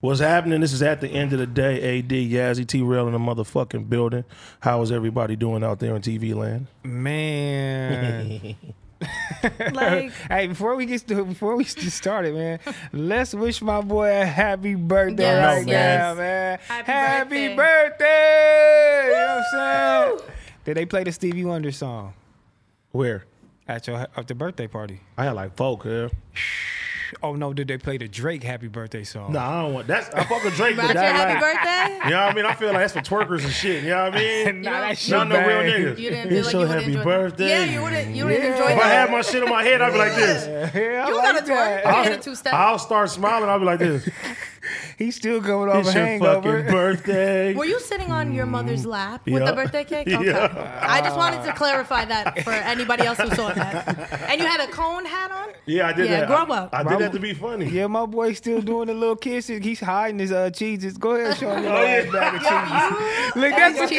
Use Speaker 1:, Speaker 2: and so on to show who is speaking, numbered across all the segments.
Speaker 1: What's happening? This is at the end of the day. AD Yazzie T Rail in the motherfucking building. How is everybody doing out there in TV land?
Speaker 2: Man.
Speaker 3: Like,
Speaker 2: hey, before we get to, before we get started, man, let's wish my boy a happy birthday
Speaker 4: Yes,
Speaker 2: right
Speaker 4: yes.
Speaker 2: now, man.
Speaker 3: Happy
Speaker 2: birthday.
Speaker 3: birthday.
Speaker 2: You know what I'm saying? Did they play the Stevie Wonder song
Speaker 1: Where?
Speaker 2: at your at Oh, the birthday party?
Speaker 1: I had like folk here.
Speaker 2: Oh no, did they play the Drake happy birthday song?
Speaker 1: Nah, I don't want that's I fuck with Drake
Speaker 3: about
Speaker 1: with
Speaker 3: your
Speaker 1: that.
Speaker 3: happy
Speaker 1: like-
Speaker 3: birthday?
Speaker 1: You know what I mean? I feel like that's for twerkers and shit. You know what I mean?
Speaker 2: Nah, that shit
Speaker 1: Not no real
Speaker 2: bang.
Speaker 1: niggas.
Speaker 3: You didn't feel
Speaker 1: it's
Speaker 3: like
Speaker 1: your
Speaker 3: you would
Speaker 1: happy
Speaker 3: enjoy-
Speaker 1: birthday.
Speaker 3: Yeah, you wouldn't. You wouldn't enjoy
Speaker 1: If I
Speaker 3: that.
Speaker 1: had my shit in my head, I'd be like this.
Speaker 2: Yeah, I
Speaker 3: You
Speaker 2: like
Speaker 3: gotta
Speaker 2: that.
Speaker 3: twerk. You gotta two step.
Speaker 1: I'll start smiling. I'll be like this.
Speaker 2: He's still going off a
Speaker 1: It's your fucking
Speaker 2: hangover.
Speaker 1: birthday.
Speaker 3: Were you sitting on your mother's lap with
Speaker 1: Yeah.
Speaker 3: the birthday cake? Okay.
Speaker 1: Mm. Yeah.
Speaker 3: I just wanted to clarify that for anybody else who saw that. And you had a cone hat on?
Speaker 1: Yeah, I did
Speaker 3: Yeah,
Speaker 1: that.
Speaker 3: grow
Speaker 1: I-
Speaker 3: up.
Speaker 1: I, did that to be funny.
Speaker 2: Yeah, my boy's still doing the little kisses. He's hiding his uh, cheeses. Go ahead, show him your
Speaker 1: Oh,
Speaker 2: ass
Speaker 1: yeah.
Speaker 2: bag of cheeses. Look, that's what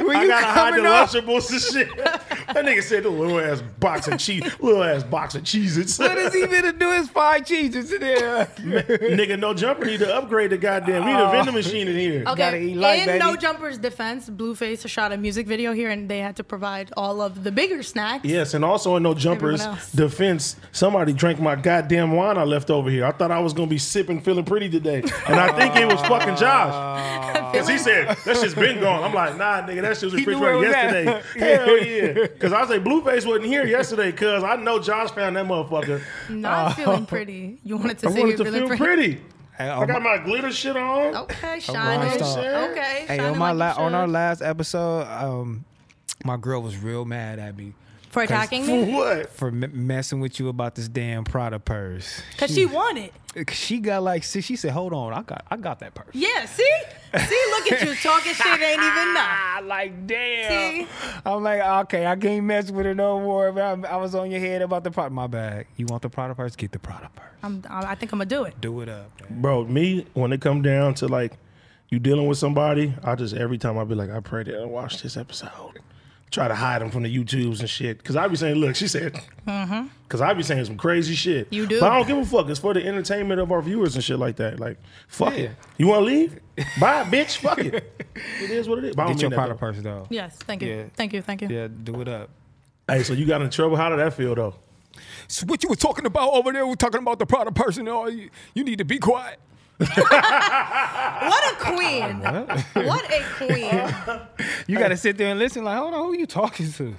Speaker 2: you. When
Speaker 1: I
Speaker 2: you
Speaker 1: gotta hide the
Speaker 2: coming up,
Speaker 1: Lunchables and shit. that nigga said the little ass box of cheese, little ass box of cheeses.
Speaker 2: what is he gonna do? Is five cheeses in there?
Speaker 1: nigga, no jumper need to upgrade the goddamn. We need a vending machine in here.
Speaker 2: Gotta
Speaker 3: Okay.
Speaker 2: eat light,
Speaker 3: in
Speaker 2: baby.
Speaker 3: No Jumper's defense, Blueface shot a music video here and they had to provide all of the bigger snacks.
Speaker 1: Yes, and also in no jumpers
Speaker 3: Everyone else.
Speaker 1: defense, somebody drank my goddamn wine I left over here. I thought I was gonna be sipping, feeling pretty today, and I think it was fucking Josh, because he said that shit's been gone. I'm like, nah, nigga, that shit was
Speaker 2: He knew where
Speaker 1: refrigerated
Speaker 2: it
Speaker 1: yesterday.
Speaker 2: was
Speaker 1: Hell yeah, because I was like, Blueface wasn't here yesterday, because I know Josh found that motherfucker.
Speaker 2: Oh.
Speaker 3: Not feeling pretty. You wanted to
Speaker 1: I
Speaker 3: say
Speaker 1: wanted to
Speaker 3: you're feeling
Speaker 1: feel
Speaker 3: pretty.
Speaker 1: pretty. I got my glitter shit on.
Speaker 3: Okay, shining.
Speaker 2: star.
Speaker 3: Okay,
Speaker 2: Hey, on
Speaker 3: shining
Speaker 2: my
Speaker 3: like
Speaker 2: la-
Speaker 3: you
Speaker 2: on our
Speaker 3: should.
Speaker 2: last episode, um, my girl was real mad at me
Speaker 3: for attacking
Speaker 1: For
Speaker 2: Oh.
Speaker 3: me
Speaker 1: what?
Speaker 2: for m- messing with you about this damn Prada purse.
Speaker 3: because she won it.
Speaker 2: 'Cause She got like, see, she said, "Hold on, I got, I got that purse."
Speaker 3: Yeah, see, see, look at you talking shit ain't even enough.
Speaker 2: Ah, like damn.
Speaker 3: See?
Speaker 2: I'm like, okay, I can't mess with her no more. man. I, I was on your head about the product. My bad. You want the product purse? Get the product purse.
Speaker 3: I'm, I I think I'm gonna do it.
Speaker 2: Do it up. man.
Speaker 1: bro. Me when it come down to like you dealing with somebody, I just every time I be like, I pray that I watch this episode. Try to hide them from the YouTubes and shit. Cause I be saying, look, she said, cause I be saying some crazy shit.
Speaker 3: Mm-hmm. You do.
Speaker 1: but I don't give a fuck. It's for the entertainment of our viewers and shit like that. Like, fuck
Speaker 2: Yeah.
Speaker 1: it. You want to leave? Bye, bitch. Fuck it. It is what it is. But I don't
Speaker 2: Get your
Speaker 1: mean that,
Speaker 2: product purse though.
Speaker 3: Yes, thank you,
Speaker 2: Yeah.
Speaker 3: thank you, thank you.
Speaker 2: Yeah, do it up.
Speaker 1: though. Hey, so you got in trouble? How did that feel though?
Speaker 2: So what you were talking about over there? We're talking about the product person. Oh, you, you need to be quiet.
Speaker 3: What a queen! what a queen!
Speaker 2: You got to sit there and listen. Like, hold on, who you talking to?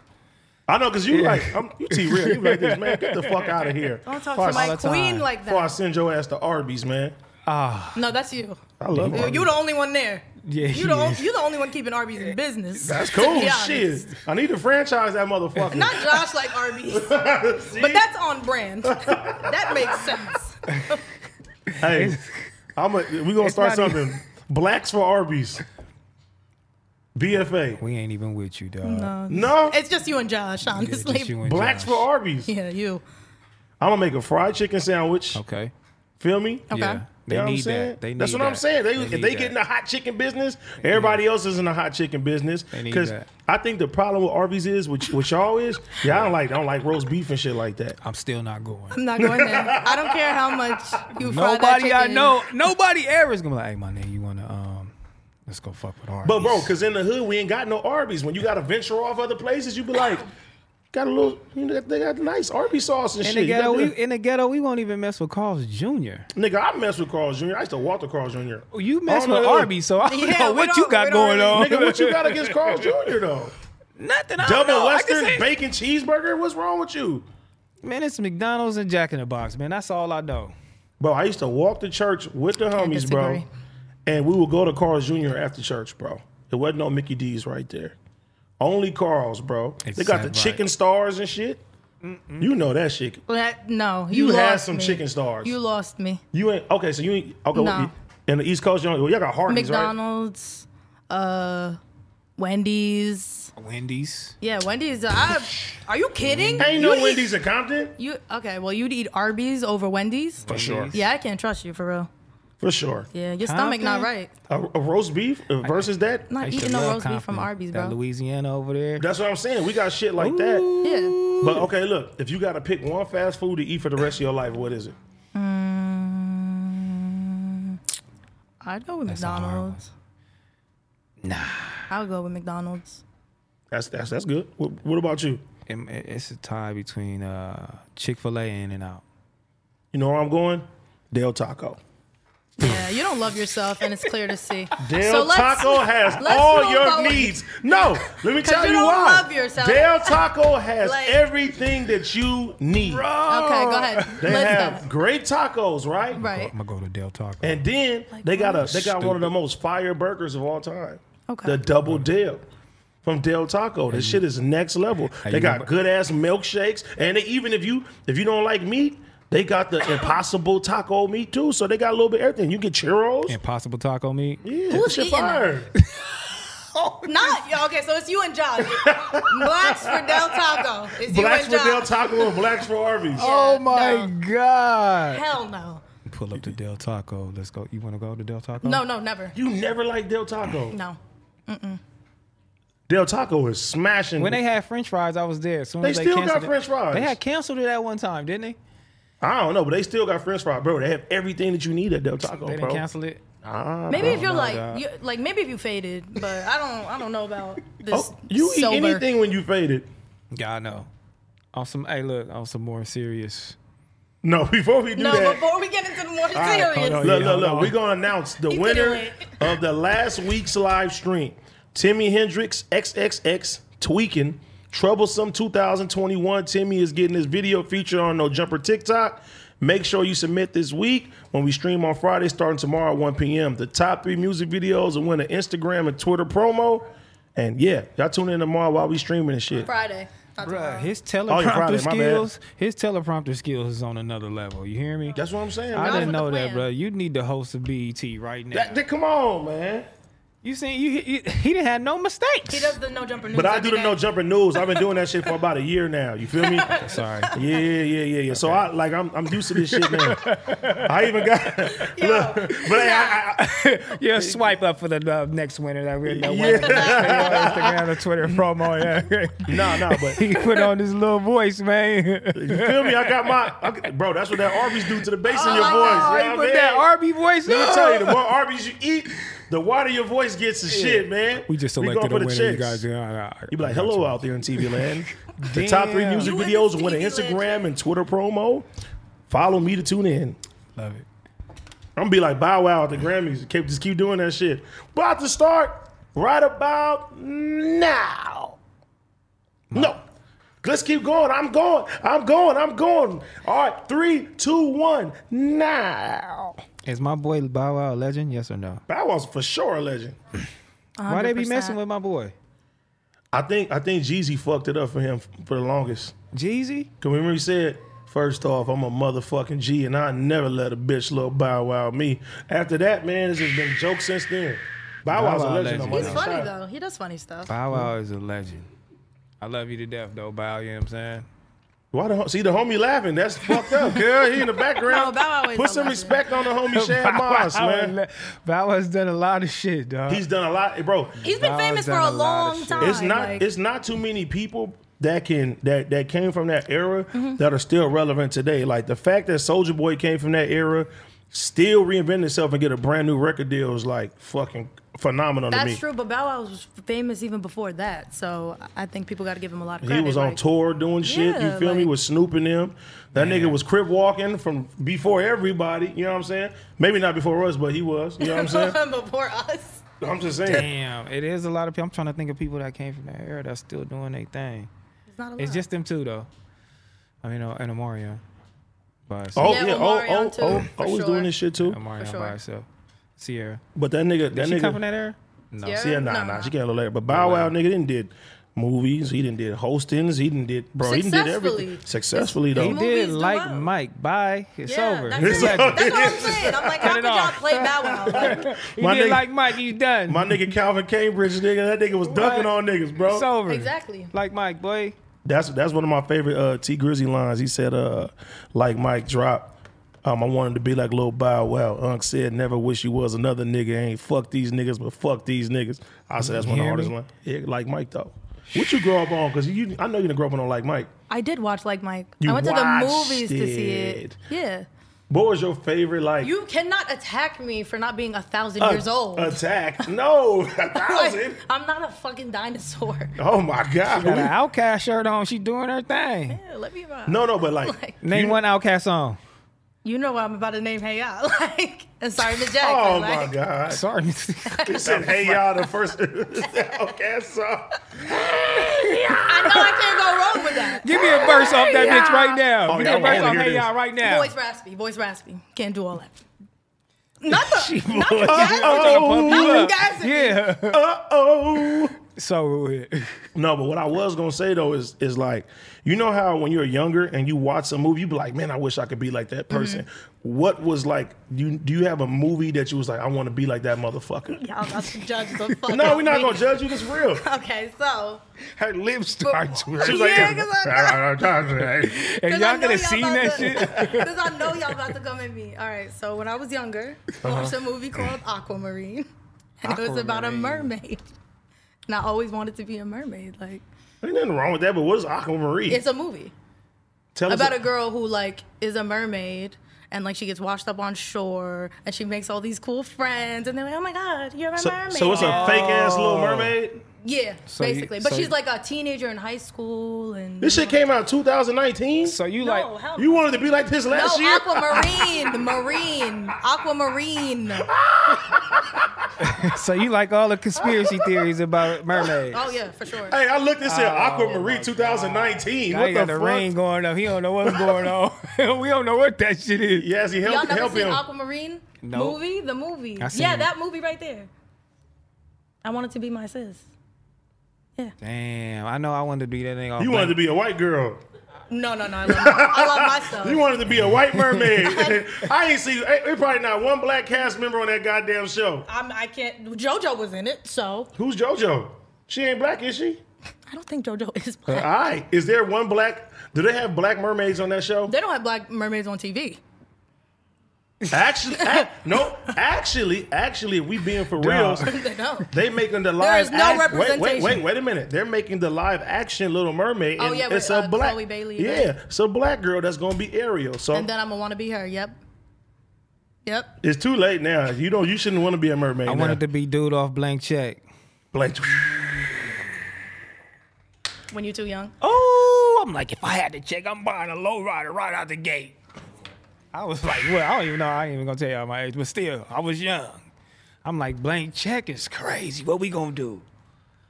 Speaker 1: I know, cause you like, I'm, you T real. You like this, man. Get the fuck out of here.
Speaker 3: Don't talk
Speaker 1: Before I-
Speaker 3: to my
Speaker 2: the time.
Speaker 3: queen like
Speaker 1: Before I
Speaker 3: that.
Speaker 1: send your ass to Arby's, man.
Speaker 3: No, that's you.
Speaker 1: I love
Speaker 3: You-
Speaker 1: Arby's.
Speaker 3: You're the only one there.
Speaker 2: Yeah,
Speaker 3: you
Speaker 2: he
Speaker 3: the on-
Speaker 2: is.
Speaker 3: you the only one keeping Arby's in business.
Speaker 1: That's
Speaker 3: to
Speaker 1: cool.
Speaker 3: be honest.
Speaker 1: Shit. I need to franchise that motherfucker.
Speaker 3: Not Josh like Arby's, but that's on brand. that makes sense.
Speaker 1: hey, I'm a, we gonna start
Speaker 2: not-
Speaker 1: something. Blacks for Arby's. BFA.
Speaker 2: We ain't even with you, dog. No,
Speaker 1: No.
Speaker 3: It's just you and Josh,
Speaker 2: just
Speaker 3: honestly.
Speaker 2: you and
Speaker 1: Blacks
Speaker 2: Josh.
Speaker 1: for Arby's.
Speaker 3: yeah, you.
Speaker 1: I'm gonna make a fried chicken sandwich.
Speaker 2: Okay.
Speaker 1: Feel me?
Speaker 3: Okay.
Speaker 2: Yeah. Oh. They
Speaker 1: You know what I'm
Speaker 2: need
Speaker 1: saying?
Speaker 2: that. They need
Speaker 1: That's what I'm
Speaker 2: that.
Speaker 1: saying. They, if
Speaker 2: need
Speaker 1: they
Speaker 2: that.
Speaker 1: get in the hot chicken business, everybody else is in the hot chicken business.
Speaker 2: They need that.
Speaker 1: I think the problem with Arby's is, which, which y'all is, y'all don't like, don't like roast beef and shit like that.
Speaker 2: I'm still not going.
Speaker 3: I'm not going there. I don't care how much you fry that
Speaker 2: Nobody I
Speaker 3: chicken.
Speaker 2: know, nobody ever is gonna be like, hey, my nigga, you wanna um, let's go fuck with Arby's.
Speaker 1: But bro, because in the hood we ain't got no Arby's. When you got to venture off other places, you be like, Got a little, you know, they got nice Arby sauce and
Speaker 2: In
Speaker 1: shit.
Speaker 2: the
Speaker 1: You
Speaker 2: ghetto,
Speaker 1: got
Speaker 2: we
Speaker 1: the-
Speaker 2: in the ghetto, we won't even mess with Carl's Jr.
Speaker 1: nigga, I mess with Carl Jr. I used to walk with Carl Jr.
Speaker 2: Oh, You mess
Speaker 1: I don't
Speaker 2: with
Speaker 1: know.
Speaker 2: Arby, so I don't
Speaker 3: Yeah,
Speaker 2: know
Speaker 3: we
Speaker 2: what
Speaker 3: don't-
Speaker 2: you got
Speaker 3: we don't
Speaker 2: going on.
Speaker 1: Nigga, what you got against Carl Jr. though?
Speaker 2: Nothing. I don't
Speaker 1: Double
Speaker 2: know. I can
Speaker 1: Western
Speaker 2: say-
Speaker 1: bacon cheeseburger? What's wrong with you?
Speaker 2: Man, it's McDonald's and Jack in the Box, man. That's all I know.
Speaker 1: Bro, I used to walk to church with the homies, bro.
Speaker 3: disagree.
Speaker 1: And we would go to Carl's Jr. after church, bro. It wasn't no Mickey D's right there. Only Carl's, bro. they got the
Speaker 2: Exact right.
Speaker 1: chicken stars and shit. You know that shit.
Speaker 3: That- no,
Speaker 1: You,
Speaker 3: you,
Speaker 1: had
Speaker 3: lost
Speaker 1: some
Speaker 3: me.
Speaker 1: chicken stars.
Speaker 3: You
Speaker 1: You,
Speaker 3: lost me.
Speaker 1: ain't okay. So you ain't okay.
Speaker 3: No.
Speaker 1: what- in the East Coast, you don't, well, y'all got Hardee's, right?
Speaker 3: McDonald's, uh, Wendy's.
Speaker 2: Wendy's.
Speaker 3: Yeah, Wendy's. Uh, I, are you kidding?
Speaker 1: Ain't no
Speaker 3: You'd eat-
Speaker 1: Wendy's in Compton
Speaker 3: You okay? Well, you'd eat Arby's over Wendy's.
Speaker 1: for sure.
Speaker 3: Yeah, I can't trust you for real.
Speaker 1: for sure.
Speaker 3: Yeah, your stomach not
Speaker 2: Compton?
Speaker 3: right.
Speaker 1: A, a roast beef uh, versus that.
Speaker 3: I'm not eating no roast beef from Arby's,
Speaker 2: That
Speaker 3: bro.
Speaker 2: Louisiana over there.
Speaker 1: That's what I'm saying. We got shit like that.
Speaker 3: Yeah,
Speaker 1: But okay, look, if you got to pick one fast food to eat for the rest of your life, what is it?
Speaker 3: Mm, I'd go with
Speaker 2: a hard
Speaker 3: McDonald's. Nah, I'll go with McDonald's.
Speaker 1: That's that's that's good. What, what about you?
Speaker 2: It- it- it's a tie between uh, Chick Fil A and In and Out.
Speaker 1: You know where I'm going? Del Taco.
Speaker 3: Yeah, you don't love yourself, and it's clear to see.
Speaker 1: Del
Speaker 3: let's-
Speaker 1: Taco has
Speaker 3: let's
Speaker 1: all
Speaker 3: move
Speaker 1: your
Speaker 3: forward.
Speaker 1: needs. No, let me
Speaker 3: 'Cause
Speaker 1: tell
Speaker 3: you
Speaker 1: you,
Speaker 3: don't
Speaker 1: why.
Speaker 3: love yourself.
Speaker 1: Del Taco has
Speaker 3: Like-
Speaker 1: everything that you need.
Speaker 3: Okay, go ahead.
Speaker 1: They
Speaker 3: Let's
Speaker 1: have
Speaker 3: go.
Speaker 1: great tacos, right?
Speaker 3: Right.
Speaker 2: I'm gonna go to Del Taco.
Speaker 1: And then they got a they got one of the most fire burgers of all time.
Speaker 3: Okay.
Speaker 1: The double dip from Del Taco. This shit is next level. They
Speaker 2: you
Speaker 1: got
Speaker 2: remember-
Speaker 1: good ass milkshakes, and they, even if you if you don't like meat, they got the Impossible Taco meat too. So they got a little bit of everything. You get churros.
Speaker 2: Impossible Taco meat.
Speaker 1: Yeah,
Speaker 3: Who's
Speaker 1: this shit
Speaker 3: eating
Speaker 1: fire.
Speaker 3: Not yeah, okay. So it's you and John. Blacks for Del Taco. It's
Speaker 1: Blacks for
Speaker 3: you and John.
Speaker 1: Del Taco and blacks for Arby's.
Speaker 2: Oh my god!
Speaker 3: Hell no.
Speaker 2: Pull up to Del Taco. Let's go. You want to go to Del Taco?
Speaker 3: No, no, never.
Speaker 1: You never liked Del Taco.
Speaker 3: No.
Speaker 1: Del Taco is smashing.
Speaker 2: When they had French fries, I was there. As soon
Speaker 1: They
Speaker 2: as they
Speaker 1: still got
Speaker 2: canceled it-
Speaker 1: french fries.
Speaker 2: They had canceled it at one time, didn't they?
Speaker 1: I don't know, but they still got French fries, bro. They have everything that you need at Del Taco,
Speaker 2: They didn't
Speaker 1: Oh, bro.
Speaker 2: cancel it.
Speaker 1: Ah,
Speaker 3: Maybe
Speaker 1: bro.
Speaker 3: if you're
Speaker 2: dog.
Speaker 3: like, you, like maybe if you faded, but I don't, I don't know about this.
Speaker 1: Oh, you eat
Speaker 3: sober.
Speaker 1: anything when you faded.
Speaker 2: Yeah, I know. On some, hey, look, on some more serious.
Speaker 1: No, before we do
Speaker 3: No,
Speaker 1: that,
Speaker 3: before we get into the more serious,
Speaker 2: hold
Speaker 1: look,
Speaker 2: Oh, Yeah,
Speaker 1: look, look.
Speaker 2: on.
Speaker 1: We're gonna announce the
Speaker 3: He
Speaker 1: winner
Speaker 3: did it.
Speaker 1: of the last week's live stream. Timmy Hendrix XXX tweaking troublesome 2021. Timmy is getting his video feature on No Jumper TikTok. Make sure you submit this week when we stream on Friday, starting tomorrow at 1 p.m. The top three music videos and win an Instagram and Twitter promo. And yeah, y'all tune in tomorrow while we streaming and shit.
Speaker 3: Friday. Not tomorrow.
Speaker 2: Bruh, Uh, his
Speaker 1: yeah, Friday,
Speaker 2: teleprompter
Speaker 1: my bad.
Speaker 2: skills, his teleprompter skills is on another level. You hear me?
Speaker 1: That's what I'm saying.
Speaker 2: I
Speaker 1: man.
Speaker 2: didn't
Speaker 3: with the
Speaker 2: know that,
Speaker 3: plan.
Speaker 2: bro. You need the host of BET right now.
Speaker 1: That- that- come on, man.
Speaker 2: you seen you, you he didn't have no mistakes.
Speaker 3: He does the no jumper news.
Speaker 1: But I
Speaker 3: every
Speaker 1: do the
Speaker 3: day.
Speaker 1: no jumper news. I've been doing that shit for about a year now. You feel me?
Speaker 2: Sorry.
Speaker 1: Yeah, yeah, yeah, yeah. So I like I'm I'm used to this shit now. I even got look, but hey, I, I,
Speaker 2: Yeah, swipe up for the uh, next winner that we're that
Speaker 1: Yeah.
Speaker 2: yeah. Instagram or Twitter promo. Yeah,
Speaker 1: I nah nah, but
Speaker 2: he put on his little voice, man.
Speaker 1: you feel me? I got my I got- bro. That's what that Arby's do to the bass in your voice.
Speaker 2: Oh,
Speaker 1: you know
Speaker 2: he
Speaker 1: what
Speaker 2: put
Speaker 1: I'm
Speaker 2: that
Speaker 1: saying?
Speaker 2: Arby voice.
Speaker 1: Let me
Speaker 2: on.
Speaker 1: tell you, the more Arby's you eat, the wider your voice gets. And shit, man.
Speaker 2: we just
Speaker 1: We going
Speaker 2: selected a
Speaker 1: for the
Speaker 2: winner, you
Speaker 1: chicks.
Speaker 2: guys.
Speaker 1: You be like, hello out there in TV land. the top three
Speaker 2: Damn.
Speaker 1: music
Speaker 3: You in the
Speaker 1: videos with an
Speaker 3: TV
Speaker 1: Instagram
Speaker 3: legend.
Speaker 1: and Twitter promo. Follow me to tune in.
Speaker 2: Love it.
Speaker 1: I'm gonna be like Bow Wow at the Grammys. Keep just keep doing that shit. About to start right about now. No, let's keep going. I'm going. I'm going. I'm going. All right, three, two, one, now.
Speaker 2: Is my boy Bow Wow a legend? Yes or no?
Speaker 1: Bow Wow's for sure a legend.
Speaker 2: Why they be
Speaker 3: 100%.
Speaker 2: messing with my boy
Speaker 1: I think I think Jeezy fucked it up for him for the longest.
Speaker 2: Jeezy?
Speaker 1: Cause remember he said, first off, I'm a motherfucking G, and I never let a bitch little Bow Wow me. After that, man, it's just been jokes since then. Bow Wow's a
Speaker 2: Wow
Speaker 1: legend. on my
Speaker 3: He's
Speaker 1: damn
Speaker 3: funny
Speaker 1: side.
Speaker 3: though. He does funny stuff.
Speaker 2: Bow Wow is a legend. I love you to death, though, Bow. You know what I'm saying?
Speaker 1: Why the hom- see the homie laughing? That's fucked up, girl. He in the background.
Speaker 3: No, Bow Wow is
Speaker 1: Put
Speaker 3: a
Speaker 1: some
Speaker 3: legend.
Speaker 1: respect on the homie Shad
Speaker 2: Bow
Speaker 1: Moss,
Speaker 2: Wow is
Speaker 1: man.
Speaker 2: le- Bow Wow's done a lot of shit, dog.
Speaker 1: He's done a lot, eh, bro.
Speaker 3: He's been
Speaker 2: Bow's
Speaker 3: famous for
Speaker 2: done a
Speaker 3: a
Speaker 2: lot of
Speaker 3: long
Speaker 2: shit.
Speaker 3: time.
Speaker 1: It's not.
Speaker 3: like-
Speaker 1: It's not too many people that can that that came from that era
Speaker 3: Mm-hmm.
Speaker 1: that are still relevant today. Like the fact that Soldier Boy came from that era, still reinvent himself and get a brand new record deal is like fucking phenomenal to me.
Speaker 3: That's true, but Bow Wow was famous even before that, so I think people got to give him a lot of
Speaker 1: He
Speaker 3: credit.
Speaker 1: was on
Speaker 3: like-
Speaker 1: tour doing shit. You
Speaker 3: Yeah,
Speaker 1: feel me?
Speaker 3: like-
Speaker 1: With Snoop and them. That nigga was crib walking from before everybody. You know what I'm saying? Maybe not before us, but he was. You know what I'm saying?
Speaker 3: before us.
Speaker 1: I'm just saying.
Speaker 2: Damn, it is a lot of people. I'm trying to think of people that came from that era that's still doing their thing.
Speaker 3: It's not a lot.
Speaker 2: It's just them two though. I mean, uh, and Amarion by herself.
Speaker 1: Oh
Speaker 3: Yeah,
Speaker 1: yeah,
Speaker 3: Omarion
Speaker 1: oh oh
Speaker 3: too,
Speaker 1: oh,
Speaker 3: for
Speaker 1: oh was
Speaker 3: sure.
Speaker 1: doing this shit too.
Speaker 2: Amarion
Speaker 3: sure.
Speaker 2: by herself. Sierra.
Speaker 1: But that nigga,
Speaker 2: Um, Did
Speaker 1: that
Speaker 2: she come
Speaker 1: nigga,
Speaker 2: from that era? No.
Speaker 3: Sierra?
Speaker 1: yeah, oh, nah,
Speaker 3: No,
Speaker 1: nah,
Speaker 3: no.
Speaker 1: she got a little later. But Bow Wow, nigga, didn't did movies. He didn't did hostings. He didn't did bro. He didn't did everything
Speaker 3: Successfully.
Speaker 1: successfully
Speaker 2: He
Speaker 1: though.
Speaker 3: Movies
Speaker 2: did
Speaker 3: do
Speaker 2: like
Speaker 3: well.
Speaker 2: Mike. Bye. It's
Speaker 3: Yeah,
Speaker 2: over.
Speaker 3: That's,
Speaker 2: He
Speaker 3: it.
Speaker 2: done.
Speaker 3: that's what I'm saying. I'm like, how
Speaker 2: it
Speaker 3: could
Speaker 2: off.
Speaker 3: y'all play Bow Wow? Like,
Speaker 2: He
Speaker 1: My
Speaker 2: did
Speaker 1: nigga-
Speaker 2: like Mike. He's done.
Speaker 1: My nigga Calvin Cambridge, nigga, that nigga was dunking on niggas, bro.
Speaker 2: It's over.
Speaker 3: exactly.
Speaker 2: Like Mike, boy.
Speaker 1: That's that's one of my favorite uh, T Grizzly lines. He said, uh, "Like Mike drop, um, I wanted to be like Lil Bow Wow." Unc said, "Never wish you was another nigga. Ain't fuck these niggas, but fuck these niggas." I said that's one of the
Speaker 2: Hear
Speaker 1: hardest
Speaker 2: me?
Speaker 1: lines. Yeah, like Mike though. What you grow up on? Because you, I know you didn't grow up on no like Mike.
Speaker 3: I did watch like Mike.
Speaker 1: You
Speaker 3: I went to the
Speaker 1: watched
Speaker 3: movies to see it.
Speaker 1: it.
Speaker 3: Yeah.
Speaker 1: What was your favorite like?
Speaker 3: You cannot attack me for not being a thousand
Speaker 1: a-
Speaker 3: years old.
Speaker 1: Attack? No, a
Speaker 3: Like,
Speaker 1: thousand.
Speaker 3: I'm not a fucking dinosaur.
Speaker 1: Oh my god.
Speaker 2: Got an Outcast shirt on. She doing her thing.
Speaker 3: Yeah, Let me
Speaker 1: no, no, but like,
Speaker 3: Like-
Speaker 2: Name
Speaker 1: you-
Speaker 2: one Outcast song.
Speaker 3: You know what I'm about to name Hey Ya. Like, and sorry, Miss Jack.
Speaker 1: Oh
Speaker 3: like,
Speaker 1: my god.
Speaker 2: Sorry.
Speaker 1: He said, "Hey y'all," the first. okay, so.
Speaker 3: I know I can't go wrong with that.
Speaker 2: Give me a verse off that bitch right now.
Speaker 1: Oh,
Speaker 2: Give
Speaker 1: yeah, I
Speaker 2: me a verse
Speaker 1: wanna
Speaker 2: off
Speaker 1: hear
Speaker 2: Hey
Speaker 1: this.
Speaker 2: Y'all right now.
Speaker 3: Voice raspy, voice raspy. Can't do all that. Not the, not the
Speaker 2: Tryna pump you
Speaker 3: Not
Speaker 2: up.
Speaker 3: audacity.
Speaker 2: Yeah.
Speaker 1: Uh oh.
Speaker 2: So it-
Speaker 1: No, but what I was gonna say though is is like, you know how when you're younger and you watch a movie, you be like, man, I wish I could be like that
Speaker 3: Mm-hmm.
Speaker 1: person. What was like? Do you, do you have a movie that you was like, I want to be like that motherfucker?
Speaker 3: Y'all about to judge the fuck
Speaker 1: No,
Speaker 3: out
Speaker 1: we're not
Speaker 3: of me.
Speaker 1: gonna judge you. That's real.
Speaker 3: Okay, so
Speaker 1: Her lips start to. She was like,
Speaker 3: Yeah, 'cause
Speaker 1: yeah.
Speaker 2: if y'all could have seen that shit.
Speaker 3: Because I know y'all about to come at me. All right, so when I was younger, I
Speaker 1: Uh-huh.
Speaker 3: watched a movie called Aquamarine, and it was about a mermaid. And I always wanted to be a mermaid. Like
Speaker 1: Ain't nothing wrong with that. But what is aquamarine?
Speaker 3: it's a movie.
Speaker 1: Tell us
Speaker 3: about a girl who like is a mermaid and like she gets washed up on shore and she makes all these cool friends and they're like, oh my god, you're a
Speaker 1: So,
Speaker 3: mermaid. Oh.
Speaker 1: so it's a fake ass Little Mermaid.
Speaker 3: yeah,
Speaker 2: So you-
Speaker 3: basically. but
Speaker 2: so
Speaker 3: she's
Speaker 2: you-
Speaker 3: like a teenager in high school and
Speaker 1: This shit came out in 2019.
Speaker 2: So you
Speaker 3: no,
Speaker 2: like
Speaker 3: hell
Speaker 1: You wanted to be like this
Speaker 3: no,
Speaker 1: last year?
Speaker 3: aquamarine, marine, aquamarine.
Speaker 2: so you like all the conspiracy theories about mermaids.
Speaker 3: Oh yeah, for sure.
Speaker 1: Hey, I looked this
Speaker 3: Oh,
Speaker 1: said Aquamarine 2019.
Speaker 2: Now
Speaker 1: What
Speaker 2: he
Speaker 1: the
Speaker 2: got
Speaker 1: fuck?
Speaker 2: the rain going up. He don't know what's going on. we don't know what that shit is.
Speaker 1: Yes, he
Speaker 3: Y'all
Speaker 1: helped
Speaker 3: never
Speaker 1: help
Speaker 3: seen
Speaker 1: him.
Speaker 3: Aquamarine
Speaker 2: Nope.
Speaker 3: movie? The movie.
Speaker 2: I seen
Speaker 3: Yeah,
Speaker 2: it.
Speaker 3: that movie right there. I wanted to be my sis.
Speaker 2: Damn, I know I wanted to do that thing off.
Speaker 1: you wanted to be a white girl.
Speaker 3: No, no, no. I love, I love my stuff.
Speaker 1: You wanted to be a white mermaid. I ain't see. eh, There's probably not one black cast member on that goddamn show.
Speaker 3: I'm, I can't. JoJo was in it, so
Speaker 1: Who's JoJo? She ain't black, is she?
Speaker 3: I don't think JoJo is
Speaker 1: All
Speaker 2: Uh,
Speaker 3: black.
Speaker 1: right. Is there one black? Do they have black mermaids on that show?
Speaker 3: they don't have black mermaids on TV.
Speaker 1: Actually, ac- no. Actually, actually, if we being for
Speaker 2: Nah.
Speaker 1: real,
Speaker 3: They don't.
Speaker 1: They making the live.
Speaker 3: There is no
Speaker 1: act- Wait, wait,
Speaker 3: representation.
Speaker 1: wait, wait a minute. They're making the live action Little Mermaid.
Speaker 3: Oh,
Speaker 1: and
Speaker 3: yeah,
Speaker 1: it's
Speaker 3: with,
Speaker 1: a
Speaker 3: uh,
Speaker 1: black.
Speaker 3: Chloe Bailey,
Speaker 1: Yeah,
Speaker 3: right?
Speaker 1: it's a black girl that's gonna be Ariel. So
Speaker 3: And then I'm gonna want to be her. Yep. Yep.
Speaker 1: it's too late now. You don't. You shouldn't want to be a mermaid.
Speaker 2: I wanted to be dude off blank check.
Speaker 1: blank.
Speaker 3: When you're too young.
Speaker 2: Oh, I'm like, if I had to check, I'm buying a lowrider right out the gate. I was like, well, I don't even know. I ain't even gonna tell y'all my age, but still, I was young. I'm like, blank check is crazy. What we gonna do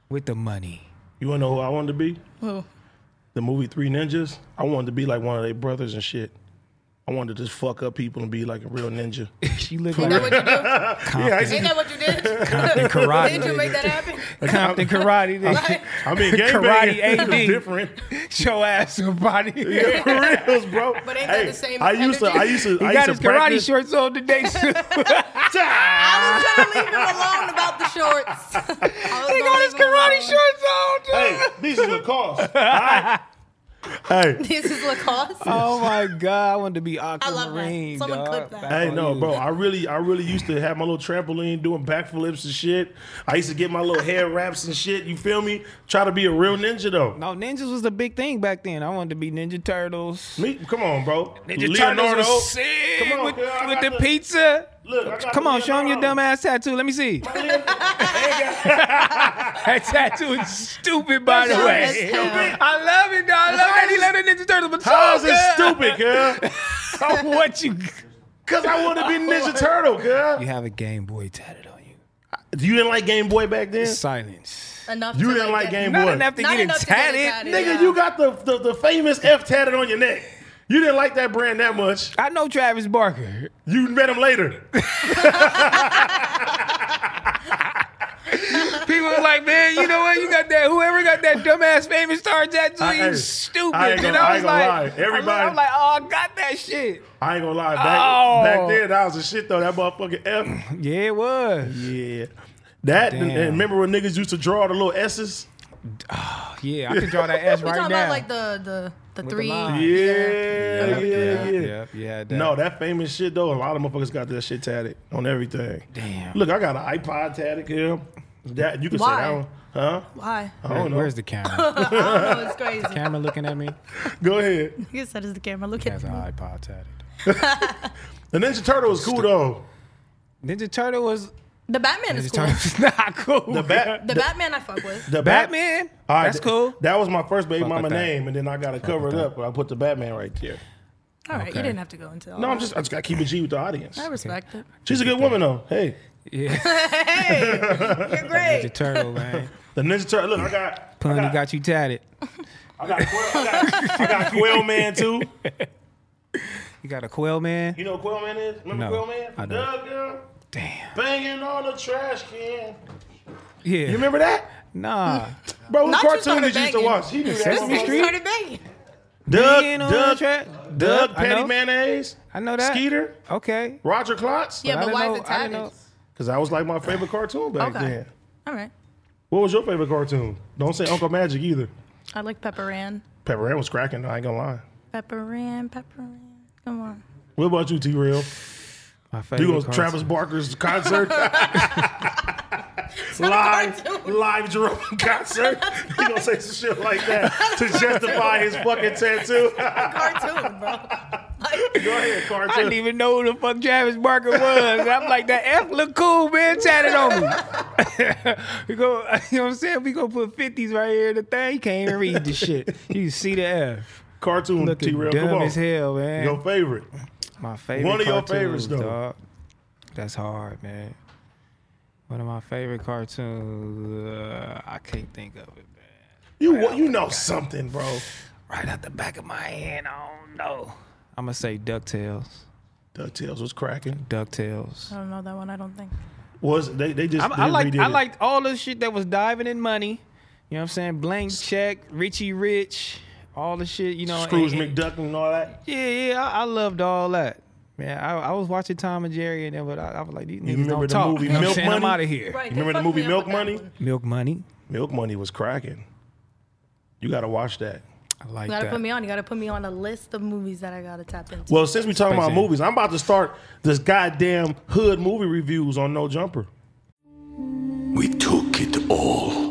Speaker 2: with the money?
Speaker 1: You wanna know who I wanted to be?
Speaker 3: Who?
Speaker 1: The movie Three Ninjas. I wanted to be like one of their brothers and shit. I wanted to just fuck up people and be like a real ninja.
Speaker 2: She looked
Speaker 3: Ain't that
Speaker 2: like
Speaker 3: what you do?
Speaker 1: yeah, I,
Speaker 3: Ain't that what you
Speaker 2: Compton
Speaker 3: did?
Speaker 2: karate.
Speaker 3: did you make that happen?
Speaker 2: Compton karate.
Speaker 3: Right?
Speaker 1: I mean, gang
Speaker 2: Karate
Speaker 1: banging
Speaker 2: AD.
Speaker 1: is different.
Speaker 2: Show ass somebody.
Speaker 1: Yeah, for reals, bro.
Speaker 3: But ain't that the same
Speaker 1: I used to. I
Speaker 3: energy?
Speaker 1: used to.
Speaker 2: He
Speaker 1: I
Speaker 2: got his
Speaker 1: used to
Speaker 2: karate
Speaker 1: practice.
Speaker 2: shorts on today. too.
Speaker 3: I was trying to leave him alone about the shorts.
Speaker 2: he got his karate shorts on. dude.
Speaker 1: Hey, these are the cost. all right? Hey,
Speaker 3: This is Lacoste.
Speaker 2: Oh my god, I wanted to be aquamarine.
Speaker 3: love that. Someone
Speaker 2: dog.
Speaker 3: clip that.
Speaker 2: Back
Speaker 1: Hey,
Speaker 2: on
Speaker 1: no,
Speaker 2: you.
Speaker 1: bro. I really, I really used to have my little trampoline doing backflips and shit. I used to get my little hair wraps and shit. You feel me? Try to be a real ninja though.
Speaker 2: No, ninjas was the big thing back then. I wanted to be Ninja Turtles.
Speaker 1: Me, come on, bro.
Speaker 2: Ninja Turtles was sick
Speaker 1: Come on,
Speaker 2: with,
Speaker 1: girl, I
Speaker 2: with the
Speaker 1: got
Speaker 2: pizza. Come on, show him your dumb ass tattoo. Let me see. that tattoo is stupid, by the
Speaker 1: That's
Speaker 2: way.
Speaker 1: stupid.
Speaker 2: I love it, dog. I love that he love the Ninja Turtles, but
Speaker 1: How
Speaker 2: so
Speaker 1: is it stupid, girl?
Speaker 2: I want you.
Speaker 1: Cause I want to be Ninja Turtle, girl.
Speaker 2: You have a Game Boy tatted on you.
Speaker 1: You didn't like Game Boy back then.
Speaker 2: Silence.
Speaker 3: Enough.
Speaker 1: You
Speaker 3: to
Speaker 1: didn't like
Speaker 3: that.
Speaker 1: Game
Speaker 2: Not
Speaker 1: Boy.
Speaker 2: enough to
Speaker 3: Not
Speaker 2: get it
Speaker 3: enough to get it
Speaker 2: tatted.
Speaker 3: tatted.
Speaker 1: Nigga,
Speaker 3: Yeah.
Speaker 1: you got the, the the famous F tatted on your neck. You didn't like that brand that much.
Speaker 2: I know Travis Barker.
Speaker 1: You met him later.
Speaker 2: People are like, man, you know what? You got that. Whoever got that dumbass famous star tattoo,
Speaker 1: I-
Speaker 2: you
Speaker 1: hey,
Speaker 2: stupid.
Speaker 1: I ain't
Speaker 2: and
Speaker 1: gonna- I
Speaker 2: I was
Speaker 1: ain't gonna
Speaker 2: like,
Speaker 1: lie. Everybody-
Speaker 2: I'm, like, oh, I got that shit.
Speaker 1: I ain't gonna lie. Back,
Speaker 2: Oh.
Speaker 1: back then, that was a shit though. That motherfucking F.
Speaker 2: Yeah, it was.
Speaker 1: Yeah. That and,
Speaker 2: Damn.
Speaker 1: and remember when niggas used to draw the little S's?
Speaker 2: Yeah, I could draw that S
Speaker 3: We
Speaker 2: right
Speaker 3: talking
Speaker 2: now.
Speaker 3: about like the the the
Speaker 2: the
Speaker 3: three.
Speaker 2: line.
Speaker 1: Yeah, yeah, yeah.
Speaker 2: yeah, yeah, that-
Speaker 1: No, that famous shit though. A lot of motherfuckers got that shit tatted on everything.
Speaker 2: Damn.
Speaker 1: Look, I got an iPod tatted. Yeah. That you can say
Speaker 3: Why?
Speaker 1: that one, huh?
Speaker 3: Why?
Speaker 1: I don't know.
Speaker 2: Where's the camera?
Speaker 3: Oh, it's crazy.
Speaker 2: camera looking at me?
Speaker 1: Go ahead.
Speaker 3: You said it's the camera. Look at
Speaker 2: Has
Speaker 3: me.
Speaker 2: an iPod tatted.
Speaker 1: The Ninja Turtle was cool though.
Speaker 2: Ninja Turtle was
Speaker 3: The Batman is
Speaker 2: Ninja
Speaker 3: cool.
Speaker 2: Turtle was not cool.
Speaker 1: The bat.
Speaker 3: The Batman I fuck with.
Speaker 1: The bat-
Speaker 2: Batman.
Speaker 1: All right,
Speaker 2: That's
Speaker 1: th-
Speaker 2: cool.
Speaker 1: That was my first baby
Speaker 2: Fuck with
Speaker 1: mama
Speaker 2: that.
Speaker 1: name, and then I got to cover it up. But I put the Batman right there.
Speaker 3: All right,
Speaker 2: Okay.
Speaker 3: you didn't have to go into all
Speaker 1: No, I'm
Speaker 3: that.
Speaker 1: just I just got to keep it G with the audience.
Speaker 3: I respect it.
Speaker 1: She's a good woman though. Hey,
Speaker 3: You're
Speaker 2: Ninja
Speaker 3: great.
Speaker 2: Turtle, man.
Speaker 1: the Ninja Turtle. Look, I got
Speaker 2: Pun, he got you tatted.
Speaker 1: I got Quail, I got, I got Quail Man too.
Speaker 2: You got a quail man.
Speaker 1: You know what Quail Man is? Remember
Speaker 2: No,
Speaker 1: Quail Man?
Speaker 2: I don't.
Speaker 1: Doug girl
Speaker 2: Damn.
Speaker 1: banging on the trash can.
Speaker 2: Yeah.
Speaker 1: You remember that?
Speaker 2: Nah.
Speaker 1: Bro, what
Speaker 3: Not you
Speaker 1: cartoon
Speaker 3: started
Speaker 1: did you used to
Speaker 3: banging.
Speaker 1: watch? He knew that.
Speaker 2: Sesame
Speaker 3: He
Speaker 1: Doug,
Speaker 2: Street?
Speaker 3: started banging.
Speaker 2: Being on
Speaker 1: Doug,
Speaker 2: the track.
Speaker 1: Doug,
Speaker 2: I
Speaker 1: Patty
Speaker 2: know.
Speaker 1: Mayonnaise.
Speaker 2: I know that.
Speaker 1: Skeeter,
Speaker 2: Okay.
Speaker 1: Roger Klotz.
Speaker 3: Yeah,
Speaker 2: I
Speaker 3: but
Speaker 2: didn't
Speaker 3: why
Speaker 2: know-
Speaker 3: is it
Speaker 2: I didn't know-
Speaker 3: tatted?
Speaker 1: Because that was like my favorite cartoon back
Speaker 3: Okay.
Speaker 1: then.
Speaker 3: All right.
Speaker 1: What was your favorite cartoon? Don't say Uncle Magic either.
Speaker 3: I like Pepper Ann.
Speaker 1: Pepper Ann was cracking. I ain't gonna lie.
Speaker 3: Pepper Ann, Pepper Ann. Come on.
Speaker 1: What about you, T. Real?
Speaker 2: My
Speaker 1: You
Speaker 2: favorite.
Speaker 1: going to
Speaker 2: cartoon.
Speaker 1: Travis Barker's concert? live, live Jerome concert. You gonna say some shit like that to justify his fucking tattoo?
Speaker 3: Cartoon, bro.
Speaker 1: Go ahead,
Speaker 2: I didn't
Speaker 1: cartoon.
Speaker 2: even know who the fuck Travis Barker was. I'm like, that F look cool, man. Tatted on me. we go, you know what I'm saying? We gonna put 50s right here in the thing. You can't even read the shit. You see the F.
Speaker 1: Cartoon T.
Speaker 2: Looking
Speaker 1: Real,
Speaker 2: dumb
Speaker 1: come on.
Speaker 2: as hell, man.
Speaker 1: Your favorite.
Speaker 2: my favorite.
Speaker 1: one of your
Speaker 2: cartoons,
Speaker 1: favorites, though.
Speaker 2: dog. That's hard, man. One of my favorite cartoons. Uh, I can't think of it, man.
Speaker 1: You you
Speaker 2: Oh
Speaker 1: know something, bro.
Speaker 2: Right out the back of my hand, I don't know. I'm gonna say Ducktales.
Speaker 1: DuckTales was cracking.
Speaker 2: Ducktales.
Speaker 3: I don't know that one. I don't think.
Speaker 1: Was they they just
Speaker 2: I'm, I
Speaker 1: they
Speaker 2: like
Speaker 1: redid
Speaker 2: I
Speaker 1: it.
Speaker 2: liked all the shit that was diving in money. You know what I'm saying? Blank check, Richie Rich, all the shit. You know, and-
Speaker 1: Scrooge
Speaker 2: and-
Speaker 1: McDuck and all that.
Speaker 2: Yeah, yeah, I, I loved all that. Man, I, I was watching Tom and Jerry and then, but I, I was like, these niggas
Speaker 1: remember
Speaker 2: don't
Speaker 1: the
Speaker 2: talk.
Speaker 1: movie
Speaker 2: you know what
Speaker 1: Milk
Speaker 2: I'm saying? I'm
Speaker 1: Money?
Speaker 2: out of here.
Speaker 3: Right.
Speaker 1: remember the
Speaker 3: fuck
Speaker 1: movie
Speaker 3: me up
Speaker 1: Milk
Speaker 3: with that
Speaker 1: Money?
Speaker 3: one.
Speaker 2: Milk Money,
Speaker 1: Milk Money was cracking. You gotta watch that.
Speaker 2: I like
Speaker 3: You gotta
Speaker 2: that.
Speaker 3: put me on. You gotta put me on a list of movies that I gotta tap into.
Speaker 1: Well, since we're talking
Speaker 2: Space
Speaker 1: about
Speaker 2: Jam.
Speaker 1: movies, I'm about to start this goddamn hood movie reviews on No Jumper.
Speaker 5: We took it all.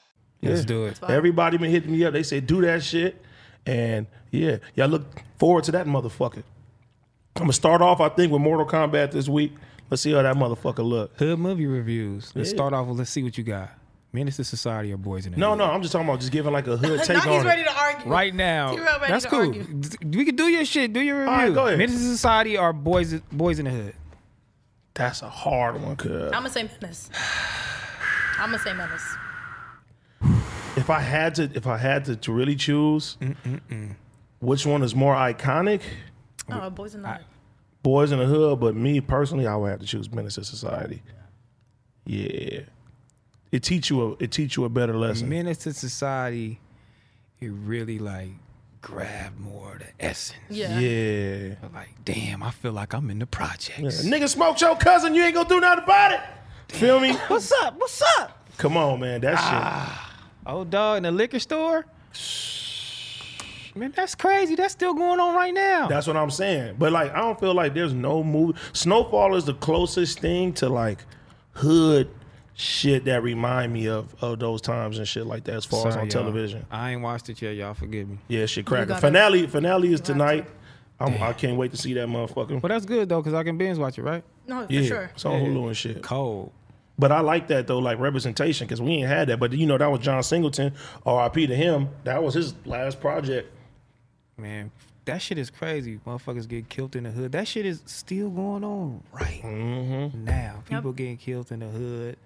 Speaker 2: Let's do it.
Speaker 1: Everybody been hitting me up. They say do that shit, and yeah, y'all look forward to that motherfucker. I'm gonna start off, I think, with Mortal Kombat this week. Let's see how that motherfucker look.
Speaker 2: Hood movie reviews. Let's start off with let's see what you got. Menace to Society or Boys in the
Speaker 1: No,
Speaker 2: Hood.
Speaker 1: no, I'm just talking about just giving like a hood take
Speaker 3: now he's
Speaker 1: on
Speaker 3: ready
Speaker 1: it.
Speaker 3: to argue.
Speaker 2: Right now,
Speaker 3: T-Row ready
Speaker 2: that's
Speaker 3: to
Speaker 2: cool.
Speaker 3: argue.
Speaker 2: D- We can do your shit. Do your review.
Speaker 1: right, go ahead.
Speaker 2: Menace to Society or Boys Boys in the Hood.
Speaker 1: That's a hard one, cuz.
Speaker 3: I'm gonna say menace. I'm gonna say menace.
Speaker 1: If I had to, if I had to, to really choose, which one is more iconic,
Speaker 3: Oh, boys and not.
Speaker 1: Boys in the Hood. But me personally, I would have to choose Menace to Society. Yeah, it teach you a it teach you a better lesson.
Speaker 2: Menace to Society. It really like grabbed more of the essence.
Speaker 3: Yeah.
Speaker 1: Yeah.
Speaker 2: Like, damn, I feel like I'm in the projects.
Speaker 1: Nigga smoked your cousin, you ain't gonna do nothing about it. Feel me? Ah.
Speaker 2: What's up? What's up?
Speaker 1: Come on, man. That
Speaker 2: Old dog in the liquor store. Man, that's crazy. That's still going on right now.
Speaker 1: shit. That's what I'm saying. But like, I don't feel like there's no movie. Snowfall is the closest thing to like hood shit that remind me of of those times and shit like that as far as
Speaker 2: Sorry,
Speaker 1: on
Speaker 2: y'all.
Speaker 1: television.
Speaker 2: I ain't watched it yet. Y'all forgive me.
Speaker 1: Yeah, shit cracking.
Speaker 3: gotta-
Speaker 1: Finale, finale is tonight. I'm, I can't wait to see that motherfucker.
Speaker 2: But that's good though, cause I can binge watch it, right?
Speaker 3: No, for
Speaker 1: yeah,
Speaker 3: sure.
Speaker 1: it's on Hulu and shit.
Speaker 2: Cold.
Speaker 1: But I like that though, like representation, because we ain't had that. But you know, that was John Singleton, R.I.P. to him. That was his last project.
Speaker 2: Man, that shit is crazy. Motherfuckers get killed in the hood. That shit is still going on right
Speaker 1: Mm-hmm.
Speaker 2: now. People getting killed in the hood.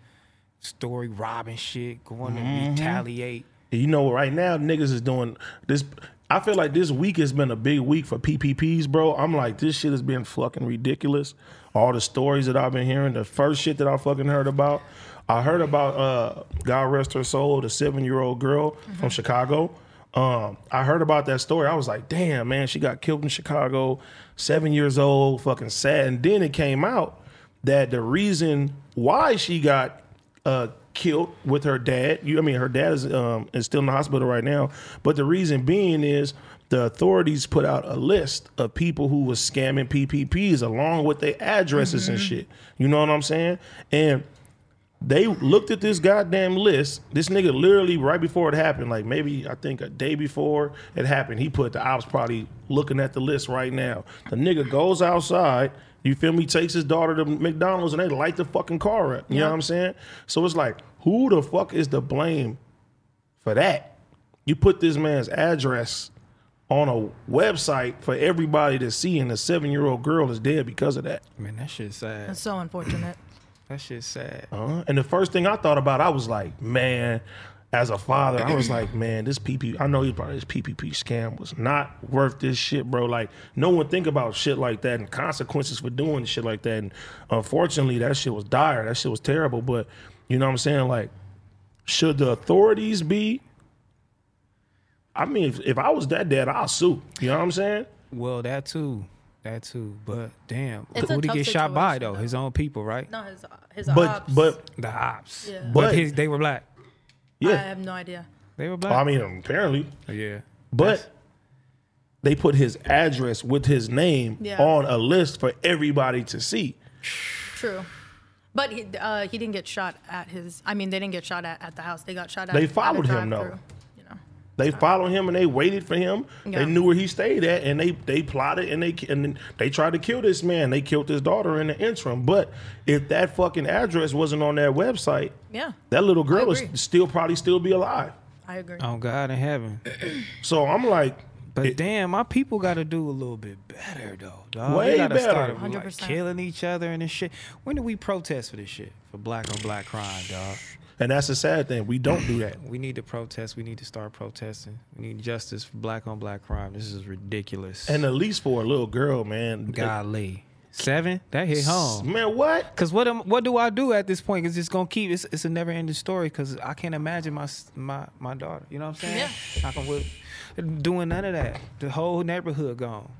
Speaker 2: Story robbing shit, going
Speaker 1: Mm-hmm.
Speaker 2: to retaliate.
Speaker 1: You know, right now niggas is doing this. I feel like this week has been a big week for PPPs, bro. I'm like, this shit has been fucking ridiculous. All the stories that I've been hearing, the first shit that I fucking heard about, I heard about uh, God rest her soul, the seven year old girl from Chicago. Um, I heard about that story. I was like, damn, man, she got killed in Chicago, seven years old, fucking sad. And then it came out that the reason why she got uh, killed with her dad. You, I mean, her dad is um, is still in the hospital right now. But the reason being is the authorities put out a list of people who was scamming PPPs along with their addresses and shit. You know what I'm saying? And they looked at this goddamn list. This nigga literally right before it happened, like maybe I think a day before it happened, he put the ops probably looking at the list right now. The nigga goes outside, you feel me, takes his daughter to McDonald's and they light the fucking car up. You know what I'm saying? So it's like, who the fuck is to blame for that? You put this man's address on a website for everybody to see, and a seven year old girl is dead because of that.
Speaker 2: Man, that shit's sad.
Speaker 3: That's so unfortunate.
Speaker 2: That shit's sad.
Speaker 1: Uh-huh. And the first thing I thought about, I was like, man, as a father, I was like, man, this PP, I know you probably this PPP scam was not worth this shit, bro. Like, no one think about shit like that and consequences for doing shit like that. And unfortunately, that shit was dire. That shit was terrible. But you know what I'm saying? Like, should the authorities be? I mean, if, if I was that dad, I'll sue. You know what I'm saying?
Speaker 2: Well, that too. That too. But damn,
Speaker 3: It's a
Speaker 2: who he
Speaker 3: tough
Speaker 2: get shot by
Speaker 3: situation,
Speaker 2: though?
Speaker 3: though.
Speaker 2: His own people, right?
Speaker 3: No, his his
Speaker 1: But
Speaker 3: ops.
Speaker 1: but
Speaker 2: The ops.
Speaker 3: Yeah.
Speaker 2: But,
Speaker 1: But-
Speaker 2: his, they were black.
Speaker 1: yeah,
Speaker 3: I have no idea.
Speaker 2: They were
Speaker 1: I
Speaker 2: black.
Speaker 1: mean, apparently.
Speaker 2: yeah.
Speaker 1: But they put his address with his name
Speaker 3: Yeah.
Speaker 1: on a list for everybody to see.
Speaker 3: True. But he, uh, he didn't get shot at his. I mean, they didn't get shot at, at the house. They got shot at.
Speaker 1: They
Speaker 3: at a
Speaker 1: followed him, though.
Speaker 3: drive-through, You know.
Speaker 1: They followed him and they waited for him.
Speaker 3: Yeah.
Speaker 1: They knew where he stayed at, and they they plotted and they and they tried to kill this man. They killed his daughter in the interim. But if that fucking address wasn't on that website,
Speaker 3: Yeah,
Speaker 1: that Uh, little girl is
Speaker 3: agree.
Speaker 1: still probably still be alive.
Speaker 3: I agree.
Speaker 2: Oh God in heaven.
Speaker 1: So I'm like,
Speaker 2: But
Speaker 1: it-
Speaker 2: damn, my people got to do a little bit better though. Dog.
Speaker 1: Way
Speaker 2: gotta
Speaker 1: better.
Speaker 2: start, like,
Speaker 3: 100%.
Speaker 2: killing each other and this shit. When do we protest for this shit? For black on black crime, dog.
Speaker 1: and that's the sad thing. We don't do that.
Speaker 2: We need to protest. We need to start protesting. We need justice for black on black crime. This is ridiculous.
Speaker 1: And at least for a little girl, man.
Speaker 2: golly, seven that hit home.
Speaker 1: Man, what?
Speaker 2: Cause what am, what do I do at this point? Cause it's gonna keep it's, it's a never ending story. Cause I can't imagine my s- my my daughter. You know what I'm saying? Yeah. Not gonna wood- doing none of that. The whole neighborhood gone.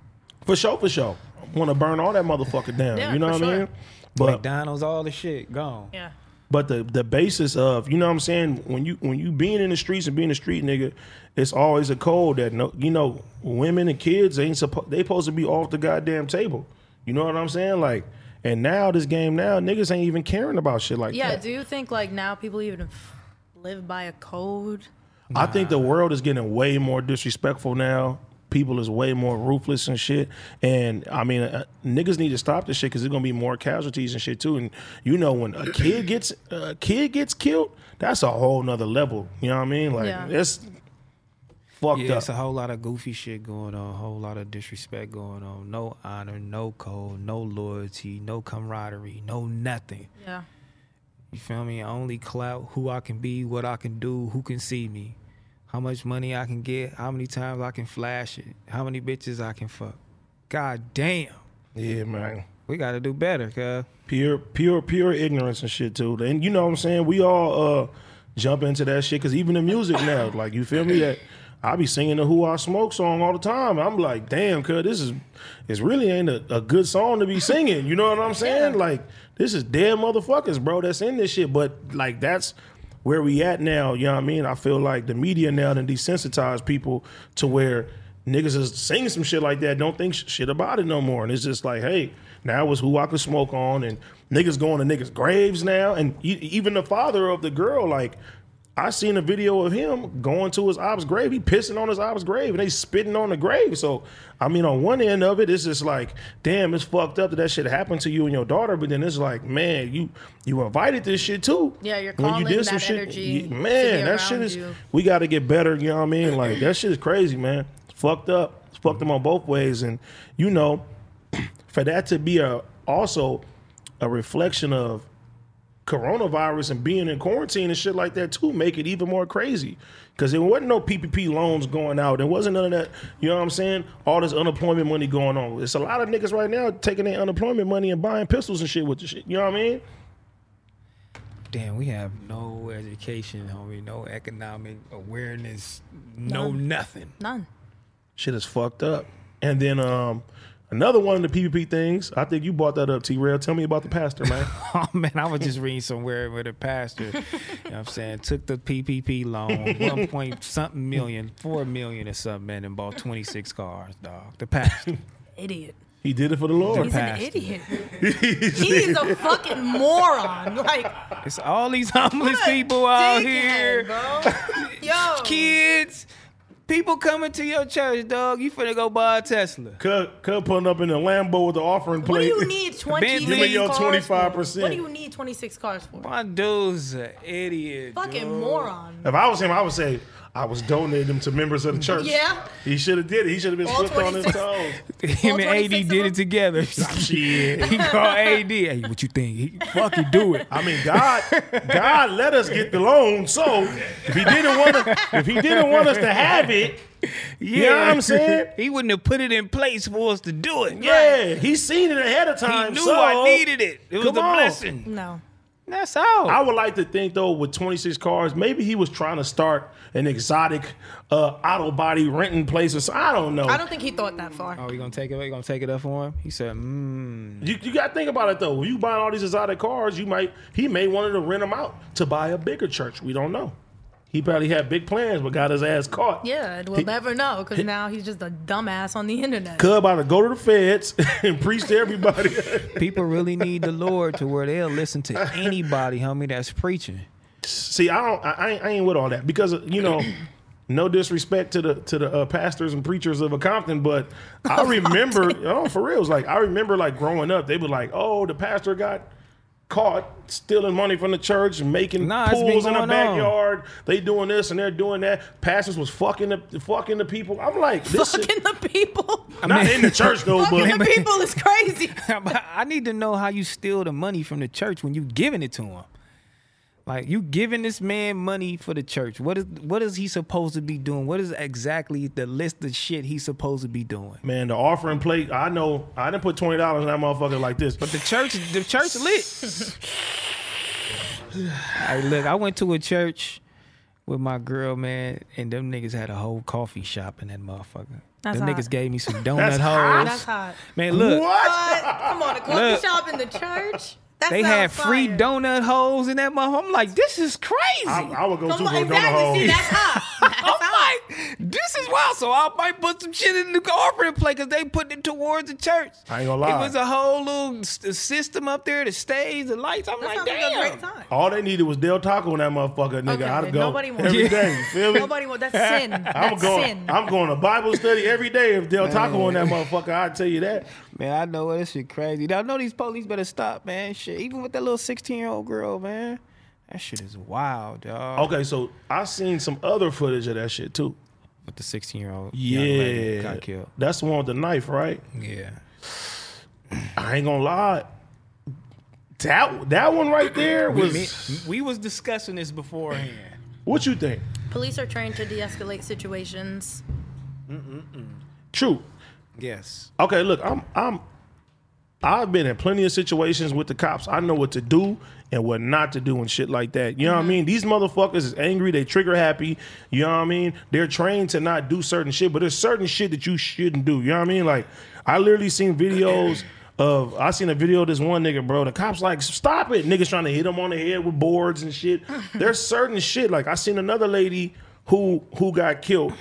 Speaker 1: For sure, for sure. Want to burn all that motherfucker down.
Speaker 3: Yeah,
Speaker 1: you know
Speaker 3: for
Speaker 1: what I
Speaker 3: sure.
Speaker 1: mean? But
Speaker 2: McDonald's, all the shit gone.
Speaker 3: Yeah,
Speaker 1: but the the basis of you know what I'm saying when you when you being in the streets and being a street nigga, it's always a code that no you know women and kids ain't supposed they supposed to be off the goddamn table. You know what I'm saying? Like and now this game now niggas ain't even caring about shit like
Speaker 3: yeah.
Speaker 1: that.
Speaker 3: Do you think like now people even f- live by a code?
Speaker 1: I think the world is getting way more disrespectful now. People is way more ruthless and shit. And I mean, uh, niggas need to stop this shit because there's gonna be more casualties and shit too. And you know, when a kid gets a kid gets killed, that's a whole nother level. You know what I mean? Like
Speaker 3: Yeah.
Speaker 1: it's fucked
Speaker 2: Yeah, it's a
Speaker 1: up.
Speaker 2: whole lot of goofy shit going on, a whole lot of disrespect going on. No honor, no code, no loyalty, no camaraderie, no nothing.
Speaker 3: Yeah,
Speaker 2: You feel me? I only clout who I can be, what I can do, who can see me, how much money I can get, how many times I can flash it, how many bitches I can fuck. God damn.
Speaker 1: yeah, man.
Speaker 2: We gotta do better, cuz.
Speaker 1: pure pure pure ignorance and shit too and you know what i'm saying we all uh jump into that shit because even the music now like you feel me that I be singing the Who I Smoke song all the time. I'm like, damn, cuz this is it's really ain't a, a good song to be singing. You know what I'm saying? Like, this is dead motherfuckers, bro, that's in this shit. But like that's where we at now, you know what I mean? I feel like the media now done desensitize people to where niggas is singing some shit like that, don't think sh- shit about it no more. And it's just like, hey, now it's who I could smoke on, and niggas going to niggas' graves now. And e- even the father of the girl, like, I seen a video of him going to his op's grave. He pissing on his op's grave, and they spitting on the grave. So, I mean, on one end of it, it's just like, damn, it's fucked up that that shit happened to you and your daughter. But then it's like, man, you you invited this shit too.
Speaker 3: Yeah, you're
Speaker 1: When
Speaker 3: calling that energy
Speaker 1: yeah,
Speaker 3: to be
Speaker 1: man, that shit
Speaker 3: around
Speaker 1: is.
Speaker 3: you.
Speaker 1: We got to get better. You know what I mean? Like that shit is crazy, man. It's fucked up. It's fucked them on both ways, and you know, for that to be a also a reflection of coronavirus and being in quarantine and shit like that too make it even more crazy. Because there wasn't no PPP loans going out. There wasn't none of that. You know what I'm saying? All this unemployment money going on. It's a lot of niggas right now taking their unemployment money and buying pistols and shit with the shit. You know what I mean?
Speaker 2: Damn, we have no education, homie, no economic awareness, no nothing.
Speaker 3: None.
Speaker 1: Shit is fucked up. And then um, another one of the PPP things. I think you brought that up, T. Rail. Tell me about the pastor, man.
Speaker 2: Oh man, I was just reading somewhere where the pastor, you know what I'm saying, took the PPP loan, one point something million, four million or something, man, and bought 26 cars, dog. The pastor.
Speaker 3: Idiot.
Speaker 1: he did it for the Lord.
Speaker 3: He's an
Speaker 2: pastor.
Speaker 3: idiot. he is a fucking moron. Like
Speaker 2: It's all these homeless
Speaker 3: what a
Speaker 2: people out
Speaker 3: dickhead,
Speaker 2: here.
Speaker 3: bro. Yo.
Speaker 2: kids, people coming to your church, dog. You finna go buy a Tesla.
Speaker 1: Cut, cut, putting up in the Lambo with the offering
Speaker 3: What
Speaker 1: plate.
Speaker 3: do you need 26
Speaker 2: Bentley.
Speaker 1: Yo,
Speaker 3: cars
Speaker 1: 25%.
Speaker 3: For? What do you need 26 cars for?
Speaker 2: My dude's an idiot.
Speaker 3: Fucking
Speaker 2: dude.
Speaker 3: moron.
Speaker 1: If I was him, I would say I was donating them to members of the church.
Speaker 3: Yeah.
Speaker 1: He should have did it. He should have been
Speaker 3: All
Speaker 1: slipped on his
Speaker 3: 26.
Speaker 1: toes.
Speaker 2: Him and
Speaker 3: All 26
Speaker 2: AD
Speaker 3: of
Speaker 2: did
Speaker 3: them?
Speaker 2: it together.
Speaker 1: Shit.
Speaker 2: he called AD. Hey, what you think? He fucking do it.
Speaker 1: I mean, God, God let us get the loan. So if he didn't want, us, if he didn't want us to have it, you know what I'm saying?
Speaker 2: He wouldn't have put it in place for us to do it.
Speaker 1: Yeah, he seen it ahead of
Speaker 2: He
Speaker 1: time.
Speaker 2: knew
Speaker 1: so
Speaker 2: I needed it. It was a
Speaker 1: come on.
Speaker 2: blessing.
Speaker 3: No.
Speaker 2: That's all.
Speaker 1: I would like to think though, with 26 cars, maybe he was trying to start an exotic uh, auto body renting place. Or so, I don't know.
Speaker 3: I don't think he thought that far.
Speaker 2: oh, you gonna take it? You gonna take it up for him? He said, mm.
Speaker 1: You, you got to think about it though. When you buying all these exotic cars, you might he may wanted to rent them out to buy a bigger church. We don't know. He probably had big plans, but got his ass caught.
Speaker 3: Yeah, we'll never know because now he's just a dumbass on the internet.
Speaker 1: Cub about to go to the feds and preach to everybody.
Speaker 2: People really need the Lord to where they'll listen to anybody, homie, that's preaching.
Speaker 1: See, I don't. I, I, ain't, I ain't with all that because you know. No disrespect to the to the uh, pastors and preachers of a Compton, but I remember, oh for real, it's like I remember like growing up, they were like, oh, the pastor got caught stealing money from the church, making
Speaker 2: Nah, it's been
Speaker 1: pools in the
Speaker 2: going on.
Speaker 1: backyard. They doing this and they're doing that. Pastors was fucking the fucking the people. I'm like, this shit,
Speaker 3: Fucking the people.
Speaker 1: not in the church though,
Speaker 3: Fucking the
Speaker 1: but
Speaker 3: people is crazy.
Speaker 2: I need to know how you steal the money from the church when you giving it to him. Like you giving this man money for the church. What is what is he supposed to be doing? What is exactly the list of shit he's supposed to be doing?
Speaker 1: man, the offering plate. I know I didn't put twenty dollars in that motherfucker like this, but
Speaker 2: The church, the church lit. hey, look, I went to a church with my girl, man, and them niggas had a whole coffee shop in that motherfucker.
Speaker 3: That's
Speaker 2: them
Speaker 3: hot.
Speaker 2: niggas gave me some
Speaker 1: That's
Speaker 2: donut
Speaker 1: hot?
Speaker 3: That's
Speaker 2: holes.
Speaker 3: hot.
Speaker 2: Man, look,
Speaker 1: what?
Speaker 3: But come on, a coffee
Speaker 2: Look.
Speaker 3: shop in the church. That
Speaker 2: they had
Speaker 3: sounds
Speaker 2: free
Speaker 3: fire.
Speaker 2: donut holes in that motherfucker. I'm like, this is crazy.
Speaker 1: I, I would go to
Speaker 3: Come
Speaker 1: go
Speaker 3: on,
Speaker 1: donut
Speaker 3: exactly. See,
Speaker 1: hole.
Speaker 3: that's hot.
Speaker 2: Oh
Speaker 3: That's hot.
Speaker 2: I'm like, this is wild. So I might put some shit in the offering plate because they put it towards the church.
Speaker 1: I ain't gonna lie.
Speaker 2: It was a whole little s- system up there, the stage, the lights. I'm
Speaker 3: That
Speaker 2: like,
Speaker 3: sounds like
Speaker 2: damn.
Speaker 3: a great time.
Speaker 1: All they needed was Del Taco in that motherfucker, nigga.
Speaker 3: Okay,
Speaker 1: I'd go
Speaker 3: nobody wants
Speaker 1: every
Speaker 3: it.
Speaker 1: day. You feel me?
Speaker 3: Nobody wants that's sin. That's
Speaker 1: I'm going.
Speaker 3: sin.
Speaker 1: I'm going to Bible study every day if Del Taco in that motherfucker. I tell you that.
Speaker 2: Man, I know this shit crazy. I know these police better stop, man. Shit, even with that little 16 year old girl, man. That shit is wild, dog.
Speaker 1: Okay, so I seen some other footage of that shit too.
Speaker 2: With the 16 year old
Speaker 1: Yeah, that's the one with the knife, right?
Speaker 2: Yeah.
Speaker 1: I ain't gonna lie. That that one right there was.
Speaker 2: We was discussing this beforehand.
Speaker 1: What you think?
Speaker 3: Police are trained to de-escalate situations.
Speaker 1: True.
Speaker 2: Yes.
Speaker 1: Okay, look, I'm I'm I've been in plenty of situations with the cops. I know what to do and what not to do and shit like that. You know what I mean? These motherfuckers is angry. They trigger happy. You know what I mean? They're trained to not do certain shit, but there's certain shit that you shouldn't do. You know what I mean? Like I literally seen videos of I seen a video of this one nigga, bro. The cops like, stop it. Niggas trying to hit him on the head with boards and shit. There's certain shit. Like I seen another lady who who got killed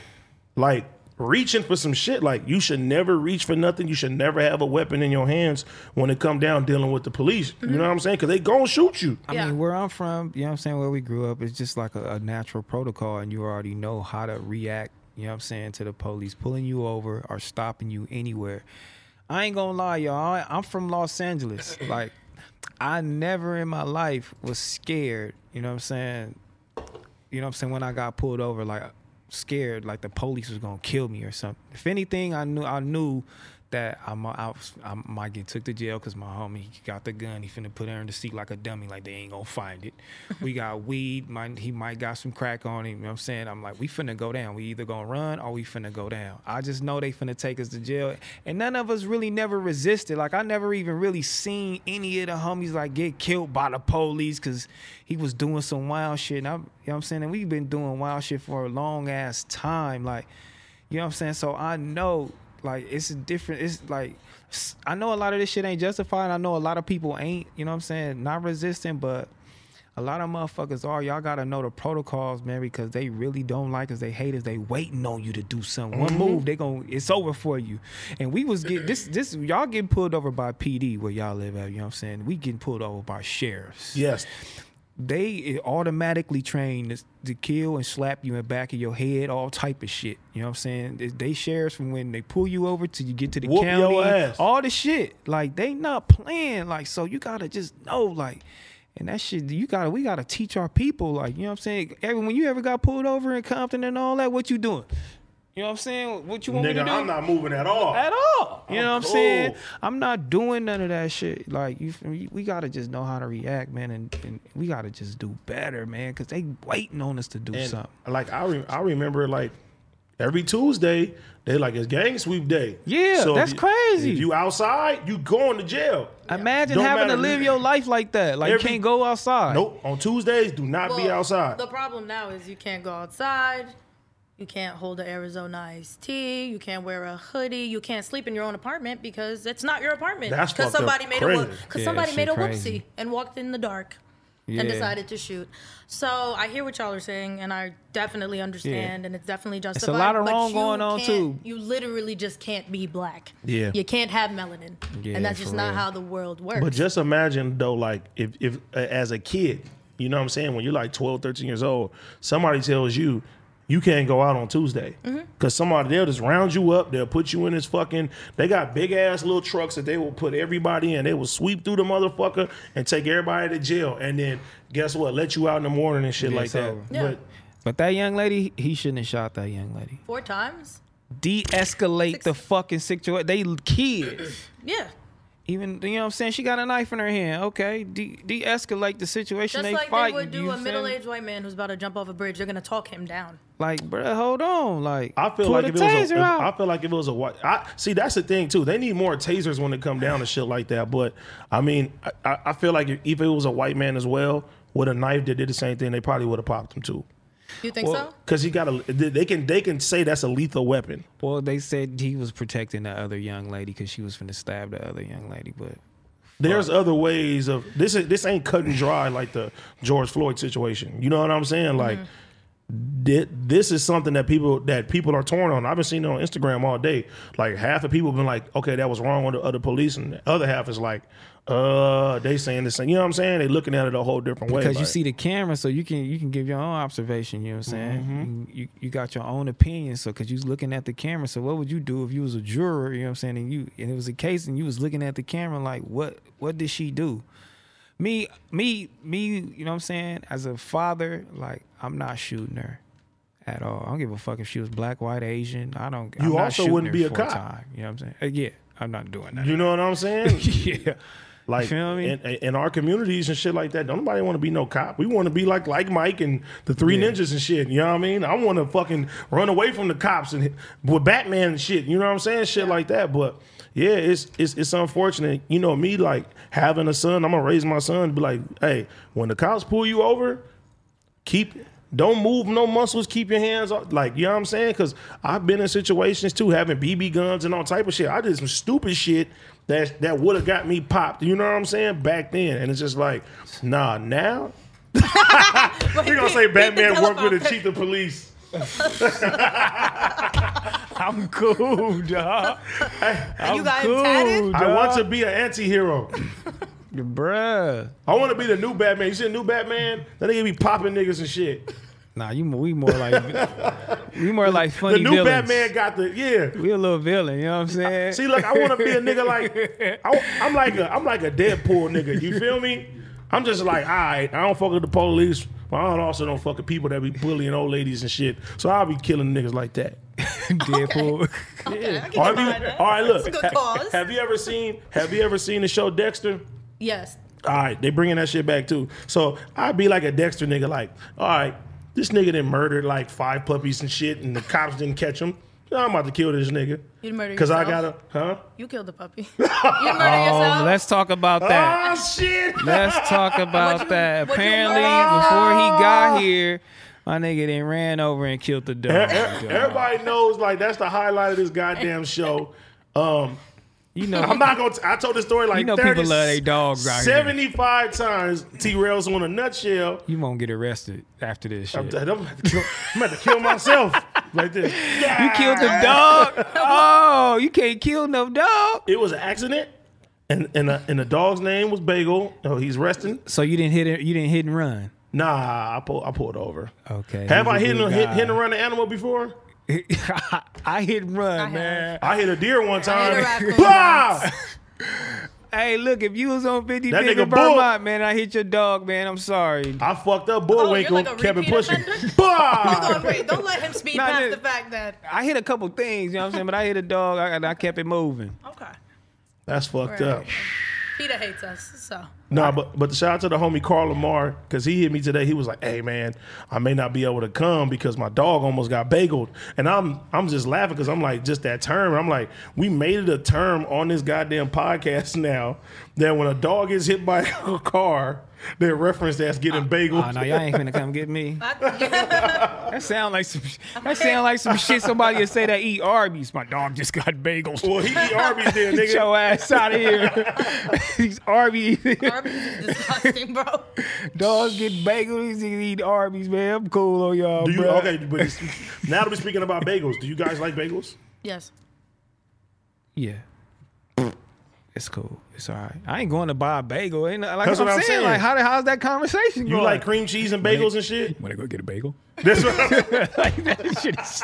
Speaker 1: like reaching for some shit like you should never reach for nothing you should never have a weapon in your hands when it come down dealing with the police you know what i'm saying because they gonna shoot you
Speaker 2: I mean, where I'm from, you know what I'm saying, where we grew up, it's just like a, a natural protocol, and you already know how to react, you know what I'm saying, to the police pulling you over or stopping you anywhere. I ain't gonna lie, y'all, I, I'm from Los Angeles. Like, I never in my life was scared, you know what I'm saying, you know what I'm saying, when I got pulled over, like scared, like the police was gonna kill me or something. If anything, I knew I knew that I'm I, was, I might get took to jail because my homie he got the gun. He finna put her in the seat like a dummy, like they ain't gonna find it. we got weed, might, he might got some crack on him. You know what I'm saying? I'm like, we finna go down. We either gonna run or we finna go down. I just know they finna take us to jail. And none of us really never resisted. Like I never even really seen any of the homies like get killed by the police because he was doing some wild shit. And I, you know what I'm saying? And we've been doing wild shit for a long ass time. Like, you know what I'm saying? So I know, like, it's a different. It's like, s- I know a lot of this shit ain't justified. I know a lot of people ain't, you know what I'm saying, not resistant, but a lot of motherfuckers are. Y'all gotta know the protocols, man, because they really don't like us. They hate us. They waiting on you to do something. One move, they gon' it's over for you. And we was get this this y'all getting pulled over by PD where y'all live at. You know what I'm saying? We getting pulled over by sheriffs
Speaker 1: yes
Speaker 2: they automatically train to, to kill and slap you in the back of your head, all type of shit. You know what I'm saying? They- They shares from when they pull you over till you get to the
Speaker 1: Whoop
Speaker 2: county,
Speaker 1: your ass.
Speaker 2: all the shit. Like they not playing. Like so, you gotta just know, like, and that shit. You gotta, we gotta teach our people, like, you know what I'm saying? Every, when you ever got pulled over in Compton and all that, what you doing? You know what I'm saying? What you want me to
Speaker 1: nigga
Speaker 2: do?
Speaker 1: i'm not moving at all
Speaker 2: at all. You
Speaker 1: I'm
Speaker 2: know what I'm saying?
Speaker 1: cool.
Speaker 2: I'm not doing none of that shit. Like you, feel me? we gotta just know how to react, man, and, and we gotta just do better, man, because they waiting on us to do
Speaker 1: And,
Speaker 2: something.
Speaker 1: like I, re- I remember like every Tuesday they like it's gang sweep day.
Speaker 2: Yeah,
Speaker 1: if
Speaker 2: that's
Speaker 1: you-
Speaker 2: crazy.
Speaker 1: If you outside, you going to jail.
Speaker 2: Imagine
Speaker 1: Don't
Speaker 2: having to
Speaker 1: matter.
Speaker 2: live your life like that. Like
Speaker 1: Every-
Speaker 2: you can't go outside.
Speaker 1: Nope. On Tuesdays, do not be
Speaker 3: Well,
Speaker 1: outside.
Speaker 3: The problem now is you can't go outside. You can't hold an Arizona iced tea. You can't wear a hoodie. You can't sleep in your own apartment because it's not your apartment.
Speaker 1: That's
Speaker 3: because
Speaker 1: fucked up
Speaker 3: somebody made a
Speaker 1: crazy.
Speaker 3: because
Speaker 2: Yeah,
Speaker 3: somebody
Speaker 2: shit
Speaker 3: made a
Speaker 2: crazy.
Speaker 3: whoopsie and walked in the dark
Speaker 2: Yeah.
Speaker 3: and decided to shoot. So I hear what y'all are saying, and I definitely understand, and it's definitely justified.
Speaker 2: lot of
Speaker 3: but
Speaker 2: wrong
Speaker 3: you
Speaker 2: going on,
Speaker 3: can't-
Speaker 2: too.
Speaker 3: You literally just can't be black.
Speaker 1: Yeah.
Speaker 3: You can't have melanin,
Speaker 2: Yeah,
Speaker 3: and that's just
Speaker 2: for
Speaker 3: not
Speaker 2: real.
Speaker 3: how the world works.
Speaker 1: But just imagine though, like if if uh, as a kid, you know what I'm saying, when you're like 12, 13 years old, somebody tells you you can't go out on Tuesday because
Speaker 3: Mm-hmm.
Speaker 1: somebody they'll just round you up, they'll put you in this fucking. They got big ass little trucks that they will put everybody in. They will sweep through the motherfucker and take everybody to jail, and then guess what? Let you out in the morning and shit
Speaker 2: Yeah,
Speaker 1: like
Speaker 2: it's
Speaker 1: that.
Speaker 2: over.
Speaker 3: yeah,
Speaker 2: But that young lady, he shouldn't have shot that young lady.
Speaker 3: four times.
Speaker 2: De-escalate the fucking situation. They kids.
Speaker 3: Yeah.
Speaker 2: Even you know what I'm saying? She got a knife in her hand. Okay, de- de-escalate the situation.
Speaker 3: Just
Speaker 2: they
Speaker 3: like
Speaker 2: fight.
Speaker 3: they would do a middle-aged
Speaker 2: middle-aged.
Speaker 3: white man who's about to jump off a bridge, they're gonna talk him down.
Speaker 2: Like, bruh, hold on. Like,
Speaker 1: I feel
Speaker 2: pull
Speaker 1: like
Speaker 2: the
Speaker 1: if it was a,
Speaker 2: taser
Speaker 1: if-
Speaker 2: out.
Speaker 1: I feel like if it was a white. I see that's the thing too. They need more tasers when it come down to shit like that. But I mean, I- I, I feel like if it was a white man as well with a knife that did the same thing, they probably would have popped him too.
Speaker 3: You think so?
Speaker 1: Cause he got a. They can they can say that's a lethal weapon.
Speaker 2: Well, they said he was protecting the other young lady because she was finna stab the other young lady. But
Speaker 1: There's other ways of this. Is, this ain't cut and dry like the George Floyd situation. You know what I'm saying? Like,
Speaker 2: Mm-hmm.
Speaker 1: thi- this is something that people that people are torn on. I've been seeing it on Instagram all day. Like half of people been like, "Okay, that was wrong on the other police," and the other half is like, "Uh, they saying this thing." You know what I'm saying? They looking at it a whole different way.
Speaker 2: because you
Speaker 1: like-
Speaker 2: see the camera, so you can you can give your own observation. You know what I'm saying?
Speaker 1: Mm-hmm.
Speaker 2: You you got your own opinion. So because you was looking at the camera, so what would you do if you was a juror? You know what I'm saying? And you and it was a case, and you was looking at the camera, like what what did she do? Me me me. You know what I'm saying? As a father, like I'm not shooting her. At all, I don't give a fuck if she was black, white, Asian. I don't. I'm
Speaker 1: You
Speaker 2: not
Speaker 1: also
Speaker 2: shooting
Speaker 1: wouldn't
Speaker 2: her
Speaker 1: be a
Speaker 2: for
Speaker 1: cop.
Speaker 2: Time, you know what I'm saying? Uh, yeah, I'm not doing that.
Speaker 1: you know what I'm saying?
Speaker 2: yeah.
Speaker 1: Like
Speaker 2: feel me?
Speaker 1: In, in our communities and shit like that, don't nobody want to be no cop. We want to be like like Mike and the Three Ninjas and shit. You know what I mean? I want to fucking run away from the cops and hit- with Batman and shit. You know what I'm saying? Shit like that. But yeah, it's it's it's unfortunate. You know me, like having a son, I'm gonna raise my son to be like, hey, when the cops pull you over, keep don't move no muscles, keep your hands off. Like, you know what I'm saying? Cause I've been in situations too, having BB guns and all type of shit. I did some stupid shit that that would have got me popped. You know what I'm saying? Back then. And it's just like, nah, now we're gonna say Batman worked with the chief of police.
Speaker 2: I'm cool, dog. I'm
Speaker 3: got him tatted?
Speaker 1: I want to be an anti-hero.
Speaker 2: bruh.
Speaker 1: I want to be the new Batman. You see the new Batman? That nigga be popping niggas and shit.
Speaker 2: Nah, you mo- we more like we more like funny
Speaker 1: the new
Speaker 2: villains.
Speaker 1: Batman got the yeah.
Speaker 2: We a little villain, you know what I'm saying?
Speaker 1: See, look, I want to be a nigga like I, am like a I'm like a Deadpool nigga. You feel me? I'm just like, all right, I don't fuck with the police, but I don't also don't fuck with people that be bullying old ladies and shit. So I'll be killing niggas like that.
Speaker 2: Deadpool.
Speaker 3: Yeah.
Speaker 1: All right, be- all right, look.
Speaker 3: That's a good cause.
Speaker 1: Have you ever seen Have you ever seen the show Dexter?
Speaker 3: Yes.
Speaker 1: All right, they bringing that shit back too. So I'd be like a Dexter nigga, like, all right, this nigga done murdered like five puppies and shit, and the cops didn't catch him. I'm about to kill this nigga.
Speaker 3: You'd murder
Speaker 1: Cause I got a
Speaker 3: yourself?
Speaker 1: huh?
Speaker 3: You killed the puppy. you murder yourself.
Speaker 2: Oh, let's talk about that.
Speaker 1: Ah shit!
Speaker 2: Let's talk about that.
Speaker 3: what'd you
Speaker 2: Apparently,
Speaker 3: learn?
Speaker 2: before he got here, my nigga then ran over and killed the
Speaker 1: E- e-
Speaker 2: dog.
Speaker 1: Everybody knows like that's the highlight of this goddamn show. Um,
Speaker 2: You know,
Speaker 1: I'm not gonna. T- I told this story like
Speaker 2: You know
Speaker 1: 30,
Speaker 2: people love they dogs out here.
Speaker 1: 75 times. T Rails on a nutshell.
Speaker 2: you won't get arrested after this shit.
Speaker 1: I'm, I'm about to kill, I'm about to kill myself right there.
Speaker 2: You killed the dog. Oh, you can't kill no dog.
Speaker 1: It was an accident, and and uh, and the dog's name was Bagel. Oh, he's resting.
Speaker 2: So you didn't hit it. You didn't hit and run.
Speaker 1: Nah, I pulled I pulled over.
Speaker 2: Okay.
Speaker 1: Have
Speaker 2: Oh, he's
Speaker 1: I
Speaker 2: a
Speaker 1: hit
Speaker 2: good
Speaker 1: a, hit,
Speaker 2: guy.
Speaker 1: hit and run an animal before?
Speaker 2: I hit and run, man.
Speaker 1: I hit a deer one
Speaker 3: hit a
Speaker 1: time.
Speaker 3: raccoon
Speaker 1: Bah!
Speaker 2: Hey, look, if you was on 50
Speaker 1: That
Speaker 2: Big
Speaker 1: nigga
Speaker 2: of Vermont,
Speaker 1: bull-
Speaker 2: man, I hit your dog, man. I'm sorry.
Speaker 1: I fucked up
Speaker 3: Oh, you're
Speaker 1: Bullwinkle,
Speaker 3: like a
Speaker 1: kept it
Speaker 3: repeat
Speaker 1: pushing.
Speaker 3: offender?
Speaker 1: Bah!
Speaker 3: Hold on, wait, don't let him speed
Speaker 2: Nah,
Speaker 3: past
Speaker 2: dude.
Speaker 3: the fact that.
Speaker 2: I hit a couple things, you know what I'm saying? But I hit a dog I- and I, kept it moving.
Speaker 3: Okay.
Speaker 1: That's fucked
Speaker 3: Right.
Speaker 1: up.
Speaker 3: Peter hates us, so.
Speaker 1: Nah, but but shout out to the homie Carl Lamar because he hit me today. He was like, "Hey man, I may not be able to come because my dog almost got bageled," and I'm I'm just laughing because I'm like, just that term. I'm like, we made it a term on this goddamn podcast now that when a dog is hit by a car, they reference that's getting bageled.
Speaker 2: Oh, no, y'all ain't finna come get me.
Speaker 3: I,
Speaker 2: That sound like some. That sound like some shit. Somebody would say that eat Arby's. My dog just got bagels.
Speaker 1: well, he eat Arby's then,
Speaker 2: Get
Speaker 1: nigga.
Speaker 2: your ass out of here. These Arby's
Speaker 3: Arby's is disgusting, bro.
Speaker 2: dogs get bagels. These niggas eat Arby's, man. I'm cool on y'all,
Speaker 1: Do you
Speaker 2: bruh.
Speaker 1: okay? But it's- now that we're speaking about bagels, do you guys like bagels?
Speaker 3: Yes.
Speaker 2: Yeah. It's cool. It's all right. I ain't going to buy a bagel. Ain't no- like
Speaker 1: That's
Speaker 2: I'm,
Speaker 1: what I'm
Speaker 2: saying,
Speaker 1: saying.
Speaker 2: Like how the how's that conversation
Speaker 1: You
Speaker 2: going?
Speaker 1: like cream cheese and bagels and shit?
Speaker 2: when I go get a bagel.
Speaker 1: That's what I'm
Speaker 2: like that shit is,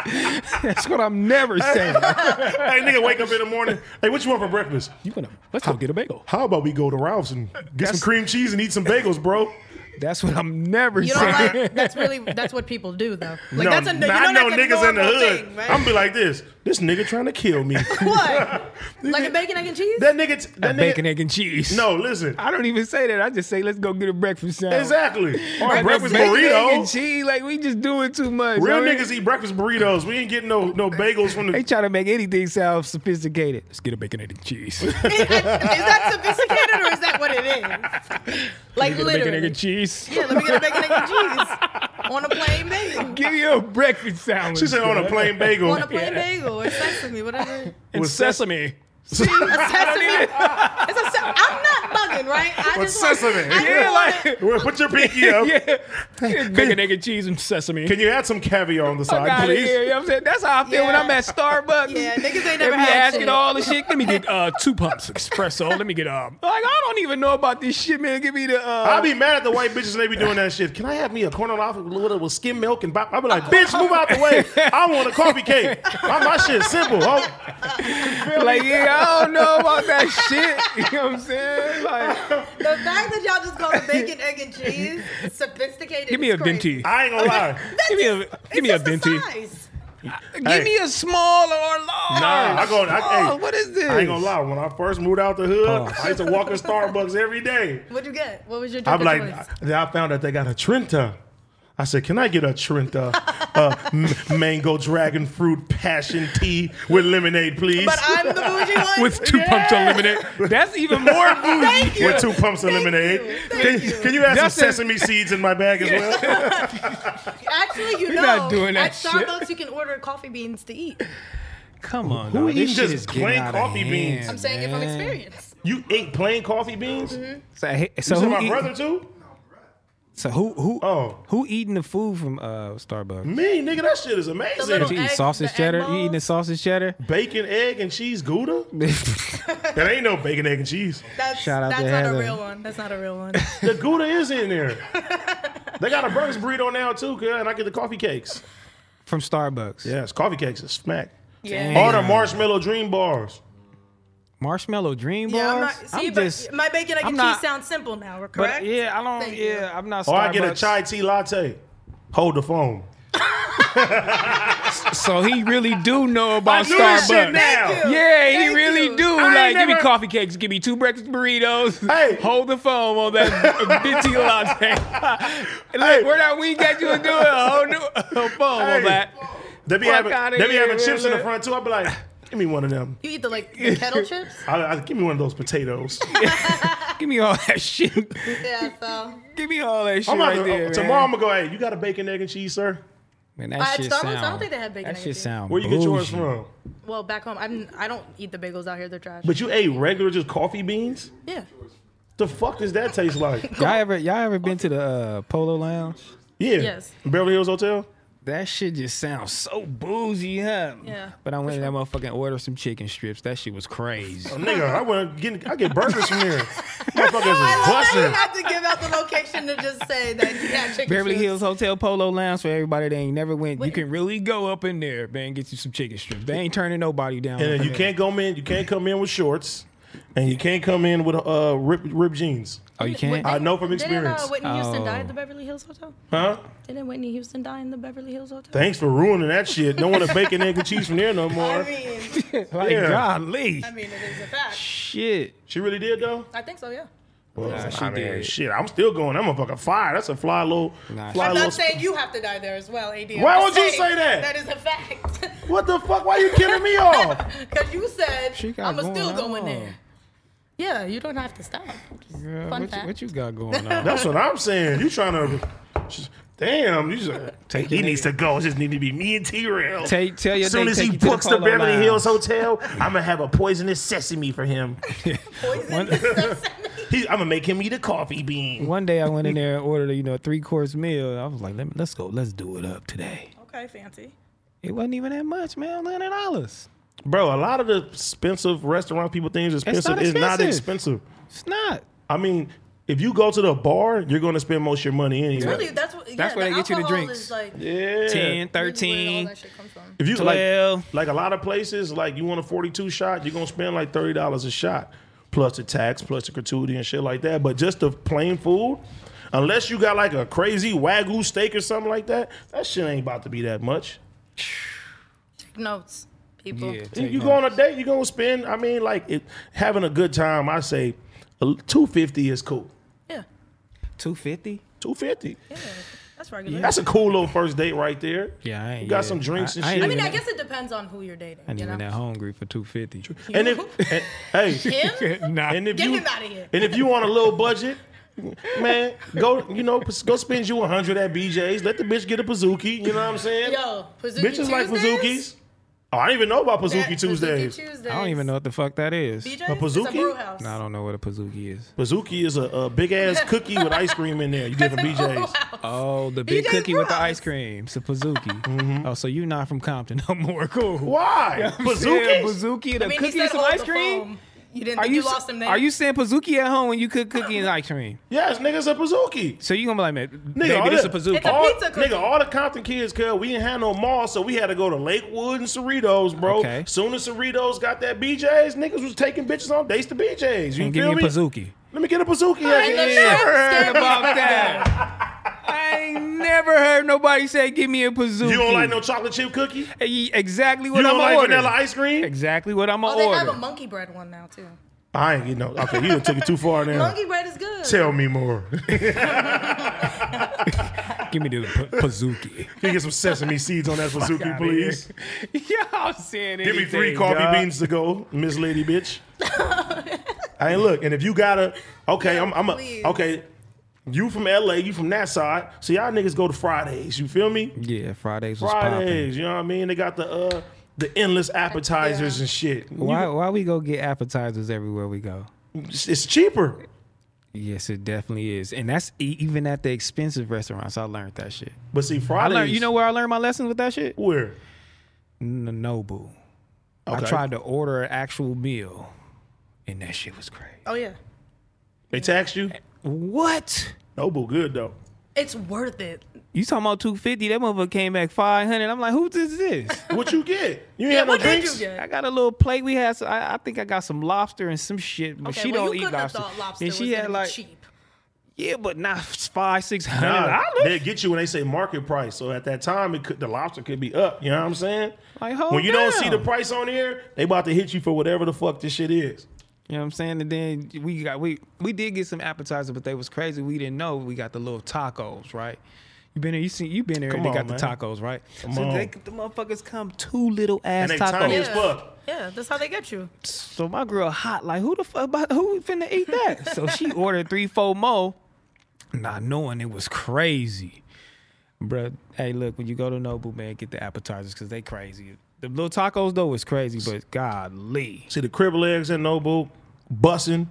Speaker 2: that's what I'm never saying.
Speaker 1: Hey, nigga, wake up in the morning. Hey, what you want for breakfast?
Speaker 2: You wanna let's go get a bagel.
Speaker 1: How about we go to Ralph's and get
Speaker 2: That's-
Speaker 1: some cream cheese and eat some bagels, bro?
Speaker 2: That's what I'm never
Speaker 3: You don't
Speaker 2: saying.
Speaker 3: like, that's really, that's what people do, though. Like, that's a, you
Speaker 1: I
Speaker 3: know, that's a
Speaker 1: niggas in the
Speaker 3: normal
Speaker 1: hood.
Speaker 3: Thing,
Speaker 1: I'm
Speaker 3: right?
Speaker 1: be like this. This nigga trying to kill me.
Speaker 3: What? Like a bacon, egg, and cheese?
Speaker 1: That nigga. T- that
Speaker 2: That
Speaker 1: nigga.
Speaker 2: bacon, egg, and cheese.
Speaker 1: No, listen.
Speaker 2: I don't even say that. I just say let's go get a breakfast sandwich.
Speaker 1: Exactly. Or breakfast
Speaker 2: Bacon, egg, and
Speaker 1: burrito.
Speaker 2: cheese. Like we just doing too much.
Speaker 1: Real
Speaker 2: I mean,
Speaker 1: niggas eat breakfast burritos. We ain't getting no no bagels from
Speaker 2: They
Speaker 1: the.
Speaker 2: try to make anything sound sophisticated. Let's get a bacon, egg, and cheese.
Speaker 3: is that sophisticated or is that what it is? Like,
Speaker 2: bacon, egg,
Speaker 3: literally.
Speaker 2: and cheese.
Speaker 3: Yeah, let me get a bacon, egg, and cheese. On a plain bagel.
Speaker 2: Give me a breakfast sandwich.
Speaker 1: She said on a plain bagel.
Speaker 3: On a plain bagel or sesame, whatever.
Speaker 2: with sesame.
Speaker 3: A sesame. it's a se- I'm not bugging, right? I
Speaker 1: With
Speaker 3: just want-
Speaker 1: sesame.
Speaker 3: I
Speaker 1: Yeah,
Speaker 3: just want it-
Speaker 1: Well, Put your pinky up.
Speaker 2: yeah. Bacon, egg, and cheese and sesame.
Speaker 1: Can you add some caviar on the
Speaker 2: Fuck
Speaker 1: side,
Speaker 2: outta
Speaker 1: please?
Speaker 2: here, you know what I'm saying? That's how I feel when
Speaker 3: Yeah.
Speaker 2: I'm at Starbucks.
Speaker 3: Yeah, niggas ain't
Speaker 2: They
Speaker 3: never
Speaker 2: be
Speaker 3: had
Speaker 2: asking
Speaker 3: shit.
Speaker 2: all the shit. Let me get uh, two pumps espresso. Let me get um. Like I don't even know about this shit, man. Give me the. Uh,
Speaker 1: I'll be mad at the white bitches when they be doing that shit. Can I have me a corn on off with, with skim milk and bop? I'll be like, bitch, move out the way. I want a coffee cake. My, my shit's simple. Oh,
Speaker 2: like yeah, I don't know about that shit. You know what I'm saying? Like,
Speaker 3: The fact that y'all just call it bacon, egg, and cheese is sophisticated.
Speaker 2: give me a
Speaker 3: is crazy.
Speaker 2: venti.
Speaker 1: I ain't gonna lie.
Speaker 2: Give me a give
Speaker 3: It's
Speaker 2: me a
Speaker 3: just the
Speaker 2: venti.
Speaker 3: size.
Speaker 2: Give me a small or a large.
Speaker 1: Nah, I go. I, hey,
Speaker 2: Oh, what is this?
Speaker 1: I ain't gonna lie. When I first moved out the hood, I used to walk in Starbucks every day.
Speaker 3: What'd you get? What was your drink
Speaker 1: I'm
Speaker 3: of
Speaker 1: like,
Speaker 3: choice?
Speaker 1: I, then I found out they got a Trenta. I said, can I get a Trenta? uh, m- mango dragon fruit passion tea with lemonade, please.
Speaker 3: But I'm the bougie one.
Speaker 2: With two pumps of lemonade. That's even more bougie.
Speaker 3: Thank you.
Speaker 1: With two pumps of lemonade. Can, can you add
Speaker 2: That's
Speaker 1: some
Speaker 2: it.
Speaker 1: sesame seeds in my bag as well?
Speaker 3: Actually, you
Speaker 2: We're
Speaker 3: know,
Speaker 2: not doing that
Speaker 3: at
Speaker 2: shit.
Speaker 3: Starbucks you can order coffee beans to eat.
Speaker 2: Come on,
Speaker 1: Who
Speaker 2: dog. This
Speaker 1: eats
Speaker 2: shit
Speaker 1: just
Speaker 2: is getting
Speaker 1: plain
Speaker 2: out of
Speaker 1: coffee beans?
Speaker 2: hand,
Speaker 3: I'm saying if I'm
Speaker 2: man.
Speaker 3: experienced.
Speaker 1: You ate plain coffee beans? You
Speaker 2: So, hey, so
Speaker 1: said
Speaker 2: Mm-hmm. who
Speaker 1: my
Speaker 2: eat-
Speaker 1: brother too?
Speaker 2: So who who
Speaker 1: Oh. Mm.
Speaker 2: who eating the food from uh, Starbucks?
Speaker 1: Me, nigga, that shit is
Speaker 3: The
Speaker 1: amazing.
Speaker 3: little-
Speaker 2: You eating
Speaker 3: egg-
Speaker 2: sausage
Speaker 3: the egg
Speaker 2: cheddar? You
Speaker 3: balls.
Speaker 2: eating the sausage cheddar?
Speaker 1: Bacon, egg, and cheese gouda? That ain't no bacon, egg, and cheese.
Speaker 3: That's
Speaker 2: Shout out
Speaker 3: that's
Speaker 2: to
Speaker 3: not
Speaker 2: Heather.
Speaker 3: a real one. That's not a real one.
Speaker 1: The gouda is in there. They got a Burns burrito now too, girl, and I get the coffee cakes.
Speaker 2: from Starbucks.
Speaker 1: Yes, coffee cakes is smack.
Speaker 3: Yeah.
Speaker 1: All the marshmallow dream bars.
Speaker 2: Marshmallow Dream Bars.
Speaker 3: Yeah, I'm not. See,
Speaker 2: I'm
Speaker 3: but
Speaker 2: just,
Speaker 3: my bacon, egg,
Speaker 2: I'm
Speaker 3: and
Speaker 2: not-
Speaker 3: cheese sounds simple now. Correct?
Speaker 2: but yeah, I don't.
Speaker 3: Thank you.
Speaker 2: yeah, I'm not.
Speaker 1: Or Oh, I get a
Speaker 2: Starbucks.
Speaker 1: chai tea latte. Hold the phone.
Speaker 2: So he really do know about
Speaker 1: knew this shit
Speaker 2: Starbucks.
Speaker 1: now.
Speaker 3: Thank you.
Speaker 2: Yeah, he
Speaker 3: Thank
Speaker 2: really
Speaker 3: you.
Speaker 2: do.
Speaker 1: ain't
Speaker 2: like, give me
Speaker 1: never-
Speaker 2: coffee cakes, give me two breakfast burritos.
Speaker 1: Hey.
Speaker 2: hold the phone on that bitchy latte. Look,
Speaker 1: Hey.
Speaker 2: where that we got you to do it, hold the phone on
Speaker 1: Hey.
Speaker 2: that.
Speaker 1: They be
Speaker 2: Fuck outta
Speaker 1: having, they be
Speaker 2: here,
Speaker 1: having chips in the
Speaker 2: man.
Speaker 1: front too. I'll be like, give me one of them.
Speaker 3: You eat the like the kettle chips?
Speaker 1: I, I, give me one of those potatoes.
Speaker 2: Give me all that shit.
Speaker 3: Yeah, so
Speaker 2: Give me all that shit
Speaker 1: I'm about
Speaker 2: right
Speaker 1: to-
Speaker 2: there. man.
Speaker 1: tomorrow I'm gonna go. Hey, you got a bacon, egg, and cheese, sir?
Speaker 2: Man, that
Speaker 3: Uh, at
Speaker 2: shit
Speaker 3: Uh, Starbucks, I
Speaker 2: sound,
Speaker 3: don't think they have bacon
Speaker 2: That
Speaker 3: egg
Speaker 2: shit
Speaker 3: and cheese.
Speaker 2: sound.
Speaker 1: Where you get yours
Speaker 2: bougie.
Speaker 1: from?
Speaker 3: well back home. I'm I don't eat the bagels out here. They're trash.
Speaker 1: But you ate regular just coffee beans.
Speaker 3: yeah.
Speaker 1: The fuck does that taste like?
Speaker 2: Y'all ever y'all ever been to the uh, Polo Lounge?
Speaker 1: Yeah.
Speaker 3: Yes.
Speaker 1: Beverly Hills Hotel.
Speaker 2: That shit just sounds so boozy, huh?
Speaker 3: Yeah,
Speaker 2: But I went to that motherfucking order some chicken strips. That shit was crazy.
Speaker 1: Nigga, I went getting I get burgers from here.
Speaker 3: I love
Speaker 1: Motherfuckers is
Speaker 3: that you have to give out the location to just say that you had chicken
Speaker 2: Beverly
Speaker 3: strips.
Speaker 2: Hills Hotel Polo Lounge for everybody that ain't never went. You
Speaker 3: Wait.
Speaker 2: can really go up in there, man, and get you some chicken strips. They ain't turning nobody down.
Speaker 1: busting.
Speaker 2: up
Speaker 1: And you
Speaker 2: in
Speaker 1: can't come in. You can't come in with shorts, and you can't come in with uh rip rip jeans.
Speaker 2: there. Oh, you can't.
Speaker 1: I know from
Speaker 3: Didn't uh,
Speaker 1: experience.
Speaker 3: Whitney Houston die
Speaker 2: Oh.
Speaker 3: at the Beverly Hills Hotel?
Speaker 1: Huh?
Speaker 3: Didn't Whitney Houston die in the Beverly Hills Hotel?
Speaker 1: Thanks for ruining that shit. Don't want to bacon egg and cheese from there no
Speaker 3: I
Speaker 1: more.
Speaker 3: mean,
Speaker 2: like,
Speaker 1: yeah.
Speaker 2: golly,
Speaker 3: I mean, it is a fact.
Speaker 2: shit.
Speaker 1: She really did though.
Speaker 3: I think so. Yeah.
Speaker 1: Well,
Speaker 2: she
Speaker 1: I mean,
Speaker 2: did.
Speaker 1: shit. I'm still going. I'm a fucking fire. That's a fly low.
Speaker 2: Nah,
Speaker 1: fly
Speaker 3: I'm
Speaker 1: low.
Speaker 3: not saying you have to die there as well, Ad. I'm
Speaker 1: Why
Speaker 3: just
Speaker 1: would you
Speaker 3: saying
Speaker 1: say that?
Speaker 3: That is a fact.
Speaker 1: what the fuck? Why you kidding me off?
Speaker 3: Because you said
Speaker 2: She got
Speaker 3: I'm going to still
Speaker 2: going
Speaker 3: go in
Speaker 2: on.
Speaker 3: there. Yeah, you don't have to stop. Just
Speaker 2: Girl,
Speaker 3: Fun
Speaker 2: what, you,
Speaker 3: fact.
Speaker 2: what you got going on?
Speaker 1: That's what I'm saying. You trying to. Damn, you just,
Speaker 2: Take
Speaker 1: he
Speaker 2: your
Speaker 1: needs to go. It just need to be me and T-Rail.
Speaker 2: Take- tell your
Speaker 1: as soon
Speaker 2: date
Speaker 1: as
Speaker 2: take
Speaker 1: he
Speaker 2: you to the
Speaker 1: books the,
Speaker 2: Polo
Speaker 1: Beverly
Speaker 2: Lounge.
Speaker 1: Hills Hotel, I'm gonna have a poisonous sesame for him.
Speaker 3: poison sesame.
Speaker 1: He, I'm gonna make him eat a coffee bean.
Speaker 2: One day I went in there and ordered, you know, a three course meal. I was like, Let me, let's go, let's do it up today.
Speaker 3: Okay, fancy.
Speaker 2: It wasn't even that much, man. Hundred dollars.
Speaker 1: Bro, a lot of the expensive restaurant people think is expensive.
Speaker 2: not
Speaker 1: It's not
Speaker 2: expensive.
Speaker 1: expensive.
Speaker 2: It's not.
Speaker 1: I mean, if you go to the bar, you're gonna spend most of your money anyway.
Speaker 3: Really, that's what. Yeah,
Speaker 2: That's where
Speaker 3: the
Speaker 2: they get you the
Speaker 3: alcohol
Speaker 2: drinks.
Speaker 3: Is like,
Speaker 1: Yeah.
Speaker 2: 10,
Speaker 3: Really where all
Speaker 2: 13,
Speaker 3: that shit comes from.
Speaker 1: If you
Speaker 2: Twelve.
Speaker 1: like, like a lot of places, like you want a forty-two shot, you're gonna spend like thirty dollars a shot, plus the tax, plus the gratuity and shit like that. But just the plain food, unless you got like a crazy wagyu steak or something like that, that shit ain't about to be that much.
Speaker 3: Notes, people.
Speaker 2: Yeah.
Speaker 1: You,
Speaker 2: Take
Speaker 1: you go on a date, you gonna spend. I mean, like it, having a good time. I say two fifty is cool.
Speaker 3: Yeah,
Speaker 2: Two fifty.
Speaker 1: Two fifty.
Speaker 3: that's regular.
Speaker 1: That's a cool little first date right there.
Speaker 2: Yeah, I ain't-
Speaker 1: you got
Speaker 2: yeah.
Speaker 1: some drinks and
Speaker 2: I- I
Speaker 1: shit.
Speaker 3: I mean,
Speaker 2: even
Speaker 3: I
Speaker 2: that-
Speaker 3: guess it depends on who you're dating.
Speaker 2: I ain't
Speaker 3: you
Speaker 2: even that
Speaker 3: know?
Speaker 2: hungry for two fifty.
Speaker 1: and if and- hey,
Speaker 3: Him?
Speaker 2: Nah.
Speaker 1: and if
Speaker 3: Get
Speaker 1: you
Speaker 3: him out of here.
Speaker 1: And if you want a little budget, man, go you know go spend you a hundred at BJ's. Let the bitch get a Pazuki. You know what I'm saying?
Speaker 3: Yo, Pazuki
Speaker 1: Bitches like
Speaker 3: Tuesdays?
Speaker 1: Pazookies. Oh, I didn't even know about
Speaker 3: That-
Speaker 1: Pazuki Tuesdays.
Speaker 3: Pazuki Tuesdays.
Speaker 2: I don't even know what the fuck that is.
Speaker 3: BJ's?
Speaker 1: A
Speaker 3: It's
Speaker 1: Pazuki?
Speaker 3: a brew house.
Speaker 2: I don't know what a pazookie is.
Speaker 1: Pazuki is a, a big ass cookie with ice cream in there. You get from
Speaker 3: It's a brew
Speaker 1: BJ's.
Speaker 3: house.
Speaker 2: Oh, the big
Speaker 3: just
Speaker 2: cookie with the
Speaker 3: brought
Speaker 2: ice
Speaker 3: us.
Speaker 2: cream. It's a pazookie. Oh, so you're not from Compton no more. Cool.
Speaker 1: Why?
Speaker 2: Yeah,
Speaker 1: Mm-hmm. Pazuki?
Speaker 2: Pazooki and
Speaker 3: I
Speaker 2: a
Speaker 3: mean, he
Speaker 2: cookie
Speaker 3: said
Speaker 2: and some
Speaker 3: hold
Speaker 2: ice
Speaker 3: the
Speaker 2: cream?
Speaker 3: phone. You didn't
Speaker 2: Are
Speaker 3: think you,
Speaker 2: you, s-
Speaker 3: lost him there.
Speaker 2: are you saying Pazookie at home when you cook cookie and ice cream?
Speaker 1: Yes, niggas a Pazuki.
Speaker 2: So you gonna be like, man,
Speaker 1: Nigga,
Speaker 2: baby,
Speaker 1: all
Speaker 2: this a
Speaker 1: that-
Speaker 2: Pazookie.
Speaker 3: It's a
Speaker 1: all-
Speaker 3: pizza cookie.
Speaker 1: Nigga, all the Compton kids, cuz we didn't have no mall, so we had to go to Lakewood and Cerritos, bro.
Speaker 2: Okay.
Speaker 1: Soon as Cerritos got that BJ's, niggas was taking bitches on dates to BJ's. You
Speaker 2: and give
Speaker 1: feel
Speaker 2: me a
Speaker 1: me?
Speaker 2: Pazookie.
Speaker 1: Let me get a bazooki.
Speaker 3: Ain't no shit.
Speaker 2: heard about that. I ain't never heard nobody say, give me a Pazookie.
Speaker 1: You don't like no chocolate chip cookie? You
Speaker 2: E- Exactly what
Speaker 1: don't
Speaker 2: I'm
Speaker 1: like
Speaker 2: gonna order.
Speaker 1: vanilla ice cream?
Speaker 2: Exactly what I'm
Speaker 3: Oh,
Speaker 2: gonna
Speaker 3: they have
Speaker 2: order.
Speaker 3: a monkey bread one now too.
Speaker 1: I ain't you know. Okay, you done took it too far now.
Speaker 3: Monkey bread is good.
Speaker 1: Tell me more.
Speaker 2: Give me the p- Pazuki.
Speaker 1: Can you get some sesame seeds on that Suzuki, please?
Speaker 2: Yeah, I'm saying
Speaker 1: Give me
Speaker 2: anything,
Speaker 1: three coffee
Speaker 2: dog.
Speaker 1: beans to go, Miss Lady Bitch. I ain't look, and if you gotta, okay, I'm, I'm
Speaker 3: please.
Speaker 1: a, okay. You from LA, you from that side, so y'all niggas go to Fridays. You feel me?
Speaker 2: Yeah, Fridays was popping.
Speaker 1: Fridays, you know what I mean? They got the uh the endless appetizers and shit. You-
Speaker 2: Why why we go get appetizers everywhere we go?
Speaker 1: It's it's cheaper.
Speaker 2: Yes, it definitely is, and that's e- even at the expensive restaurants. I learned that shit.
Speaker 1: But see,
Speaker 2: I
Speaker 1: Fridays,
Speaker 2: learned, you know where I learned my lessons with that shit?
Speaker 1: where?
Speaker 2: N- Nobu. I
Speaker 1: Okay.
Speaker 2: tried to order an actual meal, and that shit was crazy.
Speaker 3: Oh yeah,
Speaker 1: They tax you?
Speaker 2: What?
Speaker 1: Noble good though.
Speaker 3: it's worth it.
Speaker 2: You talking about two fifty? That motherfucker came back five hundred. I'm like, who is this?
Speaker 1: What you get? You ain't
Speaker 3: Yeah,
Speaker 1: have no
Speaker 3: what did
Speaker 1: drinks?
Speaker 3: you get?
Speaker 2: I got a little plate. We had. Some, I, I think I got some lobster and some shit, but
Speaker 3: Okay,
Speaker 2: she
Speaker 3: well,
Speaker 2: don't
Speaker 3: you
Speaker 2: eat
Speaker 3: couldn't
Speaker 2: lobster.
Speaker 3: Have thought lobster
Speaker 2: and
Speaker 3: was
Speaker 2: she
Speaker 3: gonna
Speaker 2: had
Speaker 3: be
Speaker 2: like,
Speaker 3: cheap.
Speaker 2: yeah, but not five, six hundred
Speaker 1: Nah,
Speaker 2: dollars.
Speaker 1: they get you when they say market price. So at that time, it could, the lobster could be up. You know what I'm saying?
Speaker 2: Like, hold
Speaker 1: when you don't see the
Speaker 2: down.
Speaker 1: price on here, they about to hit you for whatever the fuck this shit is.
Speaker 2: You know what I'm saying? And then we got we we did get some appetizers, but they was crazy. We didn't know we got the little tacos, right? You been there? You seen? You been there?
Speaker 1: Come
Speaker 2: and they got
Speaker 1: on,
Speaker 2: the
Speaker 1: man.
Speaker 2: tacos, right?
Speaker 1: Come
Speaker 2: so
Speaker 1: on.
Speaker 2: They, the motherfuckers come two little ass
Speaker 1: And they tiny
Speaker 2: tacos.
Speaker 1: as fuck.
Speaker 3: Yeah, that's how they get you.
Speaker 2: So my girl hot like who the fuck about who finna eat that? so she ordered three four more, not knowing it was crazy, Bruh, Hey, look when you go to Nobu, man, get the appetizers because they crazy. The little tacos though is crazy, but golly,
Speaker 1: See the crib legs and Nobu, bussin',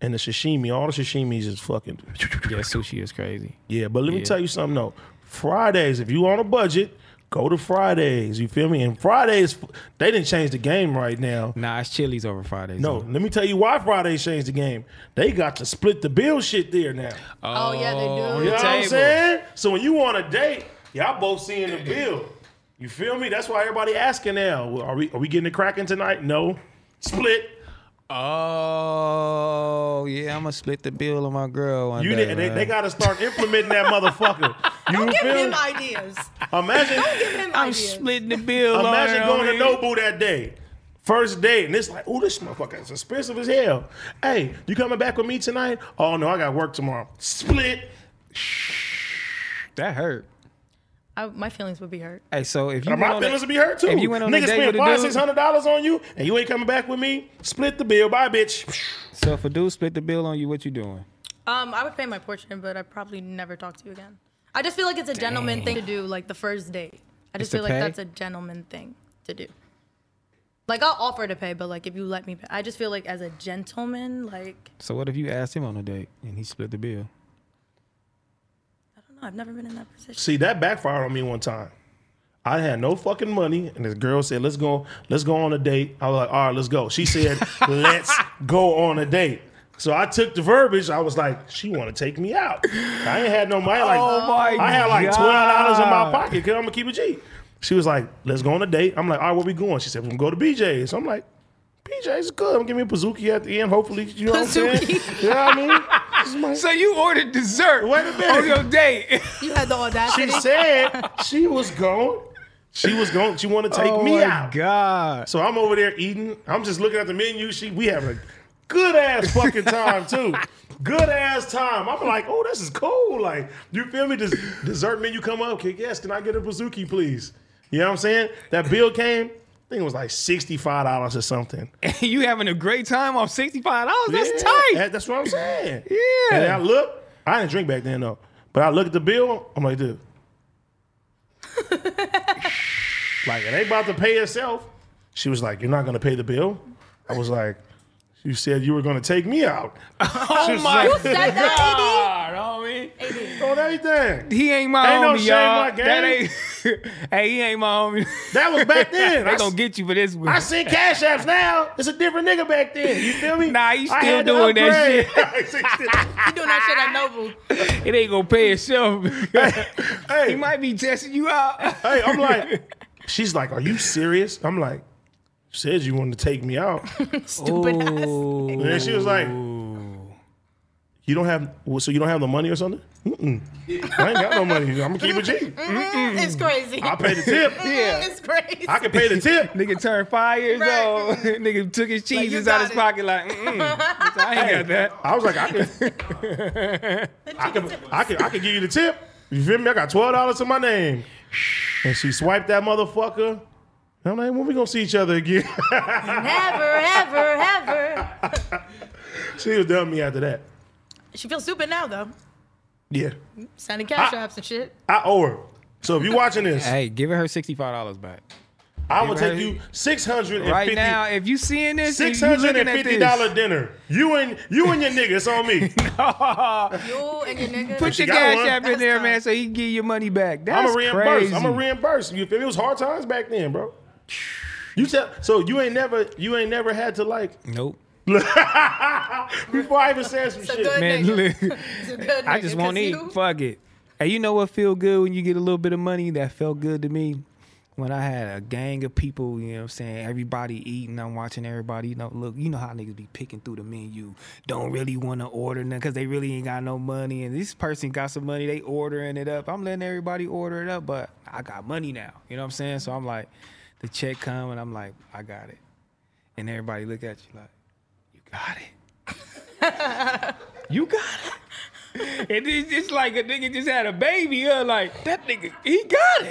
Speaker 1: and the sashimi. All the sashimis is fucking.
Speaker 2: yeah, sushi is crazy.
Speaker 1: Yeah, but let me tell you something though. Fridays, if you on a budget, go to Fridays. You feel me? And Fridays, they didn't change the game right now.
Speaker 2: Nah, it's Chili's over Fridays.
Speaker 1: No,
Speaker 2: though.
Speaker 1: let me tell you why Fridays changed the game. They got to split the bill shit there now.
Speaker 3: Oh, yeah, they do.
Speaker 1: You know
Speaker 2: the
Speaker 1: what I'm
Speaker 2: table.
Speaker 1: saying? So when you on a date, y'all both seeing the bill. You feel me? That's why everybody asking now. Well, Are we are we getting it cracking tonight? No. Split.
Speaker 2: Oh yeah, I'ma split the bill on my girl. One
Speaker 1: You
Speaker 2: day,
Speaker 1: did, they,
Speaker 2: bruh.
Speaker 1: they gotta start implementing that motherfucker. You
Speaker 3: Give
Speaker 1: feel
Speaker 3: him
Speaker 1: me?
Speaker 3: ideas.
Speaker 1: Imagine
Speaker 3: Give him
Speaker 2: I'm
Speaker 3: ideas.
Speaker 2: splitting the bill. on
Speaker 1: imagine
Speaker 2: her,
Speaker 1: going to
Speaker 2: homie.
Speaker 1: Nobu that day. First date, and it's like, oh, this motherfucker is expensive as hell. Hey, you coming back with me tonight? Oh no, I got work tomorrow. Split.
Speaker 2: That hurt.
Speaker 3: I, my feelings would be hurt.
Speaker 2: Hey, so if you
Speaker 1: Now,
Speaker 2: went
Speaker 1: my
Speaker 2: on a-
Speaker 1: feelings will be hurt too.
Speaker 2: If you went on a
Speaker 1: Niggas
Speaker 2: date with
Speaker 1: spend
Speaker 2: a
Speaker 1: five,
Speaker 2: dude-
Speaker 1: six hundred dollars on you, and you ain't coming back with me. Split the bill, bye, bitch.
Speaker 2: So if a dude split the bill on you, what you doing?
Speaker 3: Um, I would pay my portion, but I probably never talk to you again. I just feel like it's a gentleman thing to do, like the first date. I
Speaker 2: It's
Speaker 3: just
Speaker 2: to
Speaker 3: feel like
Speaker 2: pay?
Speaker 3: that's a gentleman thing to do. Like I'll offer to pay, but like if you let me, pay, I just feel like as a gentleman, like
Speaker 2: So what if you asked him on a date and he split the bill?
Speaker 3: I don't know, I've never been in that position.
Speaker 1: See, that backfired on me one time. I had no fucking money, and this girl said, "Let's go, let's go on a date." I was like, "All right, let's go." She said, "Let's go on a date." So I took the verbiage. I was like, "She want to take me out." I ain't had no money. Like,
Speaker 2: Oh my
Speaker 1: I had like twelve dollars in my
Speaker 2: God.
Speaker 1: pocket. Cause I'm gonna keep a G. She was like, "Let's go on a date." I'm like, "All right, where we going?" She said, "We're gonna go to BJ's." I'm like, "BJ's is good. Give me a Pazuki at the end. Hopefully, you know what I'm saying." You know what I mean? This is my-
Speaker 2: So you ordered dessert
Speaker 1: Wait a minute.
Speaker 2: on your date.
Speaker 3: You had the audacity.
Speaker 1: she said she was going. She was going. She want to take
Speaker 2: oh
Speaker 1: me
Speaker 2: my
Speaker 1: out.
Speaker 2: God.
Speaker 1: So I'm over there eating. I'm just looking at the menu. She, we having a good ass fucking time too. Good ass time. I'm like, oh, this is cool. Like, you feel me? This dessert menu come up. Okay, yes, can I get a bazooki, please? You know what I'm saying? That bill came. I think it was like sixty-five dollars or something.
Speaker 2: you having a great time off sixty five dollars? That's
Speaker 1: Yeah,
Speaker 2: tight.
Speaker 1: that- that's what I'm saying.
Speaker 2: Yeah.
Speaker 1: And then I look. I didn't drink back then though. But I look at the bill. I'm like, dude. like it ain't about to pay itself. She was like, "You're not gonna pay the bill." I was like, "You said you were gonna take me out
Speaker 2: oh my
Speaker 3: You said that,
Speaker 2: God, homie.
Speaker 1: on everything."
Speaker 2: He ain't my
Speaker 1: Ain't no
Speaker 2: homie,
Speaker 1: shame
Speaker 2: y'all.
Speaker 1: like
Speaker 2: that
Speaker 1: gang.
Speaker 2: ain't. hey, he ain't my homie.
Speaker 1: That was back then.
Speaker 2: they
Speaker 1: I
Speaker 2: gonna get you for this one.
Speaker 1: I seen cash apps now. It's a different nigga back then. You feel me?
Speaker 2: Nah, he
Speaker 1: I
Speaker 2: still
Speaker 1: had to
Speaker 2: doing that
Speaker 1: upgrade.
Speaker 3: baby. You doing that shit at Noble?
Speaker 2: it ain't gonna pay itself.
Speaker 1: hey,
Speaker 2: he might be testing you out.
Speaker 1: hey, I'm like, she's like, "Are you serious?" I'm like, "You said you wanted to take me out."
Speaker 3: Stupid ass.
Speaker 1: And then she was like, "You don't have well, so you don't have the money or something?" Mm-mm. I ain't got no money. I'm gonna keep it G.
Speaker 3: Mm, It's crazy.
Speaker 1: I pay the tip.
Speaker 3: Mm, It's crazy.
Speaker 1: I can pay the tip.
Speaker 2: Nigga turned five years
Speaker 3: Right.
Speaker 2: old. Nigga took his cheeses
Speaker 3: you
Speaker 2: out
Speaker 3: got
Speaker 2: his
Speaker 3: it.
Speaker 2: pocket like, mm I ain't got that.
Speaker 1: I was like, I can, I can, I can, I can give you the tip. You feel me? I got twelve dollars in my name, and she swiped that motherfucker. And I'm like, when we gonna see each other again?
Speaker 3: Never, ever, ever.
Speaker 1: she was done with me after that.
Speaker 3: She feels stupid now though.
Speaker 1: Yeah,
Speaker 3: Sending cash
Speaker 1: I-
Speaker 3: apps and shit.
Speaker 1: I owe her. So if you watching this,
Speaker 2: Hey, give her sixty-five dollars back.
Speaker 1: I will
Speaker 2: Give her-
Speaker 1: take you six hundred and fifty.
Speaker 2: Right now, if you seeing this, if
Speaker 1: Six
Speaker 2: you
Speaker 1: hundred
Speaker 2: looking
Speaker 1: and
Speaker 2: at
Speaker 1: fifty
Speaker 2: this,
Speaker 1: dollar dinner. You and you and your nigga. It's on me.
Speaker 3: You and your nigga.
Speaker 2: Put
Speaker 1: she
Speaker 2: your
Speaker 1: got
Speaker 2: cash
Speaker 1: one.
Speaker 2: app in there, man, so he can give you money back.
Speaker 1: I'm
Speaker 2: That's
Speaker 1: a reimburse.
Speaker 2: crazy.
Speaker 1: I'm a reimburse. You feel me? It was hard times back then, bro. You tell so you ain't never you ain't never had to like
Speaker 2: nope.
Speaker 1: before I even said some
Speaker 3: It's a
Speaker 1: shit.
Speaker 3: good
Speaker 2: Man,
Speaker 3: nigga.
Speaker 2: look,
Speaker 3: It's a good
Speaker 2: I
Speaker 3: nigga,
Speaker 2: just won't
Speaker 3: 'cause
Speaker 2: eat.
Speaker 3: you-
Speaker 2: Fuck it. Hey, you know what feel good when you get a little bit of money? That felt good to me when I had a gang of people, you know what I'm saying? Everybody eating, I'm watching everybody. You know, look, you know how niggas be picking through the menu. Don't really want to order nothing because they really ain't got no money. And this person got some money, they ordering it up. I'm letting everybody order it up, but I got money now. You know what I'm saying? So I'm like, the check come and I'm like, I got it. And everybody look at you like, you got it. You got it. And it's just like a nigga just had a baby. Huh? Like that nigga, he got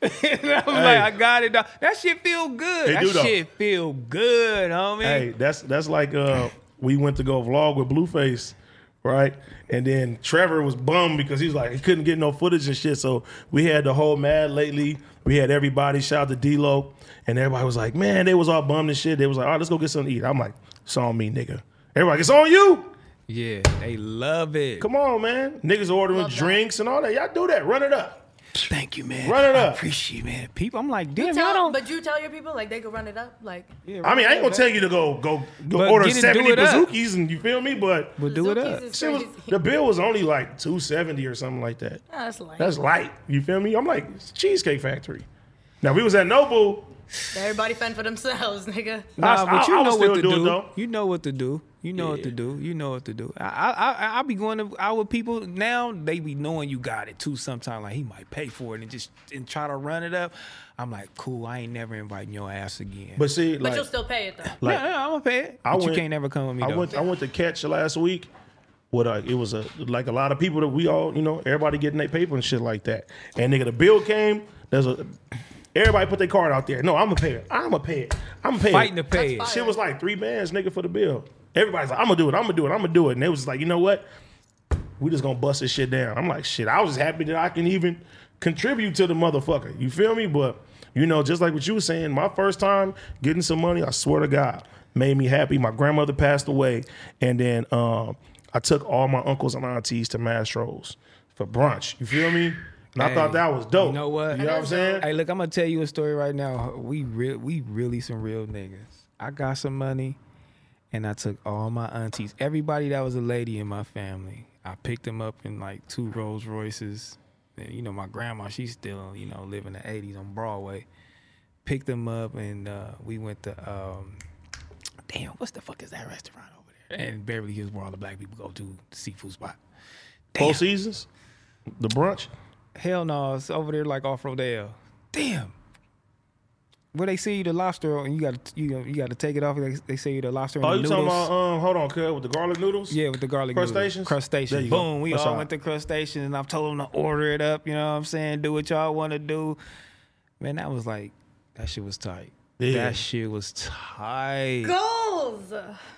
Speaker 2: it. and I was like, I got it. dawg. That shit feel good.
Speaker 1: It
Speaker 2: that
Speaker 1: do, though.
Speaker 2: shit feel good, homie.
Speaker 1: Hey, that's that's like uh we went to go vlog with Blueface, right? And then Trevor was bummed because he was like he couldn't get no footage and shit. So we had the whole mad lately. We had everybody shout out to D-Lo, and everybody was like, man, they was all bummed and shit. They was like, all right, let's go get something to eat. I'm like, it's on me, nigga. Everybody, like, it's on you.
Speaker 2: Yeah, they love it.
Speaker 1: Come on, man. Niggas ordering drinks and all that. Y'all do that. Run it up.
Speaker 2: Thank you, man.
Speaker 1: Run it
Speaker 2: I
Speaker 1: up.
Speaker 2: appreciate, it, man. People, I'm like, damn, y'all
Speaker 3: Tell-
Speaker 2: don't.
Speaker 3: but you tell your people like they could run it up like
Speaker 1: I mean, I ain't gonna tell you to go go, go
Speaker 2: But
Speaker 1: order
Speaker 2: get it, do
Speaker 1: 70
Speaker 2: it up.
Speaker 1: bazookies and you feel me? But
Speaker 2: but do it
Speaker 3: Zookies
Speaker 2: up.
Speaker 3: is
Speaker 1: shit was,
Speaker 3: crazy.
Speaker 1: the bill was only like 270 or something like that.
Speaker 3: That's like
Speaker 1: That's light. You feel me? I'm like, it's Cheesecake Factory. Now we was at Nobu.
Speaker 3: everybody fend for themselves, nigga.
Speaker 2: Nah,
Speaker 1: I-
Speaker 2: Um, but you
Speaker 1: I- I would
Speaker 2: know
Speaker 1: still
Speaker 2: what to
Speaker 1: do it,
Speaker 2: do.
Speaker 1: though.
Speaker 2: you know what to do. You know what to do. You know what to do. I I I, I be going to out with people now. They be knowing you got it too. Sometimes like he might pay for it and just and try to run it up. I'm like, cool. I ain't never inviting your ass again.
Speaker 1: But see,
Speaker 3: But
Speaker 1: like,
Speaker 3: you'll still pay it though.
Speaker 1: like
Speaker 2: yeah, yeah, I'm gonna pay it.
Speaker 1: I
Speaker 2: but you
Speaker 1: went-
Speaker 2: can't ever come with me.
Speaker 1: I
Speaker 2: though.
Speaker 1: went I went to catch last week. What uh, it was a like a lot of people that we all you know everybody getting their paper and shit like that. And nigga, the bill came. There's a everybody put their card out there. No, I'm gonna pay it. I'm gonna pay it. I'm gonna pay
Speaker 2: fighting
Speaker 1: it.
Speaker 2: to pay it.
Speaker 3: That's
Speaker 1: Shit was like three bands, nigga, for the bill. Everybody's like, I'm gonna do it, I'm gonna do it, I'm gonna do it. And they was like, you know what? We just gonna bust this shit down. I'm like, shit, I was happy that I can even contribute to the motherfucker. You feel me? But you know, just like what you were saying, my first time getting some money, I swear to God, made me happy. My grandmother passed away, and then um, I took all my uncles and aunties to Mastro's for brunch. You feel me? And I thought
Speaker 2: Hey,
Speaker 1: that was dope.
Speaker 2: you know what?
Speaker 1: You know what I'm saying?
Speaker 2: Hey, look, I'm gonna tell you a story right now. We real, we really some real niggas. I got some money, and I took all my aunties, everybody that was a lady in my family. I picked them up in like two Rolls Royces. And, you know, my grandma, she's still you know living the '80s on Broadway. Picked them up, and uh, we went to um, damn, what's the fuck is that restaurant over there? And Beverly Hills, where all the black people go to the seafood spot.
Speaker 1: Four seasons, the brunch.
Speaker 2: Hell no, it's over there like off Rodale. Damn. Where they see you the lobster and you got to you you got to take it off. They, they sell you the lobster and
Speaker 1: Oh,
Speaker 2: the
Speaker 1: you
Speaker 2: noodles.
Speaker 1: talking about? Um, hold on, cuz with the garlic noodles.
Speaker 2: yeah, with the garlic noodles.
Speaker 1: Crustaceans? There
Speaker 2: Crustaceans.
Speaker 1: you
Speaker 2: Boom.
Speaker 1: go.
Speaker 2: We
Speaker 1: That's
Speaker 2: all
Speaker 1: all
Speaker 2: went to crustaceans, and I've told them to order it up. You know what I'm saying? Do what y'all want to do. Man, that was like that shit was tight.
Speaker 1: Yeah.
Speaker 2: That shit was tight.
Speaker 3: Goals,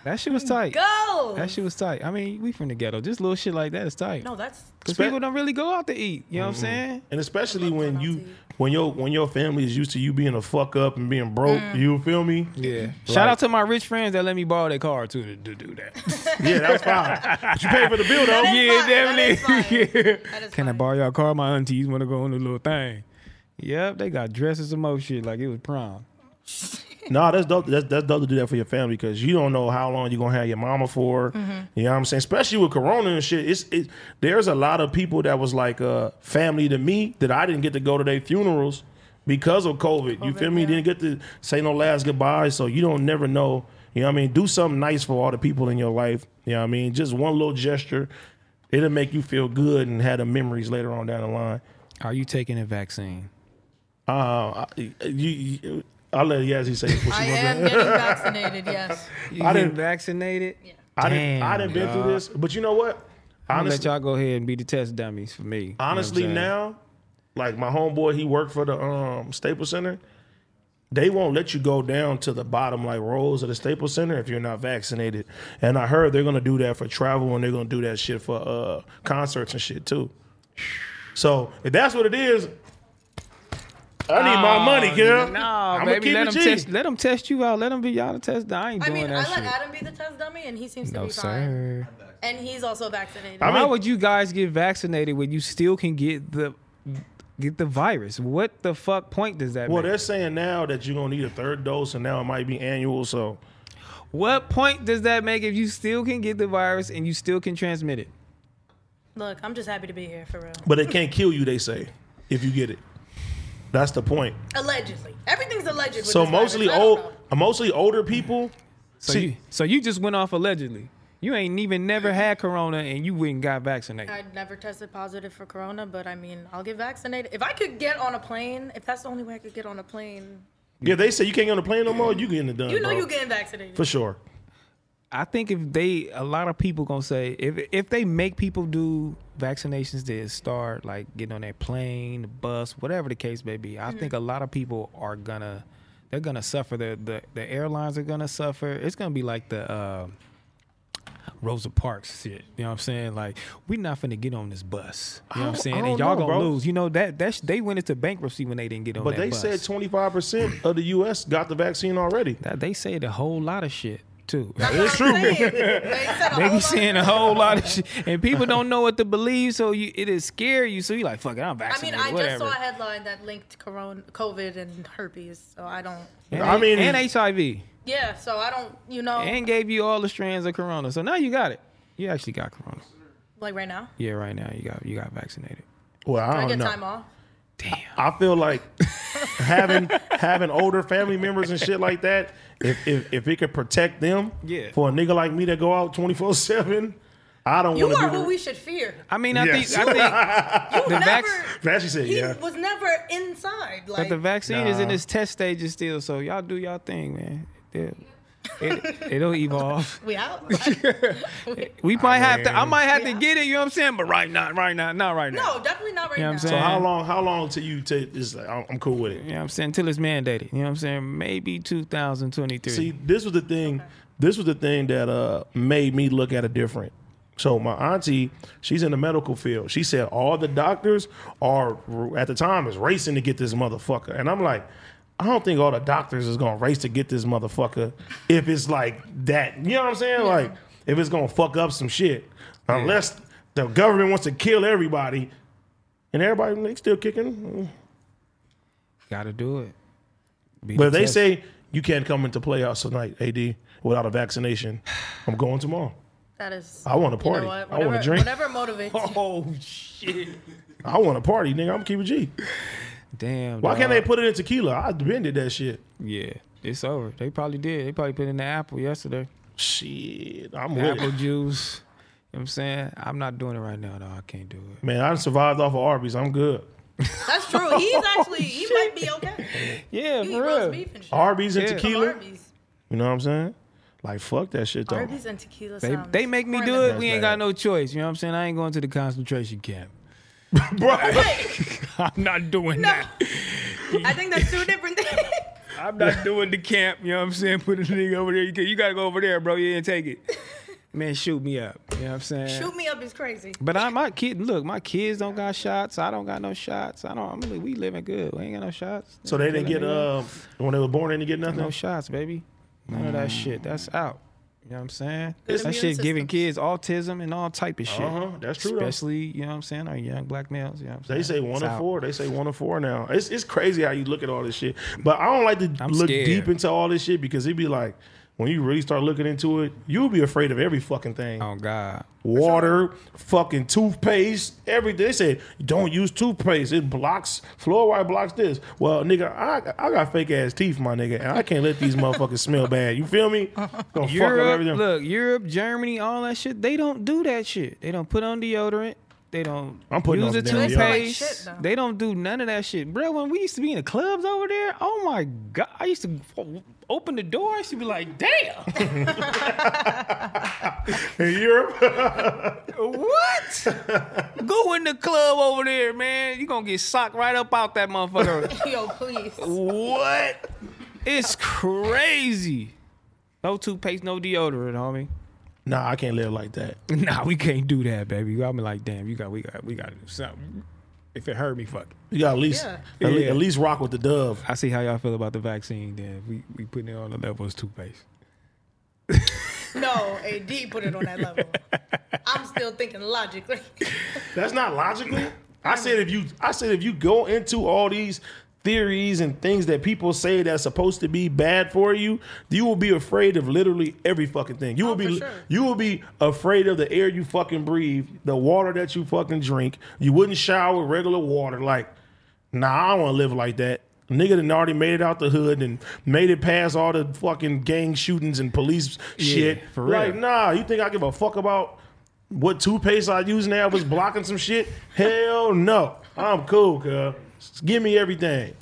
Speaker 2: That shit was tight.
Speaker 3: goals.
Speaker 2: That shit was tight. I mean, we from the ghetto. Just little shit like that is tight.
Speaker 3: no, Oh, that's
Speaker 2: Because
Speaker 1: Spe-
Speaker 2: people don't really go out to eat. You know what I'm saying?
Speaker 1: And especially when you when your when your family is used to you being a fuck up and being broke, you feel me?
Speaker 2: Yeah.
Speaker 1: Like-
Speaker 2: Shout out to my rich friends that let me borrow their car too to, to do that.
Speaker 1: Yeah, that's fine. but you pay for the bill though.
Speaker 3: That is
Speaker 2: yeah,
Speaker 3: fine. That is
Speaker 2: definitely.
Speaker 3: That is
Speaker 2: Can I
Speaker 3: fine.
Speaker 2: borrow your car? My aunties want to go on the little thing. Yep, they got dresses and more shit like it was prom.
Speaker 1: No, that's dope. That's that's dope to do that for your family because you don't know how long you're gonna have your mama for. You know what I'm saying? Especially with Corona and shit. It's it. There's a lot of people that was like uh, family to me that I didn't get to go to their funerals because of COVID. you feel me? Didn't get to say no last goodbye. So you don't never know. You know what I mean? Do something nice for all the people in your life. You know what I mean? Just one little gesture, it'll make you feel good and have the memories later on down the line.
Speaker 2: Are you taking a vaccine?
Speaker 1: Uh, I, you, you, I'll let Yazzie say it.
Speaker 3: I am getting vaccinated. Yes.
Speaker 2: You
Speaker 1: I
Speaker 2: getting
Speaker 1: didn't-
Speaker 2: vaccinated?
Speaker 1: I didn't, I
Speaker 2: Damn,
Speaker 1: didn't been
Speaker 2: dog.
Speaker 1: through this, but you know what?
Speaker 2: I'm gonna let
Speaker 1: Honestly-
Speaker 2: y'all go ahead and be the test dummies for me. You know what I'm
Speaker 1: Honestly,
Speaker 2: saying?
Speaker 1: now, like my homeboy, he worked for the um Staples Center. They won't let you go down to the bottom like rows of the Staples Center if you're not vaccinated. And I heard they're gonna do that for travel and they're gonna do that shit for uh concerts and shit too. So if that's what it is, I need my
Speaker 3: Oh,
Speaker 1: money, girl.
Speaker 2: Oh, No,
Speaker 1: I'ma
Speaker 2: baby,
Speaker 1: keep
Speaker 2: let
Speaker 1: it
Speaker 2: them
Speaker 1: G.
Speaker 2: test. Let them test you out. Let them be y'all the test. I ain't
Speaker 3: I
Speaker 2: doing
Speaker 3: mean, I
Speaker 2: that
Speaker 3: let
Speaker 2: shit.
Speaker 3: Adam be the test dummy, and he seems to
Speaker 2: no
Speaker 3: be fine.
Speaker 2: sir.
Speaker 3: And he's also vaccinated.
Speaker 2: Why would you guys get vaccinated when you still can get the get the virus? What the fuck point does that
Speaker 1: Well,
Speaker 2: make?
Speaker 1: they're saying now that you're gonna need a third dose, and now it might be annual. So
Speaker 2: What point does that make if you still can get the virus and you still can transmit it?
Speaker 3: Look, I'm just happy to be here for real.
Speaker 1: But it can't kill you, they say, if you get it. That's the point.
Speaker 3: Allegedly, everything's alleged. With
Speaker 1: so
Speaker 3: this
Speaker 1: mostly
Speaker 3: virus. I don't
Speaker 1: old, mostly older people.
Speaker 2: So
Speaker 1: See-
Speaker 2: you so you just went off allegedly. You ain't even never had corona and you wouldn't got vaccinated.
Speaker 3: know. I never tested positive for corona, but I mean, I'll get vaccinated if I could get on a plane. If that's the only way I could get on a plane,
Speaker 1: Yeah, they say you can't get on the plane no more. You getting it done,
Speaker 3: you know,
Speaker 1: bro.
Speaker 3: you getting vaccinated.
Speaker 1: for sure.
Speaker 2: I think if they a lot of people gonna say if if they make people do vaccinations that start like getting on that plane, bus, whatever the case may be,
Speaker 1: Mm-hmm.
Speaker 2: I think a lot of people are gonna they're gonna suffer. The the, the airlines are gonna suffer. It's gonna be like the uh, Rosa Parks shit. You know what I'm saying? Like we not finna get on this bus. You know what I'm
Speaker 1: I
Speaker 2: saying?
Speaker 1: don't- I
Speaker 2: And
Speaker 1: don't
Speaker 2: y'all
Speaker 1: know,
Speaker 2: gonna
Speaker 1: bro.
Speaker 2: lose. You know that that's they went into bankruptcy when they didn't get on
Speaker 1: But
Speaker 2: that
Speaker 1: they
Speaker 2: bus.
Speaker 1: said twenty five percent of the U.S. got the vaccine already.
Speaker 2: That- they said a whole lot of shit too.
Speaker 1: It's true.
Speaker 3: They said a
Speaker 2: They be
Speaker 3: whole lot of-
Speaker 2: saying a whole lot of shit, and people don't know what to believe, so you it is scare you. So you like, fuck it, I'm
Speaker 3: I mean,
Speaker 2: vaccinated.
Speaker 3: I
Speaker 2: whatever.
Speaker 3: just saw a headline that linked corona, COVID, and herpes. So I don't.
Speaker 2: And,
Speaker 1: I mean-
Speaker 2: and HIV,
Speaker 3: Yeah, so I don't. You know,
Speaker 2: and gave you all the strands of corona. So now you got it. You actually got corona.
Speaker 3: like right now,
Speaker 2: Yeah, right now you got you got vaccinated.
Speaker 1: Well,
Speaker 3: I
Speaker 1: I
Speaker 3: get
Speaker 1: don't
Speaker 3: time
Speaker 1: know.
Speaker 3: off.
Speaker 2: Damn.
Speaker 1: I feel like having having older family members and shit like that. If if, if it could protect them,
Speaker 2: Yeah.
Speaker 1: For a nigga like me that go out twenty four seven, I don't
Speaker 3: You
Speaker 1: want to
Speaker 3: are
Speaker 1: be.
Speaker 3: who
Speaker 1: The,
Speaker 3: we should fear.
Speaker 2: I mean, I
Speaker 1: Yes.
Speaker 2: think I think the, vac-
Speaker 3: Never.
Speaker 1: That's what she said,
Speaker 3: He
Speaker 1: yeah.
Speaker 3: was never inside. Like
Speaker 2: but the vaccine is in
Speaker 1: Nah.
Speaker 2: its test stages still. So y'all do y'all thing, man. Yeah. It, it'll evolve.
Speaker 3: we out.
Speaker 2: We might have to. I
Speaker 1: mean-
Speaker 2: might have to get it. You know what I'm saying? But right now, right now, not right now.
Speaker 3: no, definitely not right
Speaker 2: You know what
Speaker 3: now.
Speaker 2: I'm
Speaker 1: so
Speaker 2: saying?
Speaker 1: how long? How long till you take? It's like I'm, I'm cool with it.
Speaker 2: You know what I'm saying? Until it's mandated. You know what I'm saying? Maybe 2023.
Speaker 1: See, this was the thing. This was the thing that uh, made me look at it different. So my auntie, she's in the medical field. She said all the doctors are at the time is racing to get this motherfucker, and I'm like, I don't think all the doctors is gonna race to get this motherfucker if it's like that. You know what I'm saying? Like if it's gonna fuck up some shit, unless the government wants to kill everybody, and everybody they still kicking.
Speaker 2: Gotta do it. Be
Speaker 1: But
Speaker 2: the
Speaker 1: if they
Speaker 2: test.
Speaker 1: say you can't come into playoffs tonight, AD, without a vaccination, I'm going tomorrow.
Speaker 3: That is.
Speaker 1: I want a
Speaker 3: you know
Speaker 1: party.
Speaker 3: what?
Speaker 1: I want
Speaker 3: Whatever-
Speaker 1: to drink.
Speaker 3: Whatever motivates. you.
Speaker 2: Oh shit.
Speaker 1: I want a party, nigga. I'm keeping G.
Speaker 2: Damn.
Speaker 1: Why can't they
Speaker 2: dog.
Speaker 1: put it in tequila? I been did that shit.
Speaker 2: Yeah. It's over. They probably did. They probably put in the apple yesterday.
Speaker 1: Shit, I'm
Speaker 2: The
Speaker 1: with
Speaker 2: apple
Speaker 1: it.
Speaker 2: juice. You know what I'm saying? I'm not doing it right now, though. I can't do it.
Speaker 1: Man, I survived off of Arby's. I'm good.
Speaker 3: That's true. He's actually. He might be okay.
Speaker 2: Yeah,
Speaker 3: He eat
Speaker 2: Oh, for
Speaker 3: roast
Speaker 2: real.
Speaker 3: beef and shit.
Speaker 1: Arby's and
Speaker 2: Yeah.
Speaker 1: tequila.
Speaker 3: Arby's.
Speaker 1: You know what I'm saying? Like fuck that shit though.
Speaker 3: Arby's and tequila.
Speaker 2: They,
Speaker 3: sounds
Speaker 2: they make me do
Speaker 3: criminal.
Speaker 2: it. We ain't got no choice. You know what I'm saying? I ain't going to the concentration camp.
Speaker 1: Bro,
Speaker 2: I'm not doing
Speaker 3: No. I think that's two different things.
Speaker 2: I'm not doing the camp. You know what I'm saying? Put a nigga over there. You, can, you gotta go over there, bro. You didn't take it. Man, shoot me up. You know what I'm saying?
Speaker 3: Shoot me up is crazy.
Speaker 2: But I, my kid, look, my kids don't got shots. I don't got no shots. I don't. I'm really, we living good. We ain't got no shots.
Speaker 1: so they didn't get uh when they were born, they didn't get nothing.
Speaker 2: no shots, baby. None of
Speaker 1: Mm.
Speaker 2: that shit. That's out. You know what I'm saying?
Speaker 3: Good
Speaker 2: that
Speaker 3: immune
Speaker 2: shit giving
Speaker 3: systems.
Speaker 2: kids autism and all type of shit.
Speaker 1: Uh huh. That's true. though.
Speaker 2: Especially, you know what I'm saying, our young black males. You know what I'm saying?
Speaker 1: They say one
Speaker 2: It's
Speaker 1: and
Speaker 2: out.
Speaker 1: four. They say one and four now. It's it's crazy how you look at all this shit. But I don't like to
Speaker 2: I'm
Speaker 1: look
Speaker 2: scared.
Speaker 1: deep into all this shit because it'd be like when you really start looking into it, you'll be afraid of every fucking thing.
Speaker 2: Oh God.
Speaker 1: Water, fucking toothpaste, everything. They said don't use toothpaste. It blocks fluoride blocks this. Well, nigga, I I got fake ass teeth, my nigga, and I can't let these motherfuckers smell bad. You feel me? Gonna fuck up
Speaker 2: Europe,
Speaker 1: everything.
Speaker 2: look, Europe, Germany, all that shit. They don't do that shit. They don't put on deodorant. They don't.
Speaker 1: I'm putting
Speaker 2: use
Speaker 1: on
Speaker 2: a
Speaker 1: the damn
Speaker 2: toothpaste.
Speaker 1: yellow. Like shit,
Speaker 3: though.
Speaker 2: they don't do none of that shit, bro. When we used to be in the clubs over there, oh my god, I used to f- open the door. I used to be like, damn,
Speaker 1: In Europe,
Speaker 2: what? Go in the club over there, man. You gonna get socked right up out that motherfucker.
Speaker 3: Yo, please.
Speaker 2: What? It's crazy. No toothpaste, no deodorant, homie.
Speaker 1: nah, I can't live like that.
Speaker 2: Nah, we can't do that, baby. I'm like, damn, you got, we got, we got to do something. If it hurt me, fuck. it.
Speaker 1: You got at least
Speaker 2: Yeah.
Speaker 1: at, le-
Speaker 2: Yeah.
Speaker 1: at least rock with the dove.
Speaker 2: I see how y'all feel about the vaccine. Then we we putting it on the level as toothpaste.
Speaker 3: No, AD put it on that level. I'm still thinking logically.
Speaker 1: That's not logically. I said if you I said if you go into all these theories and things that people say that's supposed to be bad for you, you will be afraid of literally every fucking thing. You will
Speaker 3: Oh,
Speaker 1: be
Speaker 3: for sure.
Speaker 1: you will be afraid of the air you fucking breathe, the water that you fucking drink. You wouldn't shower with regular water like Nah, I don't want to live like that. Nigga done already made it out the hood and made it past all the fucking gang shootings and police shit.
Speaker 2: for real.
Speaker 1: Like, nah, you think I give a fuck about what toothpaste I use now was blocking some shit? Hell no. I'm cool, cuz. Just Give me everything.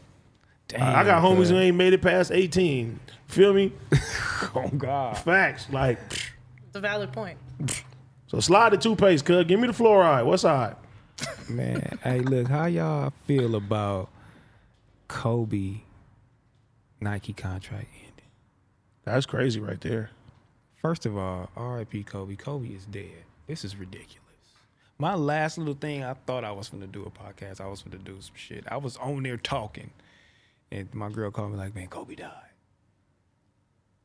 Speaker 1: I I got homies who ain't made it past 18. Feel me?
Speaker 2: Oh God.
Speaker 1: Facts. Like,
Speaker 3: It's a valid point.
Speaker 1: so slide the toothpaste, cuz. Give me the fluoride. What's side?
Speaker 2: Man, hey, look, how y'all feel about Kobe Nike contract ending?
Speaker 1: That's crazy right there.
Speaker 2: First of all, R.I.P. Kobe. Kobe is dead. This is ridiculous. My last little thing, I thought I was going to do a podcast. I was going to do some shit. I was on there talking, and my girl called me like, "Man, Kobe died."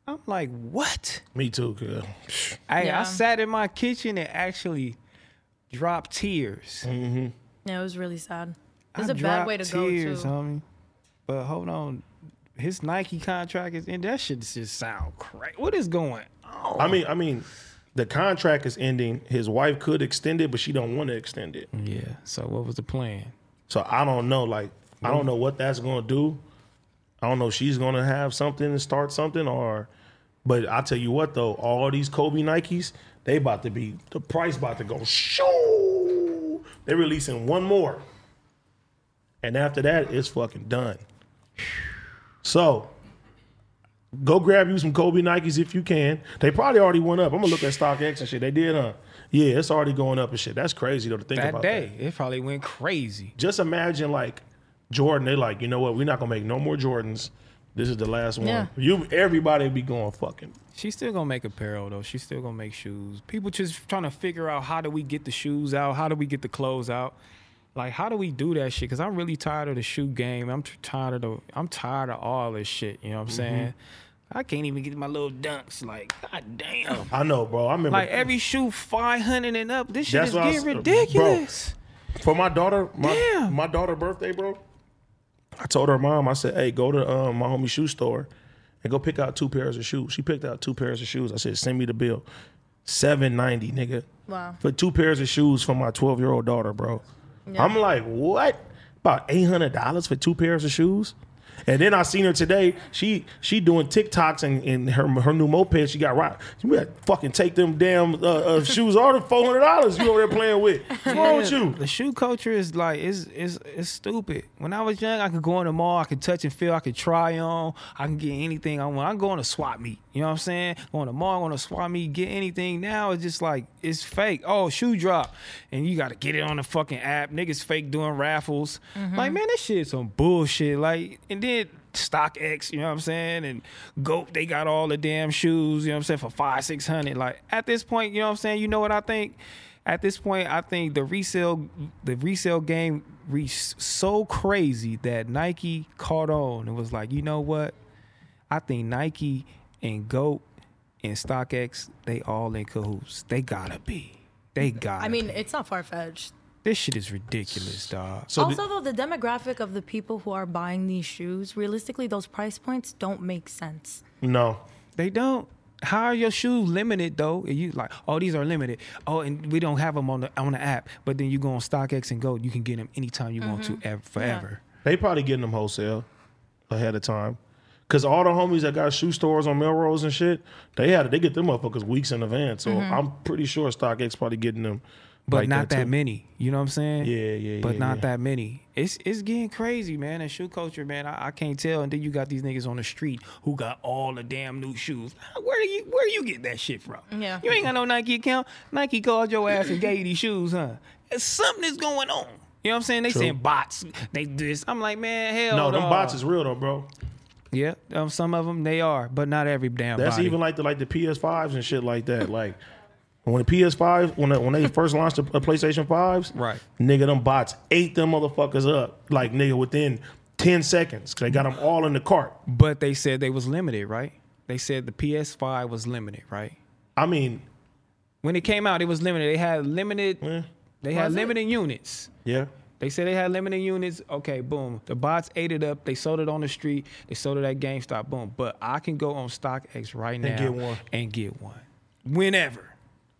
Speaker 2: I'm like, "What?"
Speaker 1: Me too, cuz.
Speaker 2: Hey, I
Speaker 4: Yeah.
Speaker 2: sat in my kitchen and actually dropped tears.
Speaker 4: Yeah, it was really sad. It was
Speaker 2: I
Speaker 4: a bad way to
Speaker 2: dropped
Speaker 4: go
Speaker 2: tears,
Speaker 4: too.
Speaker 2: homie. But hold on, his Nike contract is and that shit just sound crazy. What is going?
Speaker 1: I mean, I mean, the contract is ending. His wife could extend it, but she don't want to extend it.
Speaker 2: Yeah. So what was the plan?
Speaker 1: So I don't know. Like, I don't know what that's gonna do. I don't know if she's gonna have something and start something or. But I tell you what though, all these Kobe Nikes, they about to be the price about to go shoo. They're releasing one more, and after that, it's fucking done. So. Go grab you some Kobe Nikes if you can. They probably already went up. I'm gonna look at StockX and shit. They did, huh? Yeah, it's already going up and shit. That's crazy though to think
Speaker 2: That
Speaker 1: about.
Speaker 2: day, it probably went crazy.
Speaker 1: just imagine like Jordan. They're like, you know what? We're not gonna make no more Jordans. This is the last one.
Speaker 4: Yeah.
Speaker 1: You, everybody be going fucking.
Speaker 2: She's still gonna make apparel though. She's still gonna make shoes. People just trying to figure out how do we get the shoes out? How do we get the clothes out? Like how do we do that shit? Cause I'm really tired of the shoe game. I'm t- tired of the. I'm tired of all this shit. You know what I'm
Speaker 1: Mm-hmm.
Speaker 2: saying? I can't even get my little dunks. Like god damn.
Speaker 1: I know, bro. I remember
Speaker 2: Like every shoe five hundred and up. This shit
Speaker 1: That's
Speaker 2: is
Speaker 1: what I
Speaker 2: getting
Speaker 1: was- uh, bro.
Speaker 2: ridiculous.
Speaker 1: for my daughter. My,
Speaker 2: Damn.
Speaker 1: my daughter birthday, bro. I told her mom. I said, hey, go to um, my homie shoe store and go pick out two pairs of shoes. She picked out two pairs of shoes. I said, send me the bill. Seven ninety, nigga.
Speaker 3: Wow.
Speaker 1: For two pairs of shoes for my twelve year old daughter, bro. I'm like, what? About eight hundred dollars for two pairs of shoes? And then I seen her today. She she doing TikToks and, and her her new moped. She got rock. You gotta fucking take them damn uh, uh, shoes. All the four hundred dollars you over there playing with. What's wrong with you?
Speaker 2: The shoe culture is like is is is stupid. When I was young, I could go in the mall, I could touch and feel, I could try on, I can get anything I want. I'm going to swap meet. You know what I'm saying? Going to mall, going to swap meet, get anything. Now it's just like it's fake. Oh, shoe drop, and you got to get it on the fucking app. Niggas fake doing raffles. Like man, that shit's some bullshit. Like and then. StockX, you know what I'm saying? And GOAT, they got all the damn shoes, you know what I'm saying, for five, six hundred. Like at this point, you know what I'm saying? You know what I think? at this point, I think the resale the resale game reached so crazy that Nike caught on and was like, you know what? I think Nike and Goat and StockX they all in cahoots. They gotta be. They gotta.
Speaker 3: I mean, it's not far fetched.
Speaker 2: this shit is ridiculous, dog.
Speaker 1: So
Speaker 4: also, though, the demographic of the people who are buying these shoes, realistically, those price points don't make sense.
Speaker 1: no,
Speaker 2: They don't. How are your shoes limited though? And you like, oh, these are limited. Oh, and we don't have them on the on the app. But then you go on StockX and Goat, you can get them anytime you want to, ever, forever.
Speaker 1: They probably getting them wholesale ahead of time. Cause all the homies that got shoe stores on Melrose and shit, they had they get them motherfuckers weeks in advance. So I'm pretty sure StockX probably getting them
Speaker 2: Mm-hmm. but
Speaker 1: like
Speaker 2: not that,
Speaker 1: too.
Speaker 2: many. You know what I'm saying?
Speaker 1: Yeah, yeah,
Speaker 2: But
Speaker 1: yeah,
Speaker 2: not
Speaker 1: yeah.
Speaker 2: that many. It's it's getting crazy, man. And shoe culture, man. I, I can't tell. And then you got these niggas on the street who got all the damn new shoes. Where do you where you get that shit from?
Speaker 6: Yeah.
Speaker 2: You ain't got no Nike account. Nike called your ass and gave you these shoes, huh? It's something that's going on. You know what I'm saying? They
Speaker 1: True.
Speaker 2: saying bots. They this. I'm like, man, hell.
Speaker 1: No, them
Speaker 2: nah.
Speaker 1: bots is real though, bro.
Speaker 2: Yeah, um, some of them they are, but not every damn.
Speaker 1: That's
Speaker 2: body.
Speaker 1: even like the like the PS5s and shit like that. Like when the PS5 when the, when they first launched the uh, PlayStation 5s,
Speaker 2: Right.
Speaker 1: Nigga, them bots ate them motherfuckers up. Like nigga within 10 seconds 'cause they got them all in the cart.
Speaker 2: But they said they was limited, right? They said the PS5 was limited, right?
Speaker 1: I mean,
Speaker 2: when it came out, it was limited. They had limited. They had
Speaker 1: Was it?
Speaker 2: limited units.
Speaker 1: Yeah.
Speaker 2: They said they had limited units. Okay, boom. The bots ate it up. They sold it on the street. They sold it at GameStop. Boom. But I can go on StockX right now
Speaker 1: get one.
Speaker 2: and get one whenever.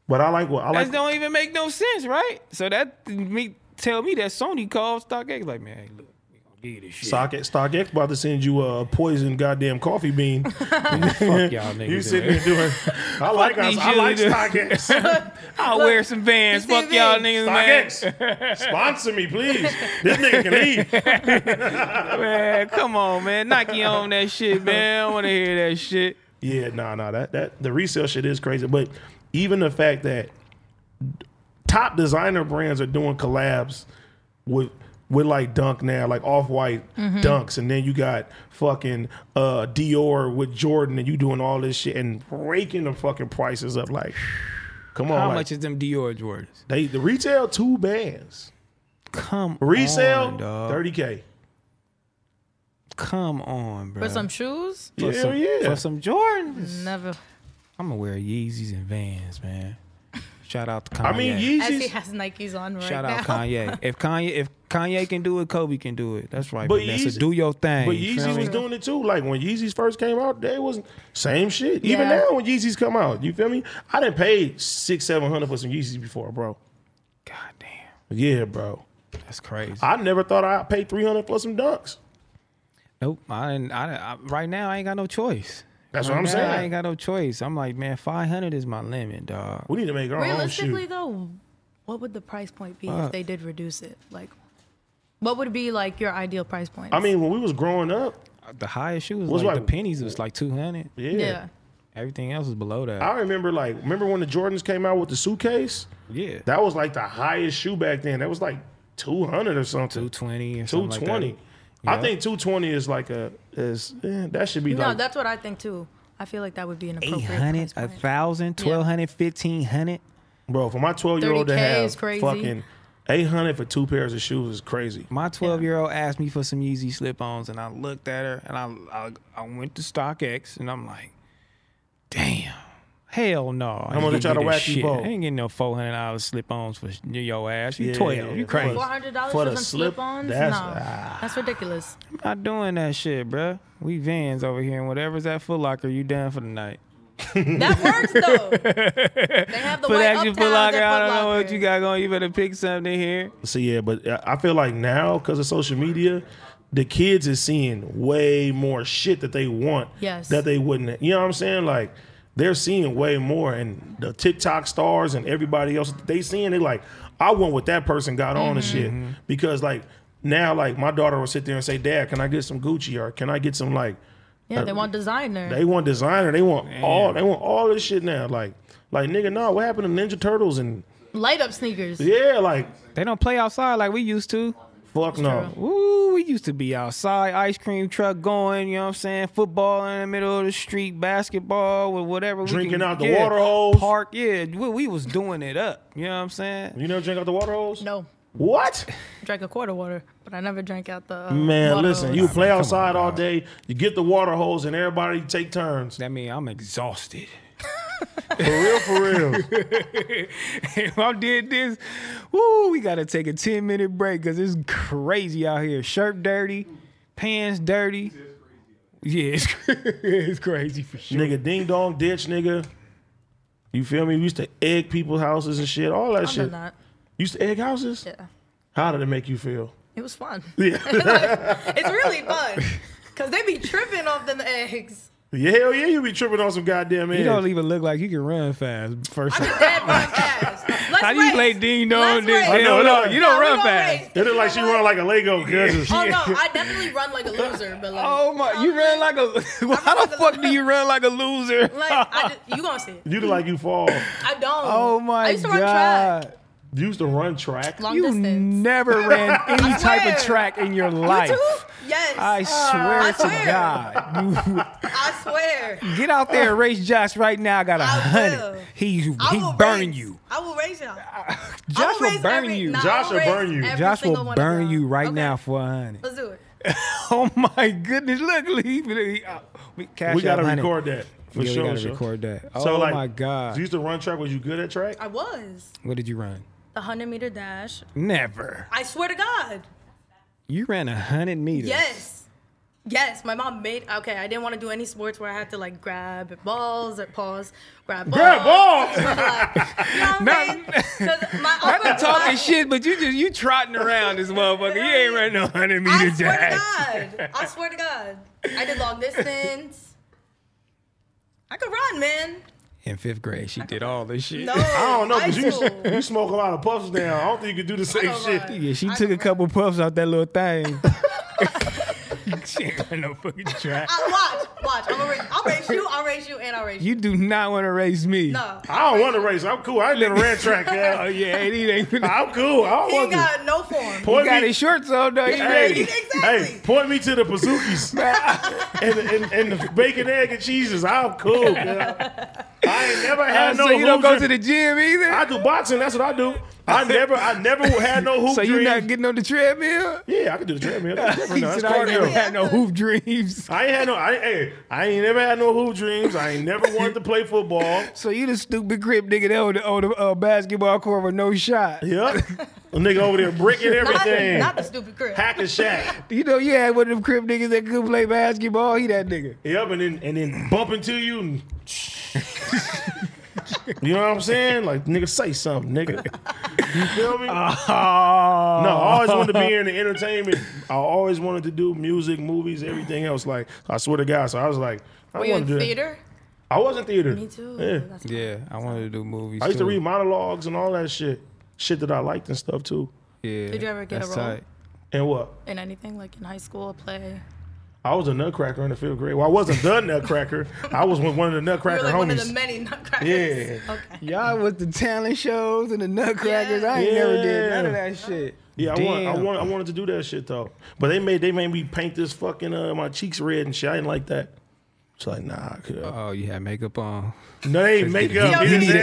Speaker 1: But I like what I
Speaker 2: That
Speaker 1: like
Speaker 2: don't even make no sense, right? So that me tell me that Sony called StockX like, man, hey, look, we gonna give you this shit.
Speaker 1: Stock StockX about to send you a poison goddamn coffee bean.
Speaker 2: Fuck y'all niggas.
Speaker 1: you
Speaker 2: in
Speaker 1: sitting there doing. I like us. I like StockX.
Speaker 2: I'll wear some Vans.
Speaker 1: You see
Speaker 2: Fuck y'all
Speaker 1: me?
Speaker 2: niggas, man.
Speaker 1: StockX, sponsor me, please. This nigga can leave.
Speaker 2: man, come on, man. Nike on that shit, man. I want to hear that shit.
Speaker 1: Yeah, nah, nah. That that the resale shit is crazy. But even the fact that top designer brands are doing collabs with with like Dunk now, like Off White
Speaker 2: Mm-hmm.
Speaker 7: Mhm.
Speaker 1: Dunks, and then you got fucking uh Dior with Jordan, and you doing all this shit and raking the fucking prices up. Like, come on,
Speaker 2: How
Speaker 1: Oh, like,
Speaker 2: much is them Dior Jordans?
Speaker 1: They the retail two bands.
Speaker 2: Come
Speaker 1: resale
Speaker 2: on, dawg.
Speaker 1: thirty k.
Speaker 2: Come on, bro.
Speaker 3: For some Mm-hmm. shoes?
Speaker 2: For some, For some Jordans.
Speaker 3: Never.
Speaker 2: I'm gonna wear Yeezys and Vans, man. Shout out to Kanye.
Speaker 1: I mean,
Speaker 3: As he has Nikes on right
Speaker 2: Shout
Speaker 3: now.
Speaker 2: out Kanye. If Kanye, if Kanye can do it, Kobe can do it. That's right,
Speaker 1: But
Speaker 2: Vanessa.
Speaker 1: Yeezy-
Speaker 2: do your thing.
Speaker 1: But
Speaker 2: you feel
Speaker 1: Yeezy
Speaker 2: me?
Speaker 1: was doing it too. Like when Yeezys first came out, they was same shit. Even
Speaker 2: Yeah.
Speaker 1: now when Yeezys come out, you feel me? I didn't pay six, seven hundred for some Yeezys before, bro. God damn. Yeah, bro.
Speaker 2: That's crazy.
Speaker 1: I never thought I'd pay three hundred for some dunks.
Speaker 2: Nope. I didn't. I, didn't- I right now I ain't got no choice.
Speaker 1: That's
Speaker 2: Right
Speaker 1: what I'm
Speaker 2: now, I
Speaker 1: saying.
Speaker 2: ain't got no choice. I'm like, man, 500 is my limit, dog.
Speaker 1: We need to make
Speaker 4: Realistically, though, what would the price point be
Speaker 2: Fuck.
Speaker 4: if they did reduce it? Like, what would be like your ideal price point?
Speaker 1: I mean, when we was growing up,
Speaker 2: the highest shoe was
Speaker 1: was
Speaker 2: like,
Speaker 1: like-
Speaker 2: the pennies was like 200.
Speaker 1: Yeah. Yeah.
Speaker 2: Everything else was below that.
Speaker 1: I remember like remember when the Jordans came out with the suitcase?
Speaker 2: Yeah.
Speaker 1: That was like the highest shoe back then. That was like two hundred or something. Two
Speaker 2: twenty or
Speaker 1: two
Speaker 2: something like that.
Speaker 1: twenty.
Speaker 2: Yeah.
Speaker 1: I think two twenty is like a is eh, that should be
Speaker 4: no,
Speaker 1: like
Speaker 4: that's what I think too. I feel like that would be an appropriate.
Speaker 2: 800, 1,000, 1,200, 1,500.
Speaker 1: Bro, for my 12 year old to
Speaker 4: 30K
Speaker 1: have
Speaker 4: is crazy.
Speaker 1: fucking 800 for two pairs of shoes is crazy.
Speaker 2: My 12 year old asked me for some Yeezy slip ons, and I looked at her and I, I I went to StockX and I'm like, damn, hell no. I
Speaker 1: I'm gonna
Speaker 2: ain't
Speaker 1: try to
Speaker 2: getting
Speaker 1: whack
Speaker 2: this
Speaker 1: you
Speaker 2: shit.
Speaker 1: both.
Speaker 2: I ain't getting no $400 slip ons for sh- your ass. You
Speaker 1: Yeah,
Speaker 2: 12.
Speaker 1: yeah,
Speaker 2: you
Speaker 1: yeah.
Speaker 2: crazy.
Speaker 4: Four hundred dollars
Speaker 2: For
Speaker 4: for
Speaker 2: the
Speaker 4: some
Speaker 2: slip,
Speaker 4: slip-ons?
Speaker 2: that's- ah.
Speaker 4: no, that's ridiculous.
Speaker 2: I'm not doing that shit, bruh. We vans over here, and whatever's at Foot Locker, you down for the night.
Speaker 3: that works though. they have the
Speaker 2: Foot
Speaker 3: white
Speaker 2: Action
Speaker 3: uptowns
Speaker 2: Foot Locker,
Speaker 3: at
Speaker 2: I
Speaker 3: Foot
Speaker 2: don't know
Speaker 3: Locker.
Speaker 2: what you got going. You better pick something here.
Speaker 1: So, yeah, but I I feel like now, because of social media, the kids is seeing way more shit that they want
Speaker 7: Yes.
Speaker 1: that they wouldn't. You know what I'm saying? Like, they're seeing way more. And the TikTok stars and everybody else that they seeing, they like, I want what that person got on
Speaker 4: Mm-hmm.
Speaker 1: and shit.
Speaker 2: Mm-hmm.
Speaker 1: Because, like, now, like, my daughter will sit there and say, Dad, can I get some Gucci or can I get some, like,
Speaker 4: Yeah,
Speaker 1: uh,
Speaker 4: they want designer.
Speaker 1: They want designer. They want all. They want all this shit now. Like, like nigga, no. What happened to Ninja Turtles and
Speaker 4: light up sneakers.
Speaker 1: yeah, like
Speaker 2: they don't play outside like we used to.
Speaker 1: Fuck no.
Speaker 2: Ooh, we used to be outside, ice cream truck going. You know what I'm saying? Football in the middle of the street, basketball with whatever. we
Speaker 1: Drinking
Speaker 2: can
Speaker 1: out the
Speaker 2: get.
Speaker 1: water holes.
Speaker 2: Park, yeah. We, we was doing it up. You know what I'm saying?
Speaker 1: You never drink out the water holes?
Speaker 4: No.
Speaker 1: What?
Speaker 4: Drank a quarter water, but I never drank out the. uh,
Speaker 1: Man,
Speaker 4: water
Speaker 1: listen.
Speaker 4: hose.
Speaker 1: You play outside all day. You get the water hose, and everybody take turns.
Speaker 2: That mean I'm exhausted.
Speaker 1: for real, for real.
Speaker 2: if I did this, woo, we gotta take a 10 minute break because it's crazy out here. Shirt dirty, pants dirty. Yeah, it's, it's crazy for sure.
Speaker 1: Nigga, ding dong ditch, nigga. You feel me? We used to egg people's houses and shit. All that
Speaker 4: I've done
Speaker 1: shit.
Speaker 4: that.
Speaker 1: You used to egg houses.
Speaker 4: Yeah,
Speaker 1: How did it make you feel?
Speaker 4: it was fun.
Speaker 1: Yeah.
Speaker 4: It's really fun because they be tripping off them eggs.
Speaker 1: Yeah, hell yeah, you be tripping on some goddamn
Speaker 2: You
Speaker 1: man.
Speaker 2: don't even look like you can run fast. First,
Speaker 3: Let's
Speaker 2: how do you play ding dong?
Speaker 3: Let's
Speaker 2: Ding,
Speaker 3: race.
Speaker 2: no, no, you don't
Speaker 3: No, we
Speaker 2: run
Speaker 3: gonna
Speaker 2: fast.
Speaker 3: race.
Speaker 1: It look like she run like a Lego cousin.
Speaker 3: Oh no, I definitely run like a loser, but like,
Speaker 2: Oh my! You ran like a. How the fuck do you run like a loser?
Speaker 3: like I just, you gonna see it?
Speaker 1: You look like you fall.
Speaker 3: I don't.
Speaker 2: Oh
Speaker 3: I
Speaker 2: my
Speaker 3: used to run track,
Speaker 2: god!
Speaker 1: You used to run track.
Speaker 3: long
Speaker 2: You
Speaker 3: distance.
Speaker 2: never ran any type
Speaker 3: swear.
Speaker 2: of track in your life.
Speaker 3: Yes, Uh,
Speaker 2: I swear
Speaker 3: I
Speaker 2: to
Speaker 3: swear.
Speaker 2: God, you
Speaker 3: I swear.
Speaker 2: get out there and race Josh right now. I got a
Speaker 3: will.
Speaker 2: hundred. He he
Speaker 3: I will
Speaker 2: burn
Speaker 3: raise-
Speaker 2: you.
Speaker 3: I will raise y'all. I
Speaker 2: Josh will
Speaker 3: raise
Speaker 2: burn
Speaker 3: every-
Speaker 2: you.
Speaker 3: nah, I
Speaker 1: Josh will
Speaker 3: raise
Speaker 1: burn you.
Speaker 3: every
Speaker 2: Josh
Speaker 3: single
Speaker 2: will
Speaker 3: one of
Speaker 2: burn
Speaker 3: y'all.
Speaker 2: you right
Speaker 3: Okay,
Speaker 2: now for a hundred.
Speaker 3: Let's do it.
Speaker 2: Oh my goodness! Look, look, he, he, uh, we, cash
Speaker 1: we gotta
Speaker 2: out 100.
Speaker 1: record that
Speaker 2: Yeah,
Speaker 1: for
Speaker 2: we
Speaker 1: sure.
Speaker 2: gotta
Speaker 1: sure.
Speaker 2: record that.
Speaker 1: So
Speaker 2: Oh
Speaker 1: like,
Speaker 2: my God.
Speaker 1: You used to run track. Was you good at track?
Speaker 3: I was
Speaker 2: What did you run?
Speaker 3: the hundred meter dash.
Speaker 2: Never.
Speaker 3: I swear to God.
Speaker 2: You ran a hundred meters.
Speaker 3: Yes. Yes, my mom made okay. I didn't want to do any sports where I had to like grab balls or pause, grab balls.
Speaker 1: Grab balls!
Speaker 3: Like, you know what I'm
Speaker 2: Not-
Speaker 3: saying? 'Cause my
Speaker 2: I'm
Speaker 3: upper
Speaker 2: not talking
Speaker 3: body-
Speaker 2: shit, but you just you trotting around this motherfucker. You ain't running no hundred meter
Speaker 3: I swear
Speaker 2: dash.
Speaker 3: to God. I swear to God. I did long distance. I could run, man. Oh,
Speaker 2: In fifth grade, she did all this shit.
Speaker 3: No.
Speaker 1: I don't know
Speaker 3: high
Speaker 1: because you,
Speaker 3: school.
Speaker 1: you smoke a lot of puffs now. I don't think you could do the same
Speaker 3: don't
Speaker 1: shit.
Speaker 3: run.
Speaker 2: Yeah, she
Speaker 3: I
Speaker 2: took
Speaker 3: could
Speaker 2: a couple puffs out that little thing. she ain't run no fucking track.
Speaker 3: I, Uh, watch, watch. I'm gonna raise, I'll raise you, I'll raise you, and I'll raise you.
Speaker 2: You do not want to race me.
Speaker 3: No.
Speaker 1: I don't want to race. I'm cool. I ain't never ran track.
Speaker 2: Oh
Speaker 1: Yeah.
Speaker 2: yeah, and he ain't. He
Speaker 1: I'm cool. I don't
Speaker 3: He
Speaker 1: want
Speaker 3: ain't
Speaker 1: to.
Speaker 3: got no form.
Speaker 1: Point
Speaker 2: got
Speaker 1: me-
Speaker 2: his shorts on though. He
Speaker 1: Hey,
Speaker 2: ready.
Speaker 3: Exactly.
Speaker 1: hey, point me to the bazookas and, and, and the bacon, egg, and cheeses. I'm cool. Girl. I ain't never had
Speaker 2: Uh,
Speaker 1: no.
Speaker 2: so you don't
Speaker 1: hoop
Speaker 2: go
Speaker 1: dream.
Speaker 2: to the gym either.
Speaker 1: I do boxing. That's what I do. I never, I never had no hoop
Speaker 2: so you
Speaker 1: dreams.
Speaker 2: not getting on the treadmill?
Speaker 1: yeah, I could do the treadmill. That's different.
Speaker 2: He
Speaker 1: now. That's
Speaker 2: said, I ain't
Speaker 1: cardio.
Speaker 2: never had no hoop dreams.
Speaker 1: I ain't had no. I ain't, hey, I ain't never had no hoop dreams. I ain't never wanted to play football.
Speaker 2: So you the stupid grip nigga that on the, on the uh, basketball court with no shot.
Speaker 1: Yep. A nigga over there breaking
Speaker 3: Not,
Speaker 1: everything.
Speaker 3: not the stupid crib.
Speaker 1: Hack a shack.
Speaker 2: You know, you had one of them crib niggas that could play basketball. He that nigga.
Speaker 1: Yep, and then and then bumping to you and You know what I'm saying? Like nigga say something, nigga. You feel me?
Speaker 2: Oh.
Speaker 1: no, I always wanted to be in the entertainment. I always wanted to do music, movies, everything else. Like I swear to God, so I was like, I
Speaker 3: Were you
Speaker 1: want
Speaker 3: in
Speaker 1: to do.
Speaker 3: theater?
Speaker 1: I was in theater.
Speaker 3: Me too.
Speaker 1: Yeah.
Speaker 3: That's why.
Speaker 2: Yeah, I wanted to do movies.
Speaker 1: I used to
Speaker 2: too.
Speaker 1: read monologues and all that shit, shit that I liked and stuff too.
Speaker 2: Yeah,
Speaker 3: Did you ever get a
Speaker 2: that's
Speaker 3: role?
Speaker 2: tight.
Speaker 1: And what?
Speaker 3: In anything like in high school, a play.
Speaker 1: I was a nutcracker in the fifth grade. Well, I wasn't the nutcracker. I was one of the
Speaker 3: You
Speaker 1: nutcracker
Speaker 3: were like
Speaker 1: homies.
Speaker 3: one of the many nutcrackers.
Speaker 1: Yeah.
Speaker 3: Okay.
Speaker 2: Y'all was the talent shows and the Nutcrackers. I ain't
Speaker 1: Yeah.
Speaker 2: never did none of that shit.
Speaker 1: Yeah, I, want, I,
Speaker 2: Damn.
Speaker 1: want, I wanted to do that shit though, but they made they made me paint this fucking uh, my cheeks red and shit. I didn't like that. It's like nah, I could.
Speaker 2: Oh, you had makeup on.
Speaker 1: no, they ain't make
Speaker 3: Yo,
Speaker 1: up.
Speaker 3: here
Speaker 1: He
Speaker 3: he
Speaker 1: said-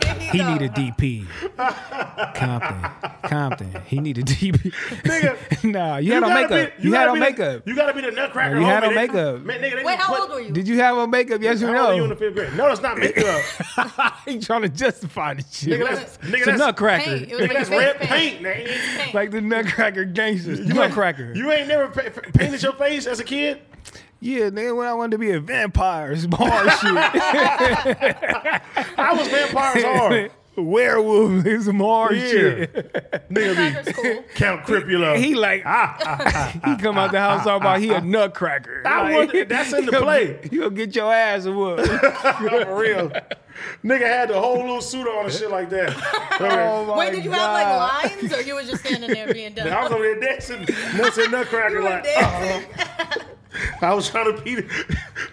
Speaker 3: go. Here
Speaker 2: He
Speaker 3: go.
Speaker 2: need a DP. Compton, Compton. He need a DP.
Speaker 1: Nigga,
Speaker 2: nah, you, had on
Speaker 1: gotta
Speaker 2: makeup.
Speaker 1: be-
Speaker 2: you, had
Speaker 1: gotta
Speaker 2: on
Speaker 1: be the-
Speaker 2: makeup.
Speaker 1: you gotta be the nutcracker.
Speaker 2: No, you had
Speaker 1: homie.
Speaker 2: on
Speaker 1: They-
Speaker 2: makeup.
Speaker 1: Man, nigga, they
Speaker 3: Wait, how
Speaker 1: put-
Speaker 3: old were you?
Speaker 2: Did you have on makeup? Yes or
Speaker 1: How old were you in the
Speaker 2: no?
Speaker 1: fifth grade? No, that's not makeup.
Speaker 2: He trying to justify the shit.
Speaker 1: nigga, that's, nigga,
Speaker 2: it's a
Speaker 1: that's,
Speaker 2: nutcracker.
Speaker 3: Paint. It was
Speaker 1: nigga, that's
Speaker 3: like
Speaker 1: red
Speaker 3: face
Speaker 1: paint, nigga.
Speaker 3: paint.
Speaker 2: Like the nutcracker gangsters. You nutcracker.
Speaker 1: You ain't never pa- pa- painted your face as a kid.
Speaker 2: yeah, nigga, when I wanted to be a vampire, it's bar shit.
Speaker 1: I was vampires hard.
Speaker 2: Werewolf is more shit.
Speaker 1: Nigga
Speaker 3: Nutcracker's cool.
Speaker 1: be Count Cripula.
Speaker 2: He like ah, he come out the
Speaker 1: Ah,
Speaker 2: house talking about he a nutcracker.
Speaker 1: I
Speaker 2: like,
Speaker 1: wonder- that's in the
Speaker 2: you'll-
Speaker 1: play.
Speaker 2: You'll get your ass whooped.
Speaker 1: for real. Nigga had the whole little suit on and shit like that.
Speaker 2: Oh my
Speaker 3: Wait, did you have
Speaker 2: God.
Speaker 3: like lines or you were just standing there being dumb?
Speaker 1: I was over there dancing, dancing Nutcracker
Speaker 3: You were
Speaker 1: like.
Speaker 3: dancing.
Speaker 1: uh-uh. I was trying to be,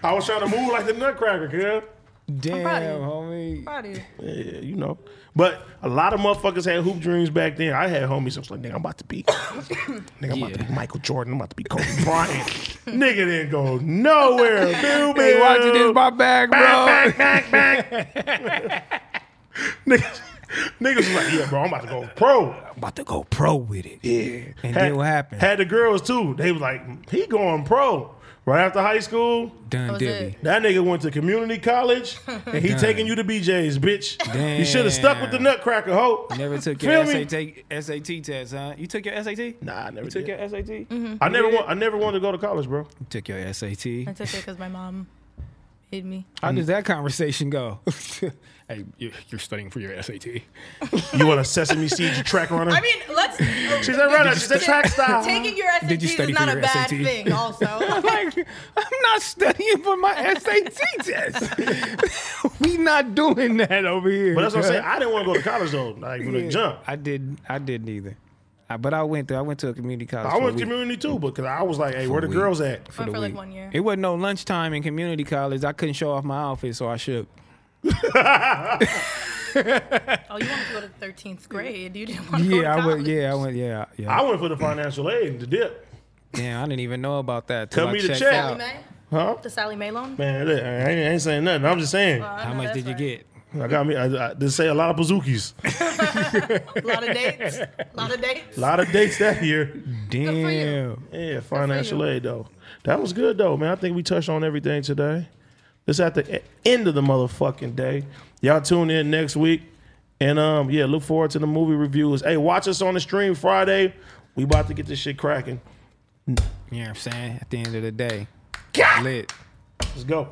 Speaker 1: I was trying to move like the Nutcracker, girl.
Speaker 2: Damn,
Speaker 3: proud of you.
Speaker 2: homie.
Speaker 3: Proud of you.
Speaker 1: Yeah, you know. But a lot of motherfuckers had hoop dreams back then. I had homies. I was like, nigga, I'm about to be, nigga, I'm about to be Michael Jordan. I'm about to be Kobe Bryant. nigga didn't go nowhere. Boo,
Speaker 2: Hey,
Speaker 1: boo.
Speaker 2: watching this, my bag, bro.
Speaker 1: Bang, bang, bang, bang. niggas, niggas was like, yeah, bro, I'm about to go pro.
Speaker 2: About to go pro with it. Yeah. And
Speaker 1: Had-
Speaker 2: then what happened?
Speaker 1: Had the girls too. They was like, he going pro. Right after high school,
Speaker 2: Done
Speaker 3: was
Speaker 2: dilly.
Speaker 3: it.
Speaker 1: that nigga went to community college and he taking you to BJ's, bitch. You should have stuck with the
Speaker 2: Damn.
Speaker 1: nutcracker, ho.
Speaker 2: Never took
Speaker 1: Feel
Speaker 2: your
Speaker 1: me?
Speaker 2: SAT, SAT test, huh? You took your SAT?
Speaker 1: Nah, I never
Speaker 2: You took
Speaker 1: did.
Speaker 2: your SAT?
Speaker 3: Mm-hmm.
Speaker 1: I never want I never wanted to go to college, bro.
Speaker 2: You took your SAT.
Speaker 3: I took it because my mom
Speaker 4: hit me.
Speaker 2: How does that conversation go? hey, you- you're studying for your SAT.
Speaker 1: You want a Sesame Seed track runner?
Speaker 3: I mean, let's.
Speaker 1: She's a runner. She's a track star.
Speaker 3: Taking your SATs
Speaker 2: Did you
Speaker 3: is
Speaker 2: study
Speaker 3: not
Speaker 2: for
Speaker 3: a
Speaker 2: your SAT?
Speaker 3: bad thing. Also,
Speaker 2: like, I'm not studying for my SAT test. we not doing that over here.
Speaker 1: But that's what I'm saying. I didn't want to go to college though. Like from the jump.
Speaker 2: I didn't. I didn't either. I, but I went there. I went to a community college.
Speaker 1: I
Speaker 2: for a
Speaker 1: went to
Speaker 2: week.
Speaker 1: community too, because I was like, hey,
Speaker 2: For
Speaker 1: where
Speaker 2: a
Speaker 1: the
Speaker 2: week.
Speaker 1: girls at?
Speaker 2: For the
Speaker 3: Oh, for like
Speaker 2: week.
Speaker 3: one year.
Speaker 2: It wasn't no lunchtime in community college. I couldn't show off my outfit, so I shook.
Speaker 3: Oh, you wanted to go to thirteenth grade? You didn't want to go to
Speaker 2: Yeah, I
Speaker 3: college.
Speaker 2: went. Yeah, I went. Yeah, yeah.
Speaker 1: I went for the financial aid and the dip.
Speaker 2: Damn, I didn't even know about that. till
Speaker 1: Cut
Speaker 2: I
Speaker 1: me the
Speaker 2: checked
Speaker 1: check.
Speaker 3: Sally
Speaker 2: out.
Speaker 3: Mae?
Speaker 1: Huh?
Speaker 3: The Sally Mae loan?
Speaker 1: Man, look, I ain't, I ain't saying nothing. I'm just saying.
Speaker 3: I
Speaker 2: How
Speaker 3: know
Speaker 2: much
Speaker 3: that's
Speaker 2: did you
Speaker 3: right.
Speaker 2: get?
Speaker 1: I got me. I, I did say a lot of bazookies,
Speaker 3: A lot of dates. A lot of dates.
Speaker 1: a lot of dates that year.
Speaker 3: for you.
Speaker 2: Damn.
Speaker 1: Yeah, financial aid though. That was good though, man. I think we touched on everything today. It's at the e- end of the motherfucking day. Y'all tune in next week, and um, yeah, look forward to the movie reviews. Hey, watch us on the stream Friday. We about to get this shit cracking.
Speaker 2: You know what I'm saying? At the end of the day, lit.
Speaker 1: Let's go.